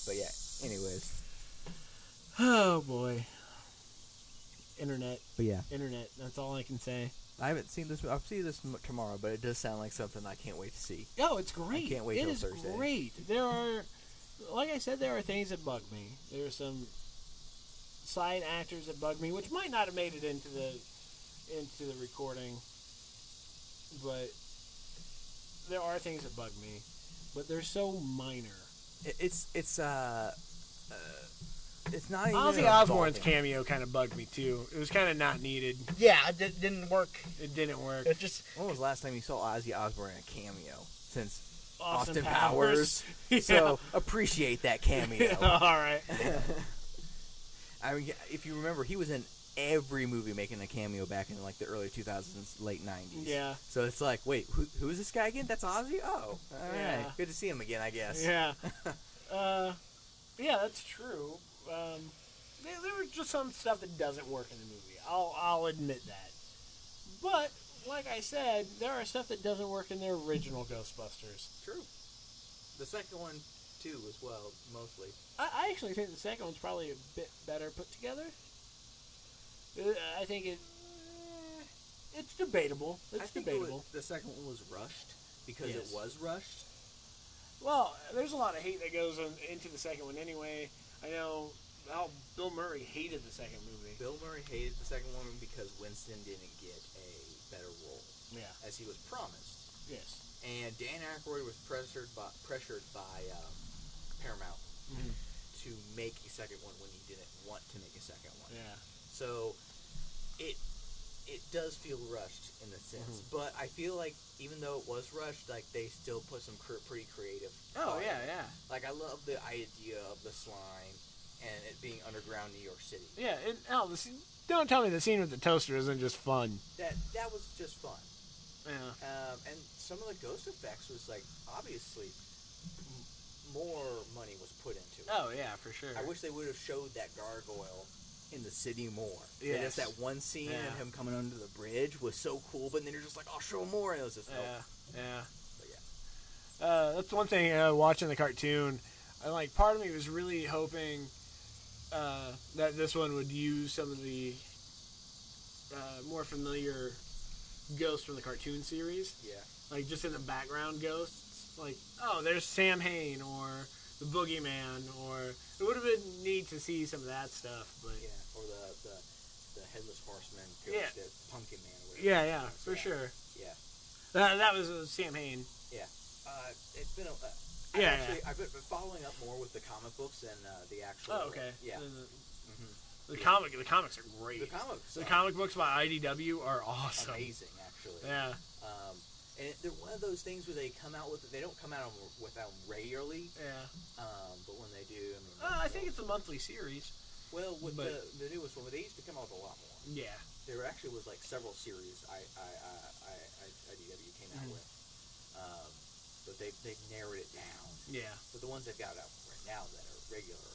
E: But yeah, anyways.
A: Oh boy. Internet,
E: But yeah,
A: internet. That's all I can say.
E: I haven't seen this. I'll see this m- tomorrow, but it does sound like something I can't wait to see.
A: No, it's great.
E: I can't wait
A: It
E: till
A: is
E: Thursday.
A: great. There are, like I said, there are things that bug me. There are some side actors that bug me, which might not have made it into the into the recording, but there are things that bug me. But they're so minor.
E: It, it's it's uh, uh, it's not even.
A: Ozzy
E: an
A: Osbourne's
E: involving-
A: cameo kind of bugged me too. It was kind of not needed.
C: Yeah, it di- didn't work.
A: It didn't work.
C: It just
E: When was the last time you saw Ozzy Osbourne in a cameo? Since
A: Austin,
E: Austin
A: Powers.
E: Powers.
A: Yeah.
E: so appreciate that cameo.
A: all right.
E: I mean, if you remember, he was in every movie making a cameo back in like the early 2000s, late 90s.
A: Yeah.
E: So it's like, wait, who, who is this guy again? That's Ozzy. Oh, all right,
A: Yeah.
E: good to see him again, I guess.
A: Yeah. uh, yeah, that's true. Um, there, there was just some stuff that doesn't work in the movie. I'll, I'll admit that. But, like I said, there are stuff that doesn't work in the original Ghostbusters.
B: true. The second one, too, as well, mostly.
A: I, I actually think the second one's probably a bit better put together. Uh, I think it. eh, It's debatable. It's
B: I think it was-
A: debatable.
B: the second one was rushed because
A: Yes.
B: it was rushed.
A: Well, there's a lot of hate that goes on, into the second one anyway. I know how Bill Murray hated the second movie.
B: Bill Murray hated the second one because Winston didn't get a better role
A: Yeah.
B: as he was promised.
A: Yes.
B: and Dan Aykroyd was pressured by pressured by um, Paramount
A: Mhm.
B: to make a second one when he didn't want to make a second one.
A: Yeah.
B: So it it does feel rushed in a sense, but I feel like even though it was rushed, like they still put some cr- pretty creative. thought in it.
A: Oh, yeah,
B: Like I love the idea of the slime and it being underground New York City.
A: yeah. And oh, the scene, don't tell me the scene with the toaster isn't just fun.
B: That that was just fun.
A: Yeah,
B: Um, and some of the ghost effects was like obviously m- more money was put into it.
A: oh yeah, for sure.
B: I wish they would have showed that gargoyle in the city more. Yeah,
A: Yes.
B: Just that one scene
A: Yeah.
B: of him coming under the bridge was so cool, but then you're just like, I'll show more. And it was just, oh, nope.
A: Yeah, yeah. Uh, that's one thing. Uh, watching the cartoon, I like. Part of me was really hoping uh, that this one would use some of the uh, more familiar ghosts from the cartoon series.
B: yeah.
A: like just in the background ghosts. Like, oh, there's Sam Hain or the Boogeyman, or it would have been neat to see some of that stuff. But
B: Yeah. Or the, the, the headless horseman, ghost,
A: Yeah.
B: the pumpkin man. Or whatever.
A: yeah, yeah, for
B: Yeah.
A: sure.
B: Yeah.
A: That, that was uh, Sam Hain.
B: Uh, it's been a. Uh,
A: Yeah,
B: yeah,
A: yeah.
B: actually, I've been been following up more with the comic books than uh, the actual.
A: Oh, okay.
B: Yeah.
A: The,
B: Mhm.
A: the
B: Yeah.
A: comic, the comics are
B: The
A: great.
B: comics.
A: The
B: are
A: comic books by IDW are awesome.
B: Amazing, actually.
A: Yeah,
B: Um, and it- they're one of those things where they come out with. They don't come out with them regularly,
A: yeah.
B: um, but when they do, I mean.
A: Uh, I think it's a monthly series.
B: Well, with
A: But-
B: the, the newest one, they used to come out with a lot more.
A: Yeah,
B: There actually was like several series I I I, I, I IDW came out
A: Mhm.
B: with, um, but they they narrowed it down.
A: yeah.
B: But the ones they've got out right now that are regular,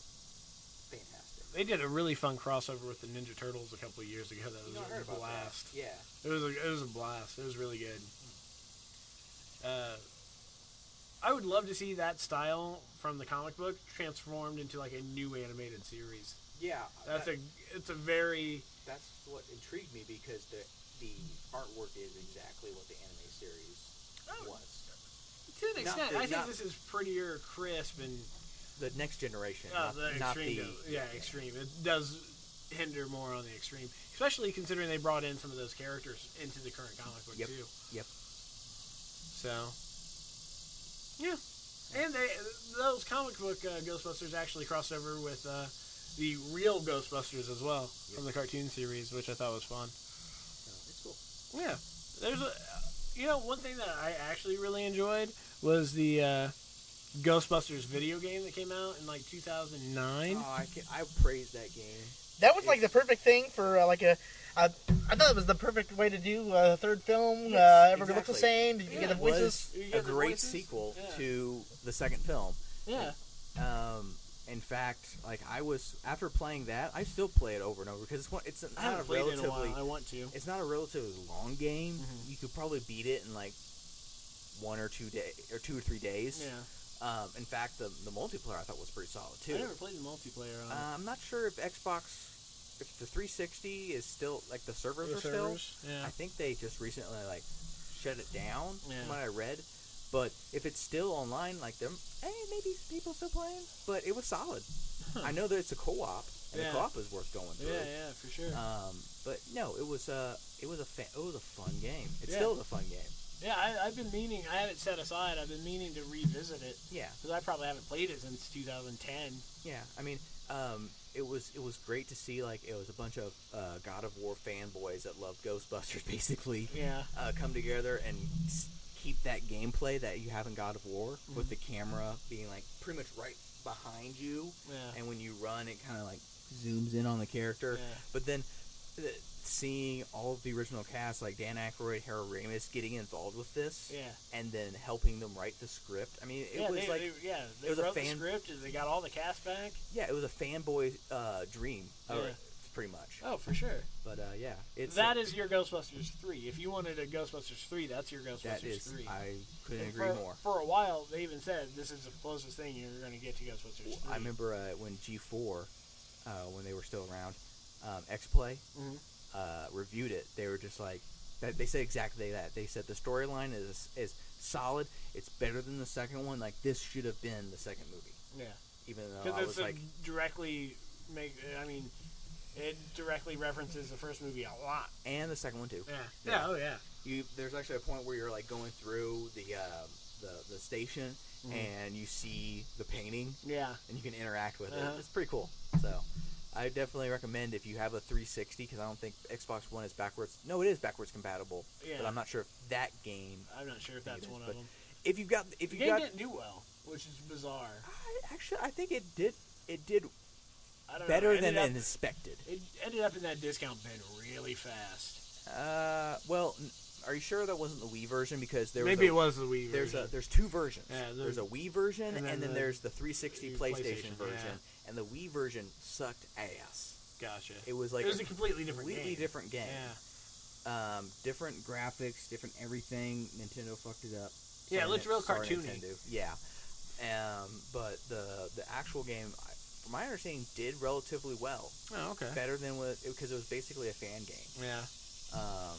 B: fantastic.
A: They did a really fun crossover with the Ninja Turtles a couple of years ago. That
B: You
A: was
B: know, I
A: a
B: heard about
A: blast.
B: that. Yeah,
A: It was a, it was a blast. It was really good. Uh, I would love to see that style from the comic book transformed into like a new animated series.
B: yeah.
A: That's
B: that-
A: a it's a very
B: that's what intrigued me because the the artwork is exactly what the anime series
A: Oh.
B: was.
A: To an extent,
B: the-
A: I think
B: not-
A: this is prettier, crisp, and
B: The next generation,
A: uh,
B: not,
A: the extreme.
B: not the
A: does- yeah, extreme. It does hinder more on the extreme, especially considering they brought in some of those characters into the current comic book
B: Yep.
A: too.
B: Yep.
A: So, yeah, and they those comic book uh, Ghostbusters actually crossed over with uh, the real Ghostbusters as well from the cartoon series, which I thought was fun.
B: it's cool.
A: Yeah, there's a you know one thing that I actually really enjoyed was the uh, Ghostbusters video game that came out in like 2009.
B: Oh, I, can, I praise that game.
C: That was like the perfect thing for uh, like a. Uh, I thought it was the perfect way to do uh, a third film.
A: Yes,
C: uh, everybody looks the
B: exactly.
C: same. You
A: Yeah,
C: get the
A: it
C: voices.
A: You
B: a
A: get the
B: great
A: voices?
B: sequel
A: Yeah.
B: to the second film.
A: yeah,
B: Um, in fact, like I was after playing that, I still play it over and over because it's one. It's
A: I
B: not a
A: haven't played it in a
B: relatively.
A: while. I want to.
B: It's not a relatively long game.
A: Mhm.
B: You could probably beat it in like one or two day or two or three days.
A: Yeah,
B: Um, in fact, the the multiplayer I thought was pretty solid too.
A: I never played the multiplayer on
B: Uh, I'm not sure if Xbox, if the 360 is still like the servers
A: the
B: are still.
A: servers. Yeah,
B: I think they just recently like shut it down.
A: Yeah.
B: From what I read, but if it's still online, like them, hey, maybe people still playing. But it was solid. I know that it's a co-op, and
A: Yeah.
B: the co-op is worth going through.
A: yeah, yeah, for sure.
B: Um, but no, it was a it was a fa- it was a fun game. It's
A: Yeah.
B: still a fun game.
A: yeah, I, I've been meaning. I have it set aside. I've been meaning to revisit it
B: Yeah,
A: because I probably haven't played it since 2010.
B: yeah. I mean, um, it was it was great to see like it was a bunch of uh, God of War fanboys that love Ghostbusters basically
A: Yeah,
B: uh, come together and s- keep that gameplay that you have in God of War
A: Mm-hmm.
B: with the camera being like pretty much right behind you,
A: yeah,
B: and when you run, it kind of like zooms in on the character.
A: Yeah.
B: But then uh, seeing all of the original cast like Dan Aykroyd, Harold Ramis getting involved with this,
A: yeah.
B: and then helping them write the script. I mean, it
A: yeah,
B: was
A: they,
B: like
A: they, yeah, they
B: it was a
A: wrote the
B: fan-
A: script. and They got all the cast back.
B: yeah, it was a fanboy uh, dream, or
A: Yeah.
B: pretty much.
A: Oh, for sure.
B: But uh, yeah, it's
A: That
B: a-
A: is your Ghostbusters three. If you wanted a Ghostbusters three, that's your Ghostbusters
B: that is
A: three.
B: I couldn't
A: And
B: agree
A: for,
B: more.
A: For a while, they even said this is the closest thing you're going to get to Ghostbusters three.
B: I remember uh, when G four, uh, when they were still around, um, X Play
A: Mhm.
B: uh, reviewed it. They were just like that. They said exactly that. They said the storyline is is solid. It's better than the second one. Like this should have been the second movie,
A: yeah,
B: even though
A: because
B: oh, I
A: it's
B: was
A: a
B: like,
A: directly make. I mean, it directly references the first movie a lot.
B: and the second one too.
A: Yeah.
B: Yeah.
A: Yeah. Oh yeah.
B: you there's actually a point where you're like going through the um, the the station
A: Mm-hmm.
B: and you see the painting
A: Yeah.
B: and you can interact with
A: Uh-huh.
B: it. It's pretty cool. So I definitely recommend if you have a 360 because I don't think Xbox One is backwards. No, it is backwards compatible,
A: Yeah.
B: but I'm not sure if that game.
A: I'm not sure if that's
B: it is,
A: one of
B: but
A: them.
B: If you've got if
A: The
B: you
A: game
B: got
A: didn't do well, which is bizarre.
B: I, actually I think it did it did
A: I don't know.
B: better
A: It
B: than
A: ended up,
B: expected.
A: it ended up in that discount bin really fast.
B: Uh, well, n- are you sure that wasn't the Wii version because there was
A: Maybe
B: a,
A: it was the Wii
B: There's
A: version.
B: a there's two versions.
A: Yeah, there's-
B: there's, a Wii version, and then,
A: the
B: there's the 360
A: PlayStation,
B: PlayStation,
A: yeah.
B: version, and the Wii version sucked ass.
A: Gotcha.
B: It was like
A: it was
B: a
A: a completely different
B: completely
A: game.
B: different game.
A: Yeah.
B: Um, different graphics, different everything. Nintendo fucked it up.
A: Yeah, it looked
B: Nin-
A: real
B: sorry,
A: cartoony.
B: Nintendo. Yeah. Um, but the the actual game, I- from my understanding, did relatively well,
A: Oh, okay.
B: better than what because it was basically a fan game.
A: Yeah.
B: Um,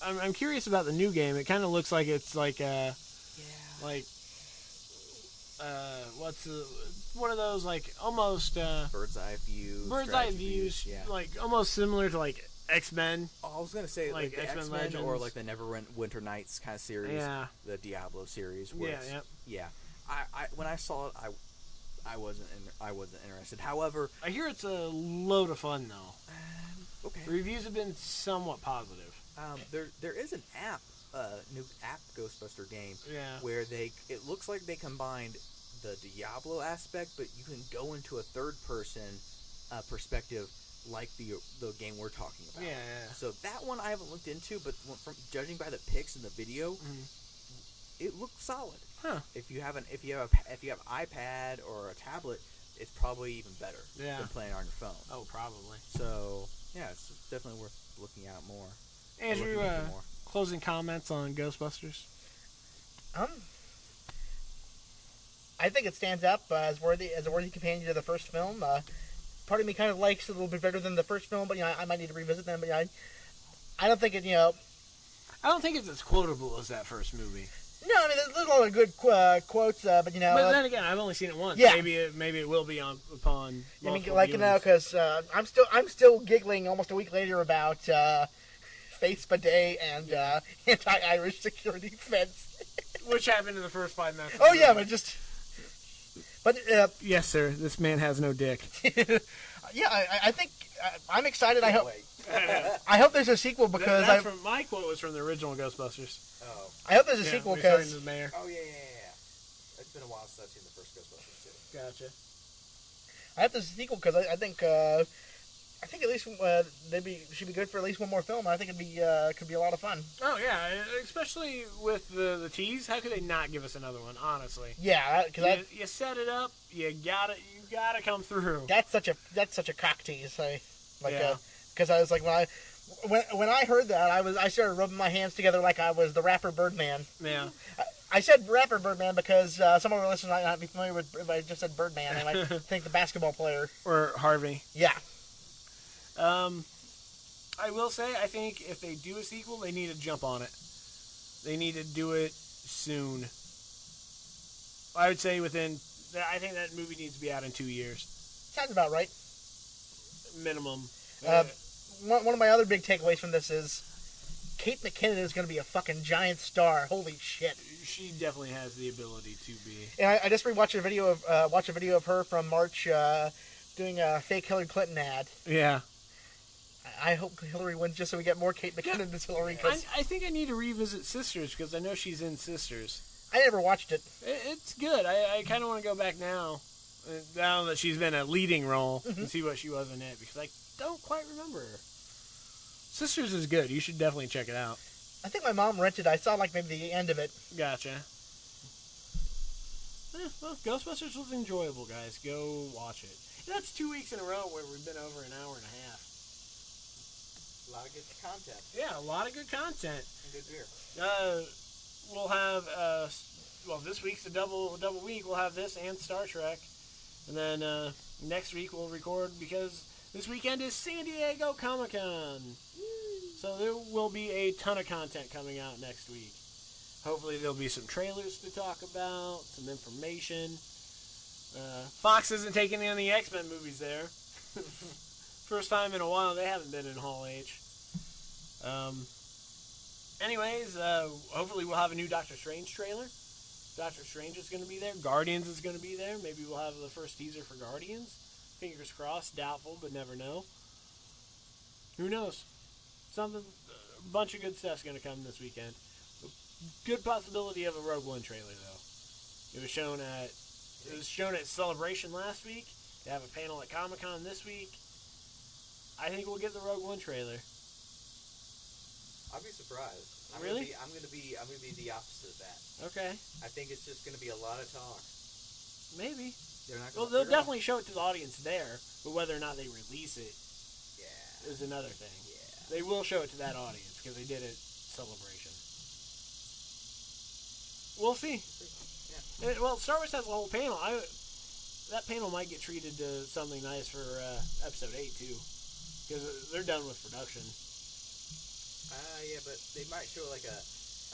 A: I'm, I'm curious about the new game. It kind of looks like it's like uh
B: yeah.
A: like uh what's the, one of those like almost uh
B: Bird's eye view.
A: bird's eye
B: strategy
A: views
B: Yeah.
A: like almost similar to like X-Men.
B: I was gonna say
A: Like
B: like, the
A: X-Men
B: X-Men, or
A: Legends.
B: like the Neverwinter Nights kind of series,
A: Yeah.
B: the Diablo series. Where
A: Yeah,
B: it's-
A: yeah.
B: yeah. I, I when I saw it, I I wasn't in, I wasn't interested. However,
A: I hear it's a load of fun though.
B: okay,
A: Reviews have been somewhat positive.
B: um, there there is an app, uh, new app Ghostbuster game,
A: Yeah.
B: where they it looks like they combined the Diablo aspect, but you can go into a third person uh, perspective like the the game we're talking about.
A: Yeah, yeah.
B: So that one I haven't looked into, but from judging by the pics in the video,
A: Mhm.
B: it looks solid.
A: Huh.
B: If you have an if you have a, pa- if you have iPad or a tablet, it's probably even better
A: Yeah.
B: than playing on your phone.
A: Oh, probably.
B: So yeah, it's definitely worth looking out more. or
A: Andrew,
B: looking into
A: uh,
B: more.
A: closing comments on Ghostbusters.
C: Um, I think it stands up uh, as worthy as a worthy companion to the first film. Uh, part of me kind of likes it a little bit better than the first film, but you know, I, I might need to revisit them. But yeah, I, I don't think it. You know,
A: I don't think it's as quotable as that first movie.
C: no. I mean, there's, there's a lot of good qu- uh, quotes, uh, but you know,
A: But
C: uh,
A: then again, I've only seen it once.
C: Yeah.
A: Maybe it, maybe it will be on upon.
C: I mean,
A: multiple
C: like you know,
A: viewings.
C: because uh, I'm still I'm still giggling almost a week later about uh, face bidet and uh, anti-Irish security fence.
A: which happened in the first five minutes.
C: Oh yeah, but just but uh,
A: yes, sir. This man has no dick.
C: yeah, I, I- I think uh, I'm excited. I hope I hope there's a sequel because
A: That's
C: I,
A: from my quote was from the original Ghostbusters.
B: Oh,
C: I hope there's a
A: Yeah,
C: sequel
A: referring
C: because
A: to the mayor.
B: oh yeah, yeah, yeah, yeah. It's been a while since I've seen the first Ghostbusters too.
A: Gotcha.
C: I hope there's a sequel because I, I think. Uh, I think at least uh, they'd be should be good for at least one more film. I think it'd be uh, could be a lot of fun.
A: Oh yeah, especially with the the tease. How could they not give us another one? Honestly,
C: Yeah, because
A: you, you set it up. You got it. You got to come through.
C: that's such a that's such a cock tease. I, like
A: Yeah.
C: because I was like when I when, when I heard that I was I started rubbing my hands together like I was the rapper Birdman.
A: Yeah.
C: I said rapper Birdman because uh, some of our listeners might not be familiar with. If I just said Birdman, they might think the basketball player.
A: Or Harvey.
C: Yeah,
A: Um, I will say, I think if they do a sequel, they need to jump on it. They need to do it soon. I would say within. I think that movie needs to be out in two years
C: sounds about right.
A: minimum.
C: Uh, One, one of my other big takeaways from this is Kate McKinnon is going to be a fucking giant star. Holy shit!
A: she definitely has the ability to be.
C: And I, I just rewatched a video of uh, watch a video of her from March uh, doing a fake Hillary Clinton ad.
A: Yeah.
C: I I hope Hillary wins just so we get more Kate McKinnon as Hillary.
A: I,
C: 'cause
A: I think I need to revisit Sisters because I know she's in Sisters.
C: I never watched it.
A: It, it's good. I, I kind of want to go back now, uh, now that she's been a leading role, and see what she was in it because I don't quite remember her. Sisters is good. You should definitely check it out.
C: I think my mom rented. I saw like maybe the end of it.
A: Gotcha. Eh, well, Ghostbusters was enjoyable, guys. Go watch it. And that's two weeks in a row where we've been over an hour and a half.
B: A lot of good content
A: Yeah, a lot of good content.
B: and good beer.
A: Uh, we'll have uh, s- well, this week's a double double week. We'll have this and Star Trek, and then uh, next week we'll record because this weekend is San Diego Comic Con. So there will be a ton of content coming out next week. Hopefully there'll be some trailers to talk about, some information. Uh, Fox isn't taking in the X Men movies there. First time in a while they haven't been in Hall H. Um, anyways, uh, hopefully we'll have a new Doctor Strange trailer. Doctor Strange is going to be there. Guardians is going to be there. Maybe we'll have the first teaser for Guardians. Fingers crossed. Doubtful, but never know. Who knows? Something, a bunch of good stuff's going to come this weekend. Good possibility of a Rogue One trailer though. It was shown at it was shown at Celebration last week. They have a panel at Comic Con this week. I think we'll get the Rogue One trailer.
B: I'll be surprised. I'm
A: Really?
B: Gonna be, I'm gonna be. I'm gonna be the opposite of that.
A: Okay,
B: I think it's just gonna be a lot of talk.
A: maybe.
B: They're not.
A: Well,
B: Gonna,
A: they'll
B: they're not-
A: definitely show it to the audience there, but whether or not they release it
B: Yeah.
A: is another thing.
B: Yeah.
A: They will show it to that audience because they did it celebration. We'll see. Uh, well, Star Wars has a whole panel. I that panel might get treated to something nice for uh, episode eight too, because they're done with production.
B: Uh, yeah, but they might show like a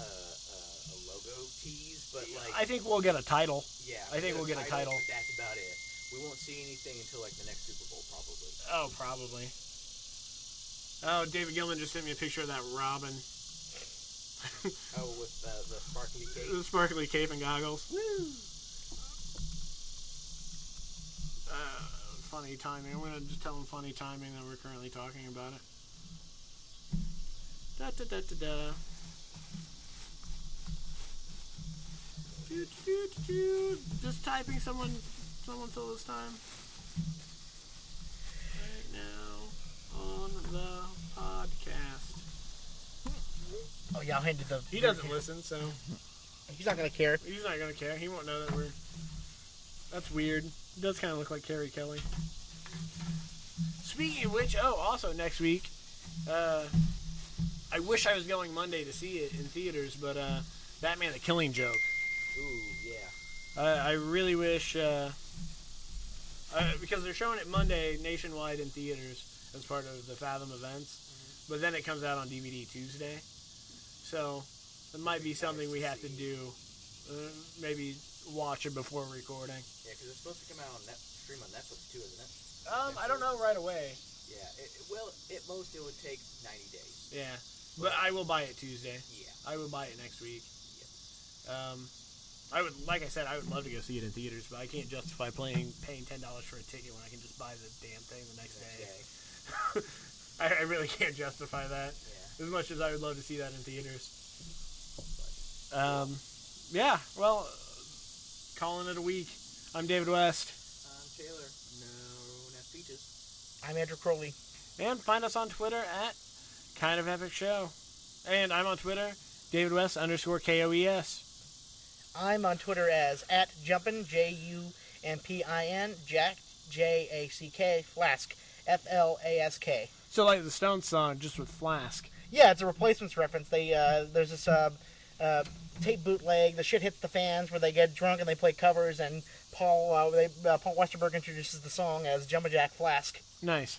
B: a, a, a logo tease, but like
A: I think we'll get a title.
B: yeah,
A: I think we'll get a title.
B: but that's about it. We won't see anything until like the next Super Bowl, probably.
A: Oh, probably. Oh, David Gilman just sent me a picture of that Robin,
B: Oh, with uh, the sparkly cake.
A: the sparkly cape and goggles.
B: Woo!
A: uh, funny timing. I'm gonna just tell them funny timing that we're currently talking about it. Da da da da da. Doo, doo, doo, doo. Just typing someone, someone till this time. Right now on the podcast.
C: Oh yeah, I handed the.
A: He doesn't listen, so
C: He's not gonna care.
A: he's not gonna care. He won't know that we're. That's weird. It does kind of look like Carrie Kelly. Speaking of which, oh, also next week, uh, I wish I was going Monday to see it in theaters, but uh, Batman: The Killing Joke.
B: Ooh, yeah.
A: I, I really wish uh, uh, because they're showing it Monday nationwide in theaters as part of the Fathom events. But then it comes out on DVD Tuesday, so it might be something we have to do. Uh, maybe watch it before recording.
B: Yeah, because it's supposed to come out on net, stream on Netflix too, isn't it?
A: Um, I don't know right away.
B: Yeah. It, it- well, at most it would take 90 days.
A: Yeah, but I will buy it Tuesday.
B: Yeah.
A: I would buy it next week. Um, I would, like I said, I would love to go see it in theaters, but I can't justify playing paying ten dollars for a ticket when I can just buy the damn thing the next
B: Next
A: day.
B: day.
A: I, I really can't justify that.
B: Yeah.
A: As much as I would love to see that in theaters. Um, yeah. Well, calling it a week. I'm David West,
B: Um, Taylor. No, not Peaches.
C: I'm Andrew Crowley.
A: and find us on Twitter at Kind of Epic Show, and I'm on Twitter David West underscore K O E S.
C: I'm on Twitter as at Jumpin J U M P I N Jack J A C K Flask F L A S K.
A: So like the Stone song, just with Flask.
C: Yeah, it's a replacements reference. They uh, there's this uh, uh, tape bootleg. The shit hits the fans where they get drunk and they play covers. And Paul uh, they, uh, Paul Westerberg introduces the song as Jumbo Jack Flask.
A: Nice.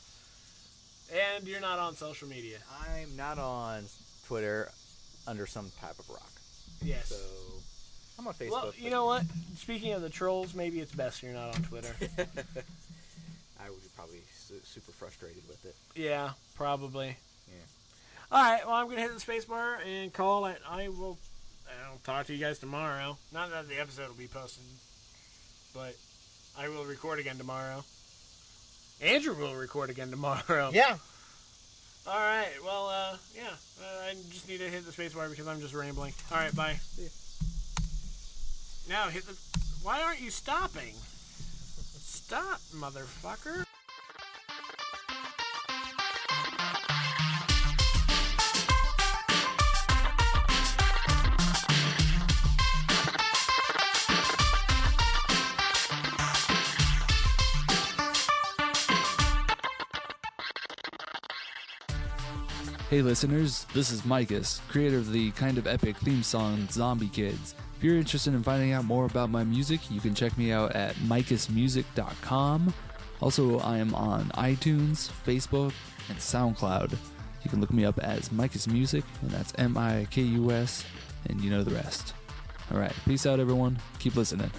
A: And you're not on social media.
E: I'm not on Twitter under some type of rock.
A: Yes.
E: So I'm on Facebook.
A: well, you
E: but
A: know what? Speaking of the trolls, maybe it's best you're not on Twitter.
E: I would be probably su- super frustrated with it.
A: yeah, probably.
E: Yeah.
A: All right. Well, I'm gonna hit the space bar and call it. I will. I'll talk to you guys tomorrow. Not that the episode will be posted, but I will record again tomorrow. Andrew will record again tomorrow.
C: Yeah,
A: All right. Well, uh, yeah. Uh, I just need to hit the space bar because I'm just rambling. All right. Bye. Now hit the. Why aren't you stopping? Stop, motherfucker.
F: Hey listeners, this is Micus, creator of the kind of epic theme song Zombie Kids. If you're interested in finding out more about my music, you can check me out at micusmusic.com. Also, I am on iTunes, Facebook, and SoundCloud. You can look me up as Micus Music, and that's M I K U S, and you know the rest. Alright, peace out everyone. Keep listening.